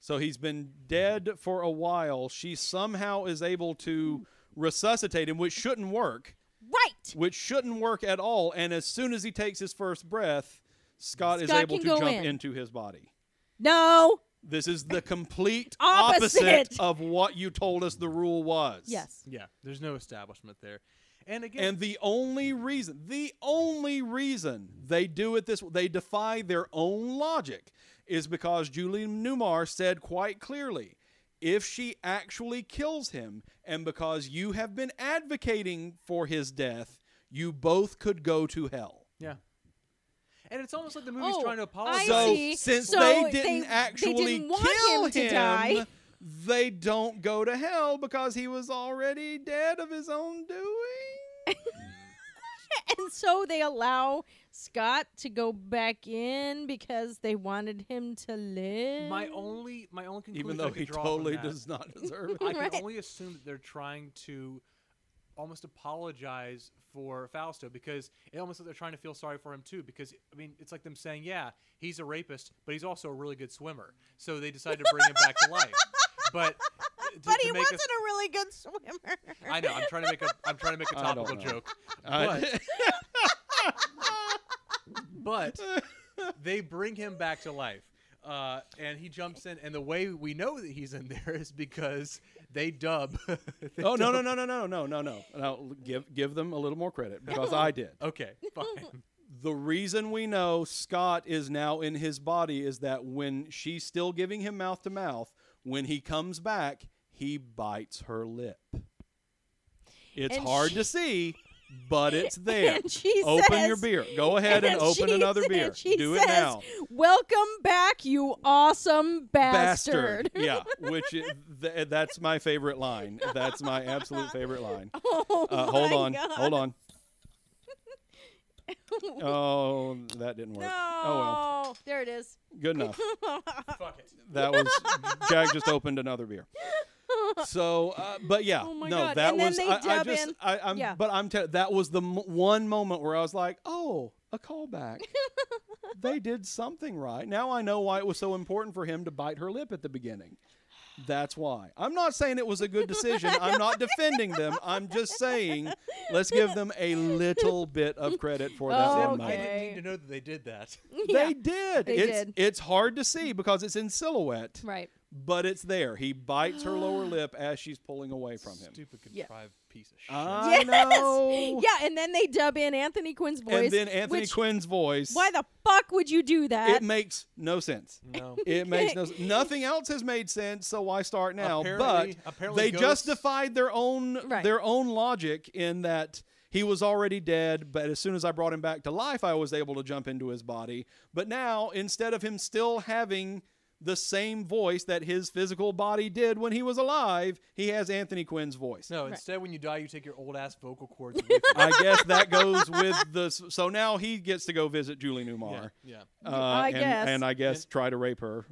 B: So he's been dead for a while. She somehow is able to resuscitate him, which shouldn't work,
C: Right.
B: which shouldn't work at all. And as soon as he takes his first breath, Scott, is
C: Scott
B: able to
C: can go
B: jump
C: in.
B: into his body.
C: No.
B: This is the complete
C: Opposite.
B: opposite of what you told us the rule was.
C: Yes.
A: Yeah, there's no establishment there. And again,
B: And the only reason, the only reason they do it this they defy their own logic is because Julian Newmar said quite clearly, if she actually kills him and because you have been advocating for his death, you both could go to hell.
A: yeah, and it's almost like the movie's
C: Oh,
A: trying to
C: I
A: apologize.
B: so
C: see.
B: since
C: So
B: they
C: they-
B: didn't
C: they
B: actually
C: didn't want
B: kill
C: him to die.
B: they don't go to hell because he was already dead of his own doing.
C: And so they allow Scott to go back in because they wanted him to live.
A: my only, my only conclusion,
B: even
A: I
B: though
A: could
B: he
A: draw
B: totally
A: from that,
B: does not deserve
A: I
B: it.
A: can
C: Right.
A: only assume that they're trying to almost apologize for Fausto because it almost like they're trying to feel sorry for him too. Because I mean, it's like them saying, "Yeah, he's a rapist, but he's also a really good swimmer." So they decide to bring him back to life. But uh, to,
C: but
A: to
C: he
A: make
C: wasn't
A: us-
C: a really good swimmer.
A: I know. I'm trying to make a. I'm trying to make a
B: I don't
A: topical
B: know.
A: joke.
B: I-
A: But but they bring him back to life. Uh, and he jumps in, and the way we know that he's in there is because they dub. they
B: oh no
A: dub-
B: no no no no no no no! no give give them a little more credit because I did.
A: Okay, fine.
B: The reason we know Scott is now in his body is that when she's still giving him mouth to mouth, when he comes back, he bites her lip. It's
C: And
B: hard
C: she-
B: to see, but it's there.
C: And she
B: open your
C: says-
B: beer. Go ahead and, open
C: she
B: another
C: said-
B: beer.
C: she
B: Do
C: says,
B: it now.
C: Welcome back, you awesome bastard.
B: yeah, which i- th- eh, that's my favorite line. That's my absolute favorite line.
C: Oh
B: Uh, hold
C: my
B: on,
C: God.
B: hold on. Oh, that didn't work.
C: No.
B: Oh well,
C: There it is.
B: good enough.
A: Fuck it.
B: That was Jack just opened another beer. So, uh, but yeah,
C: Oh my
B: no,
C: God.
B: that
C: And then
B: was.
C: they
B: I, I
C: dub
B: just,
C: in-
B: I, I'm,
C: Yeah.
B: but I'm. Te- that was the m- one moment where I was like, oh, a callback. they did something right. Now I know why it was so important for him to bite her lip at the beginning. That's why. I'm not saying it was a good decision. I'm not defending them. I'm just saying let's give them a little bit of credit for that
C: Oh,
B: one
A: I
B: moment.
A: didn't
C: Okay.
A: need to know that they did that.
B: They did.
C: they
B: it's
C: did.
B: it's hard to see because it's in silhouette,
C: Right.
B: but it's there. He bites her lower lip as she's pulling away from him.
A: Stupid
C: Yeah.
A: contrived piece of shit.
B: I
C: Yes.
B: know.
C: Yeah, and then they dub in Anthony Quinn's voice.
B: Oh. And then Anthony
C: which-
B: Quinn's voice.
C: Why the fuck would you do that?
B: it makes no sense.
A: no.
B: It makes no sense. Nothing else has made sense, so why start now?
A: Apparently-
B: but
A: apparently
B: they
A: ghosts-
B: justified their own
C: Right.
B: their own logic in that he was already dead, but as soon as I brought him back to life, I was able to jump into his body. But now, instead of him still having the same voice that his physical body did when he was alive. He has Anthony Quinn's voice.
A: No, instead, when you die, you take your old ass vocal cords. With you.
B: I guess that goes with the. So now he gets to go visit Julie Newmar.
A: yeah.
B: Uh,
C: I
B: and,
C: guess.
B: and I guess try to rape her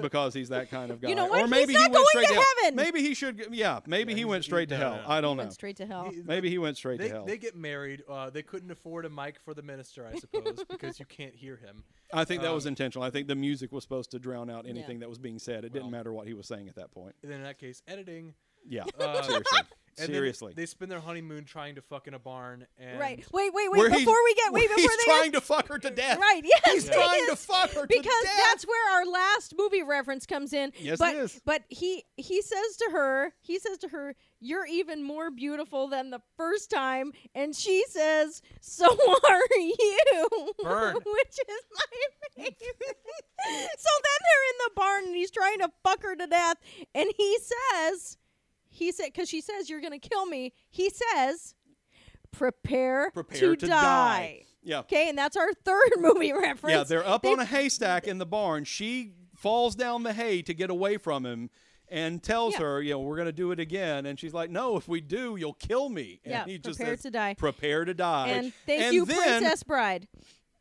B: because he's that kind of guy.
C: You know
B: Or
C: what?
B: maybe
C: He's not
B: he went
C: going
B: straight
C: to
B: hell.
C: heaven.
B: Maybe he should. g- Yeah. Maybe he
A: he's-
B: went
A: he-
B: straight to
A: no, no,
B: hell.
A: no.
B: I don't know.
C: Went straight to hell.
A: He-
B: Maybe he went straight
A: They,
B: to hell.
A: they get married. Uh, they couldn't afford a mic for the minister, I suppose, because you can't hear him.
B: I think that
A: um,
B: was intentional. I think the music was supposed to drown out anything that was being said. It didn't
A: Well.
B: matter what he was saying at that point.
A: And then in that case, editing.
B: Yeah.
A: Uh, And then
B: seriously. seriously.
A: they spend their honeymoon trying to fuck in a barn. And
C: Right. Wait, wait, wait.
B: Where he-
C: before we get, wait,
B: where
C: before
B: he's
C: they
B: trying to fuck her to death.
C: Right. Yes.
B: He's
C: he
B: trying to
C: is.
B: fuck her to
C: because
B: death.
C: that's where our last movie reference comes in.
B: Yes, it
C: but,
B: is.
C: But he he says to her, he says to her, "You're even more beautiful than the first time," and she says, "So are you,"
A: Burn.
C: which is my favorite. so then they're in the barn, and he's trying to fuck her to death, and he says, he said, because she says, "You're gonna kill me." He says. Prepare,
B: Prepare to die. Yeah.
C: Okay, and that's our third movie reference.
B: Yeah, they're up
C: They-
B: on a haystack in the barn. She falls down the hay to get away from him and tells
C: Yeah.
B: her, you know, we're going to do it again. And she's like, no, if we do, you'll kill me. And
C: Yeah,
B: he just
C: prepare
B: says,
C: to die.
B: Prepare to die.
C: And thank
B: And
C: you,
B: then
C: Princess Bride.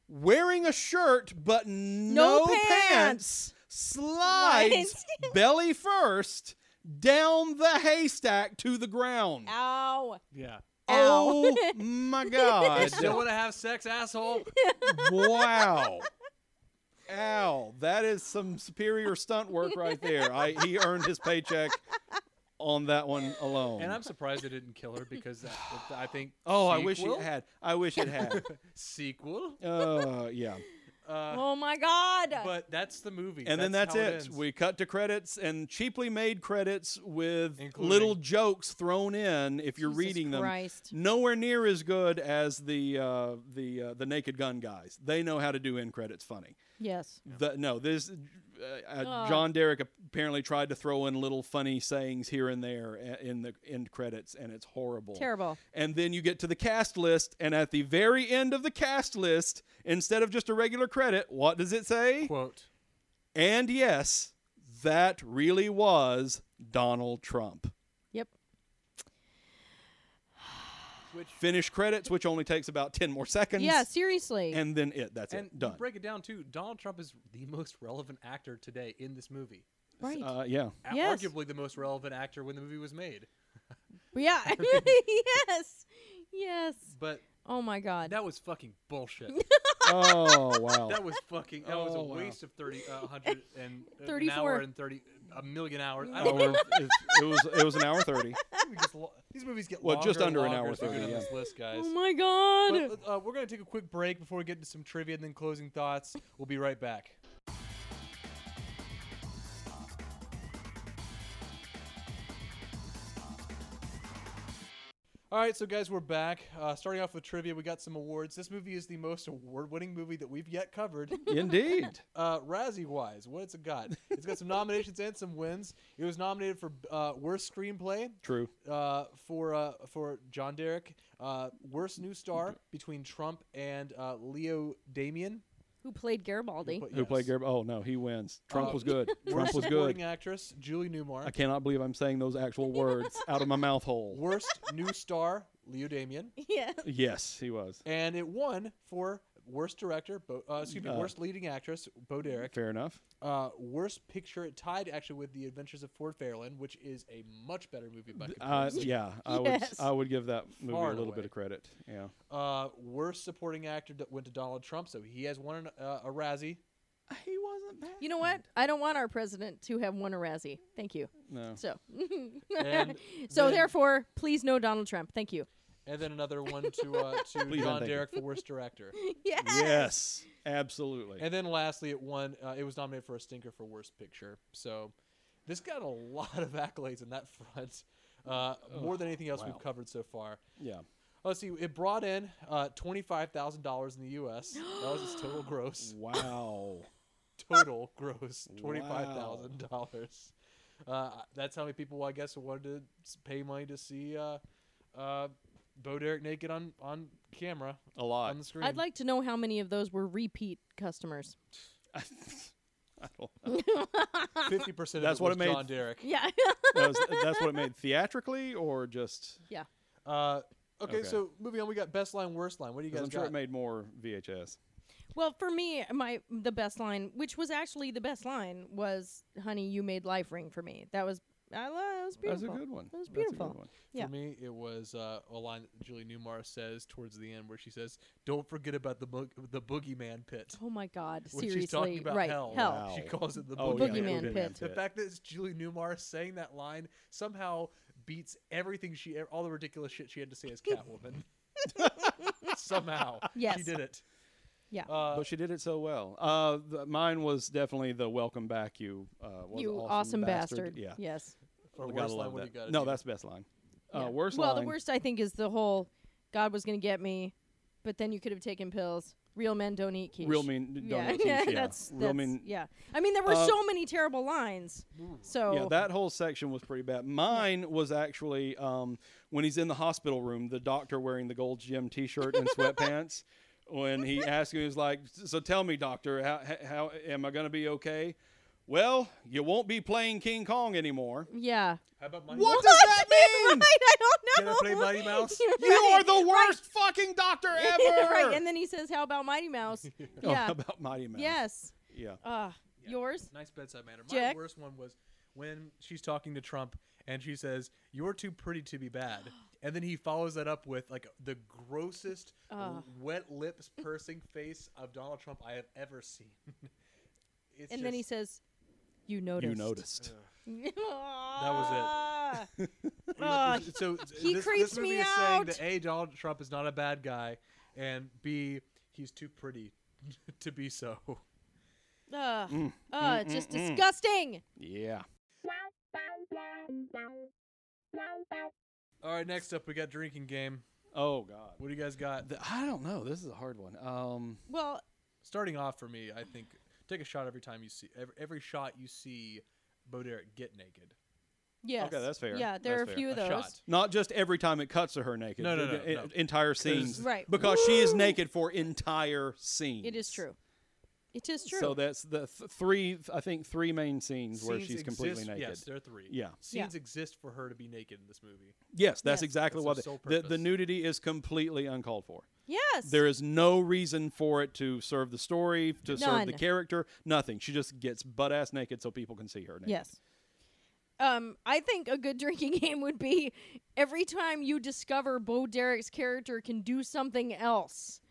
B: wearing a shirt but no,
C: No pants.
B: slides
C: Slides.
B: belly first down the haystack to the ground.
C: Ow.
A: Yeah.
B: Oh
C: Ow.
B: my God.
A: Still want to have sex, asshole.
B: wow. Ow, that is some superior stunt work right there. I, he earned his paycheck on that one alone.
A: And I'm surprised they didn't kill her because that, that- I think.
B: Mm. oh, I wish
A: sequel?
B: it had. I wish it had.
A: sequel.
B: uh, yeah.
A: Uh,
C: oh my God.
A: but that's the movie.
B: And then that's
A: how
B: it.
A: ends.
B: we cut to credits and cheaply made credits with
A: Including-
B: little jokes thrown in if you're
C: Jesus
B: reading them.
C: Christ.
B: Nowhere near as good as the uh, the uh, the Naked Gun guys. They know how to do end credits funny.
C: yes.
B: The, no, this uh, uh,
C: Oh.
B: John Derek apparently tried to throw in little funny sayings here and there a- in the end credits, and it's horrible.
C: Terrible.
B: And then you get to the cast list, and at the very end of the cast list, instead of just a regular credit, what does it say?
A: quote.
B: And yes, that really was Donald Trump.
C: Yep.
B: Finish credits, which only takes about ten more seconds.
C: Yeah, seriously.
B: And then it. That's
A: And
B: it.
A: you
B: Done.
A: break it down too. Donald Trump is the most relevant actor today in this movie.
C: right.
B: Uh, yeah.
A: A-
C: Yes.
A: Arguably the most relevant actor when the movie was made.
C: yeah. yes. Yes.
A: But
C: Oh my God.
A: that was fucking bullshit.
B: Oh wow.
A: that was fucking. That was a
B: Oh, wow.
A: waste of thirty, uh, hundred and an
C: 34.
A: hour and thirty, a million hours. I don't
B: Hour-
A: know.
B: it, it was it was an hour thirty.
A: We just lo- these movies get
B: Well,
A: longer
B: just
A: and
B: under an
A: longer
B: hour
A: as we go
B: 30,
A: down
B: yeah.
A: this list, guys.
C: oh my God.
A: But, uh, we're gonna take a quick break before we get into some trivia and then closing thoughts. We'll be right back. All right, so guys, we're back. Uh, starting off with trivia, we got some awards. This movie is the most award-winning movie that we've yet covered.
B: Indeed.
A: Uh, Razzie-wise, what it's got? It's got some nominations and some wins. It was nominated for uh, worst screenplay,
B: True.
A: uh, for uh, for John Derek, uh, worst new star between Trump and uh, Leo Damien.
C: Who played Garibaldi?
B: Who played Garib? Oh no, he wins. Trump was good. Trump
A: Worst
B: was
A: Uh, supporting
B: good.
A: actress Julie Newmar.
B: I cannot believe I'm saying those actual words out of my mouth hole.
A: Worst new star Leo Damien,
C: Yeah.
B: Yes, he was. and
A: and it won for worst director. Bo, uh, excuse me,
B: Uh,
A: worst leading actress Bo Derek.
B: Fair enough.
A: Uh, worst picture it tied actually with The Adventures of Ford Fairland, which is a much better movie. By
B: Uh,
A: comparison.
B: yeah, I
C: Yes.
B: would I would give that movie
A: Far
B: a
A: and
B: little
A: away.
B: bit of credit. Yeah.
A: uh, worst supporting actor d- went to Donald Trump, so he has won an, uh, a Razzie.
B: He wasn't bad.
C: You know what? I don't want our president to have won a Razzie. Thank you.
B: No.
C: So,
A: And
C: so
A: then-
C: therefore, please no Donald Trump. Thank you.
A: and then another one to uh, to John
B: Please and thank you.
A: Derek for worst director.
C: Yeah.
B: Yes, absolutely.
A: And then lastly, it won. Uh, it was nominated for a stinker for worst picture. So this got a lot of accolades in that front, uh, more than anything else we've covered so far. Oh,
B: yeah.
A: Let's see. It brought in uh, twenty five thousand dollars in the U.S. That was its total gross.
B: Wow.
A: Total gross twenty five thousand dollars. Uh, that's how many people I guess wanted to s- pay money to see uh, uh, Bo Derek naked on on camera
B: a lot.
A: on the screen.
C: I'd like to know how many of those were repeat customers.
A: Fifty percent.
B: That's
A: of it
B: what
A: was
B: it made-
A: John Derek.
C: Yeah.
B: That was- that's what it made theatrically, or just
C: yeah.
A: Uh, okay,
B: Okay.
A: so moving on, we got best line, worst line. What do you
B: 'cause
A: guys
B: I'm sure
A: got?
B: it made more VHS.
C: Well, for me, my the best line, which was actually the best line, was "Honey, you made life ring for me." That was I lo- that was
B: That's
C: beautiful.
B: a good one.
C: That was
B: That's a good
C: beautiful.
B: one.
C: Yeah.
A: For me, it was uh, a line that Julie Newmar says towards the end, where she says, "Don't forget about the boog the boogeyman pit."
C: Oh my God!
A: When
C: seriously,
A: she's talking about
C: right?
A: hell,
C: hell.
B: Wow.
A: she calls it the
B: Oh, yeah,
A: boogeyman.
B: the
C: Boogeyman
B: Boogeyman
C: Pit.
A: The
B: Pit.
A: fact that it's Julie Newmar saying that line somehow beats everything she, ev- all the ridiculous shit she had to say as Catwoman. somehow,
C: Yes.
A: she did it.
C: Yeah.
A: Uh,
B: but she did it so well. Uh, th- mine was definitely the welcome back, you uh, was
C: you
B: awesome,
C: awesome bastard.
B: Yeah,
C: Yes.
A: or
B: I
A: worst
B: gotta
A: line,
B: love
A: what do
B: that.
A: you got?
B: no,
A: Aziz?
B: that's best line. Uh,
C: Yeah.
B: worst
C: well,
B: line.
C: the worst I think is the whole "God was going to get me," but then you could have taken pills. Real men don't eat quiche.
B: Real mean. Don't
C: yeah,
B: eat quiche, yeah.
C: that's, that's
B: real mean.
C: yeah. I mean, there were
B: Uh, Hmm.
C: so many terrible lines. So
B: Yeah, that whole section was pretty bad. Mine was actually um, when he's in the hospital room, the doctor wearing the gold gym T-shirt and sweatpants. When he asked him, he was like, "So tell me, doctor, how, h- how am I going to be okay?" Well, you won't be playing King Kong anymore.
C: yeah.
A: How about mine?
B: What does that mean?
C: right, I don't
A: Can
C: know.
A: I play Mighty Mouse?
C: You're
B: You are
C: right.
B: the worst fucking doctor ever.
C: right, and then he says, "How about Mighty Mouse?"
B: Oh,
C: yeah.
B: about Mighty Mouse.
C: Yes.
B: Yeah.
C: Uh, Yours?
A: Nice bedside manner. My
C: Jack?
A: worst one was when she's talking to Trump and she says, "You're too pretty to be bad," and then he follows that up with like the grossest
C: Ah.
A: wet lips pursing face of Donald Trump I have ever seen. It's
C: And then he
A: just-
C: says, "You noticed."
B: You noticed.
C: that
A: was
C: it.
B: Mm.
A: It's- so
C: he
A: this,
C: creeps
A: this movie
C: me
A: is
C: out.
A: saying that a Donald Trump is not a bad guy, and b he's too pretty to be so.
C: Ugh.
B: Mm,
C: Ugh, just disgusting.
B: Yeah.
A: All right, next up we got drinking game.
B: Oh God.
A: What do you guys got?
B: Th- I don't know. This is a hard one. Um,
C: Well,
A: starting off for me, I think take a shot every time you see every, every shot you see Bo Derek get naked.
C: yes.
B: that's fair.
C: Yeah, there
B: That's
C: are
B: fair.
C: a few of
A: A
C: those.
A: shot.
B: not just every time it cuts to her naked.
A: No, no,
B: the-
A: no,
B: the-
A: no.
B: en- Entire scenes.
C: Right.
B: Because she is naked for entire scenes.
C: It is true. It is true.
B: So that's the th- three. I think three main scenes, where she's completely
A: exist-
B: naked.
A: Yes, there are three.
B: Yeah.
A: Scenes exist for her to be naked in this movie.
B: Yes, that's
C: Yes.
B: exactly
A: That's
B: what
A: her
B: the,
A: sole
B: the the
A: purpose.
B: nudity is completely uncalled for.
C: yes.
B: There is no reason for it to serve the story, to serve the
C: None.
B: character, nothing. She just gets butt ass naked so people can see her naked.
C: Yes. Um, I think a good drinking game would be every time you discover Bo Derek's character can do something else.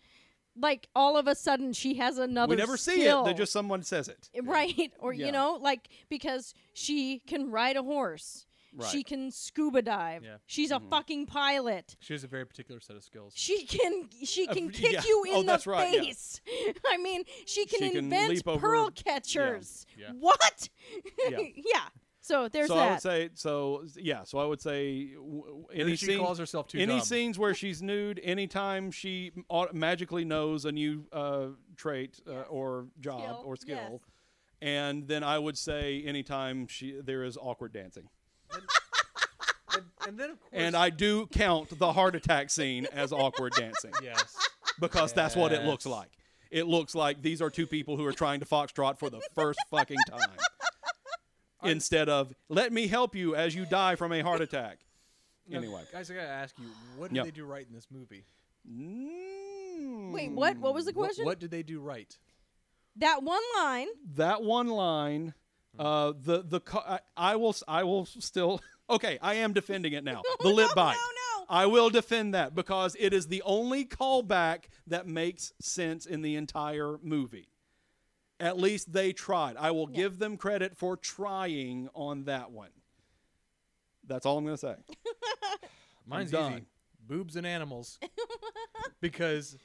C: Like all of a sudden she has another
B: we never see it.
C: skill. Eh,
B: They just someone says it.
C: right or
B: Yeah.
C: you know like because she can ride a horse.
B: Right. Mm-hmm.
C: She can scuba dive.
A: Yeah.
C: She's a fucking pilot.
A: She has a very particular set of skills.
C: She can she
B: Uh,
C: can
B: f-
C: kick
B: yeah.
C: you in
B: Oh,
C: the
B: that's right, yeah.
C: face. I mean, she can
B: She can
C: invent
B: leap over-
C: pearl
B: yeah.
C: catchers.
A: Yeah.
C: What?
B: Yeah.
C: So there's
B: so
C: that.
B: I would say so. Yeah. So I would say w- w-
A: And
B: any
A: she
B: scene-
A: calls herself too
B: any
A: dumb.
B: scenes where she's nude, anytime she au- magically knows a new uh, trait uh, or job
C: Skill,
B: or skill,
C: yes.
B: and then I would say anytime she there is awkward dancing,
A: and, and then of course
B: and I do count the heart attack scene as awkward dancing
A: yes.
B: because that's what it looks
A: Yes.
B: like. It looks like these are two people who are trying to foxtrot for the first fucking time. Instead of let me help you as you die from a heart attack.
A: Now,
B: Anyway.
A: guys, I gotta ask you, what did
B: Yeah.
A: they do right in this movie?
B: Wait, Mm.
C: Wait, what? What was the
A: What,
C: question?
A: what did they do right?
C: That one line.
B: That one line,
C: Hmm.
B: uh, the the co- I, I will s- I will s- still okay. I am defending it now. the lip
C: no,
B: bite.
C: Oh no, no.
B: I will defend that because it is the only callback that makes sense in the entire movie. At least they tried. I will give them credit for trying on that one. That's all I'm going to say.
A: Mine's
B: done.
A: easy. Boobs and animals. because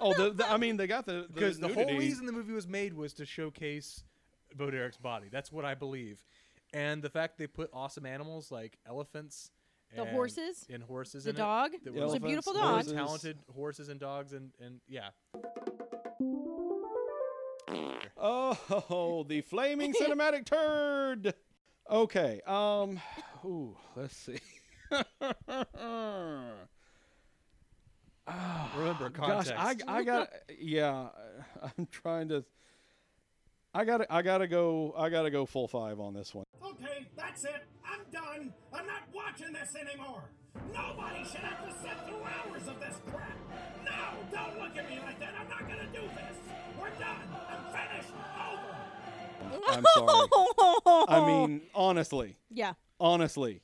B: Oh, the, the, I mean, they got the
A: because the whole
B: nudity.
A: reason the movie was made was to showcase Bo Derek's body. That's what I believe, and the fact they put awesome animals like elephants,
C: The
A: and-
C: horses,
A: and horses,
C: the
A: in
C: dog.
A: It, that
C: It
A: were
C: was a
A: like
C: beautiful
A: really
C: dog.
B: Elephants,
A: talented horses and dogs, and and yeah,
B: Oh, the flaming cinematic turd. Okay. Um. Ooh, let's see.
A: remember context.
B: Gosh, I, I got. Yeah, I'm trying to. I gotta, I gotta go, I gotta go full five on this one.
J: Okay, that's it. I'm done. I'm not watching this anymore. Nobody should have to sit through hours of this crap. No, don't look at me like that. I'm not gonna do this. We're done. I'm finished. Over.
B: I'm sorry. I mean, honestly,
C: yeah.
B: honestly,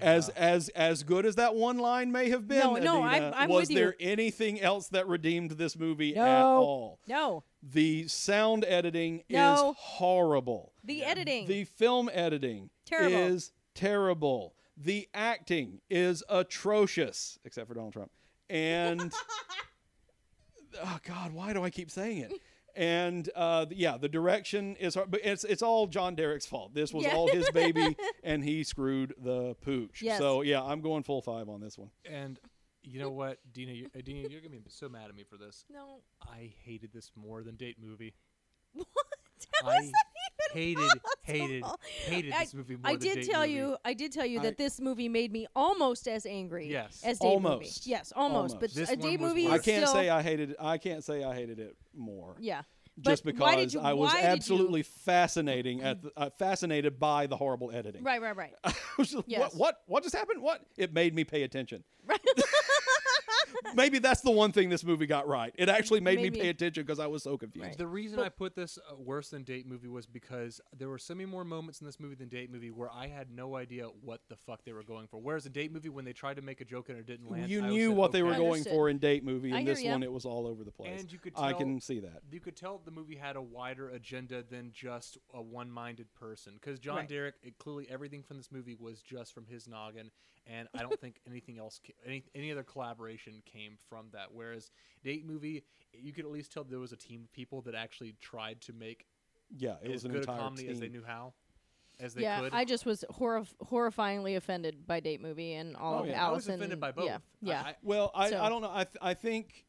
B: as as as good as that one line may have been,
C: No, no,
B: Adina,
C: I'm- I'm
B: was
C: with you.
B: there anything else that redeemed this movie at all?
C: No.
B: The sound editing
C: No.
B: is horrible.
C: The editing.
B: The film editing
C: Terrible.
B: is terrible. The acting is atrocious, except for Donald Trump. And oh God, why do I keep saying it? And uh, yeah, the direction is hard, but it's it's all John Derek's fault. This was
C: Yeah.
B: all his baby, and he screwed the pooch.
C: Yes.
B: So yeah, I'm going full five on this one.
A: And you know what, Dina, you, Dina, you're gonna be so mad at me for this.
C: no.
A: I hated this more than Date Movie. I
C: What? How is that even
A: hated, hated,
C: possible?
A: hated
C: I,
A: this movie more
C: I
A: than
C: did
A: Date
C: tell
A: Movie.
C: you. I did tell you
B: I-
C: that this movie made me almost as angry.
A: Yes.
C: As Dave movie.
B: Almost.
C: Yes, almost. But
B: Almost.
A: This
C: a
A: one
C: Dave
A: was
C: movie.
A: worse.
B: I
C: is
B: can't
C: still,
B: say I hated it. I can't say I hated it more.
C: Yeah.
B: Just
C: But why did
B: because
C: you-
B: I was
C: why did you-
B: absolutely fascinating at the, uh, fascinated by the horrible editing.
C: Right. Right. Right.
B: I was just,
C: Yes.
B: what, what what just happened? What? It made me pay attention. Maybe that's the one thing this movie got right. It actually made
C: Maybe.
B: me pay attention because I was so confused.
A: The reason I put this uh, worse than Date Movie was because there were so many more moments in this movie than Date Movie where I had no idea what the fuck they were going for. Whereas in Date Movie, when they tried to make a joke and it didn't land,
B: you
A: I
B: knew
A: said,
B: what they
A: "Okay."
B: were going
C: Understood.
B: for in date movie,
C: I
B: and
C: hear
B: this
C: ya.
B: one it was all over the place.
A: And you could
B: I
A: tell-
B: can see that.
A: You could tell the movie had a wider agenda than just a one-minded person, because John
C: Right.
A: Derek, it, clearly everything from this movie was just from his noggin, and I don't think anything else, ca- any any other collaboration came from that. Whereas Date Movie, you could at least tell there was a team of people that actually tried to make
B: Yeah, it
A: as
B: was an
A: good a
B: entire
A: comedy as they
B: team.
A: knew how, as they
C: yeah.
A: could.
C: I just was horrif- horrifyingly offended by Date movie and all
B: Oh,
C: of
B: yeah.
A: I
C: Allison.
A: was offended by both.
C: Yeah. yeah.
A: I, I,
B: Well, I,
C: So-
B: I don't know. I th- I think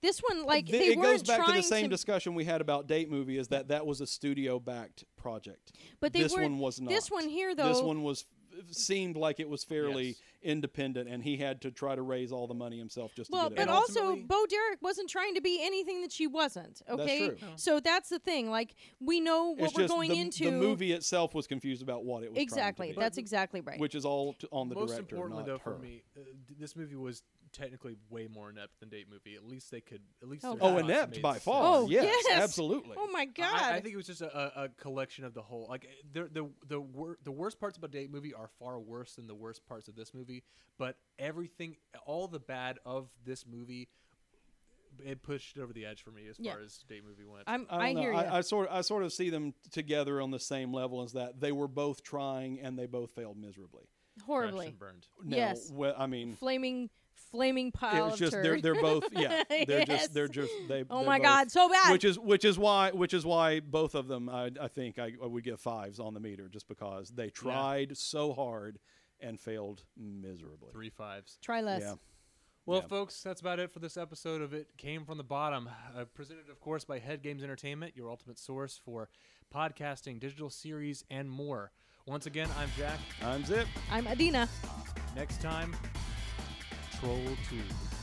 C: this one, like,
B: th-
C: they
B: it goes
C: weren't
B: back to
C: trying
B: the same
C: to
B: discussion we had about date movie. Is that that was a studio backed project?
C: But they
B: this
C: weren't-
B: one was not.
C: this one here,
B: this
C: though-
B: one was seemed like it was fairly
A: Yes.
B: independent, and he had to try to raise all the money himself just
C: Well,
B: to get
C: but
B: it. out.
C: also
A: ultimately-
C: Bo Derek wasn't trying to be anything that she wasn't. Okay,
B: true.
C: so that's the thing. Like we know what
B: it's
C: we're
B: just
C: going
B: the,
C: into.
B: the movie itself was confused about what it was trying to
C: exactly.
B: be,
C: That's exactly right.
B: which is all t- on the
A: most
B: director,
A: importantly,
B: not
A: though,
B: her.
A: for me, uh, d- this movie was technically way more inept than Date Movie. At least they could, at least
C: Oh,
A: their
C: God.
B: Oh,
A: shots
B: inept
A: made
B: by
A: sense.
B: far.
C: Oh,
B: yes,
C: yes.
B: absolutely.
C: oh my god!
A: I- I, think it was just a, a, a collection of the whole. Like eh, the the the wor- the worst parts about Date Movie are far worse than the worst parts of this movie. But everything, all the bad of this movie, it pushed it over the edge for me as
C: Yeah.
A: far as Date Movie went.
C: I'm,
B: I,
C: I,
B: don't
C: hear
B: know.
C: you.
B: I, I sort I sort of see them t- together on the same level as that. They were both trying and they both failed miserably.
A: Crashed and
C: Horribly.
A: burned.
B: Now,
C: Yes.
B: well, I mean,
C: Flaming, flaming
B: it
C: pile
B: was
C: of
B: just they're
C: turd.
B: they're both yeah they're
C: Yes.
B: just they're just they.
C: Oh
B: they're
C: my
B: both-
C: God, so bad.
B: Which is which is why which is why both of them I I think I, I would give fives on the meter just because they tried so hard and failed miserably.
A: Three fives.
C: Try less.
B: Yeah.
A: Well,
B: Yeah.
A: folks, that's about it for this episode of It Came From the Bottom. Uh, presented, of course, by Head Games Entertainment, your ultimate source for podcasting, digital series, and more. Once again, I'm Jack.
B: Time's it.
C: I'm Adina.
A: Next time, Troll 2.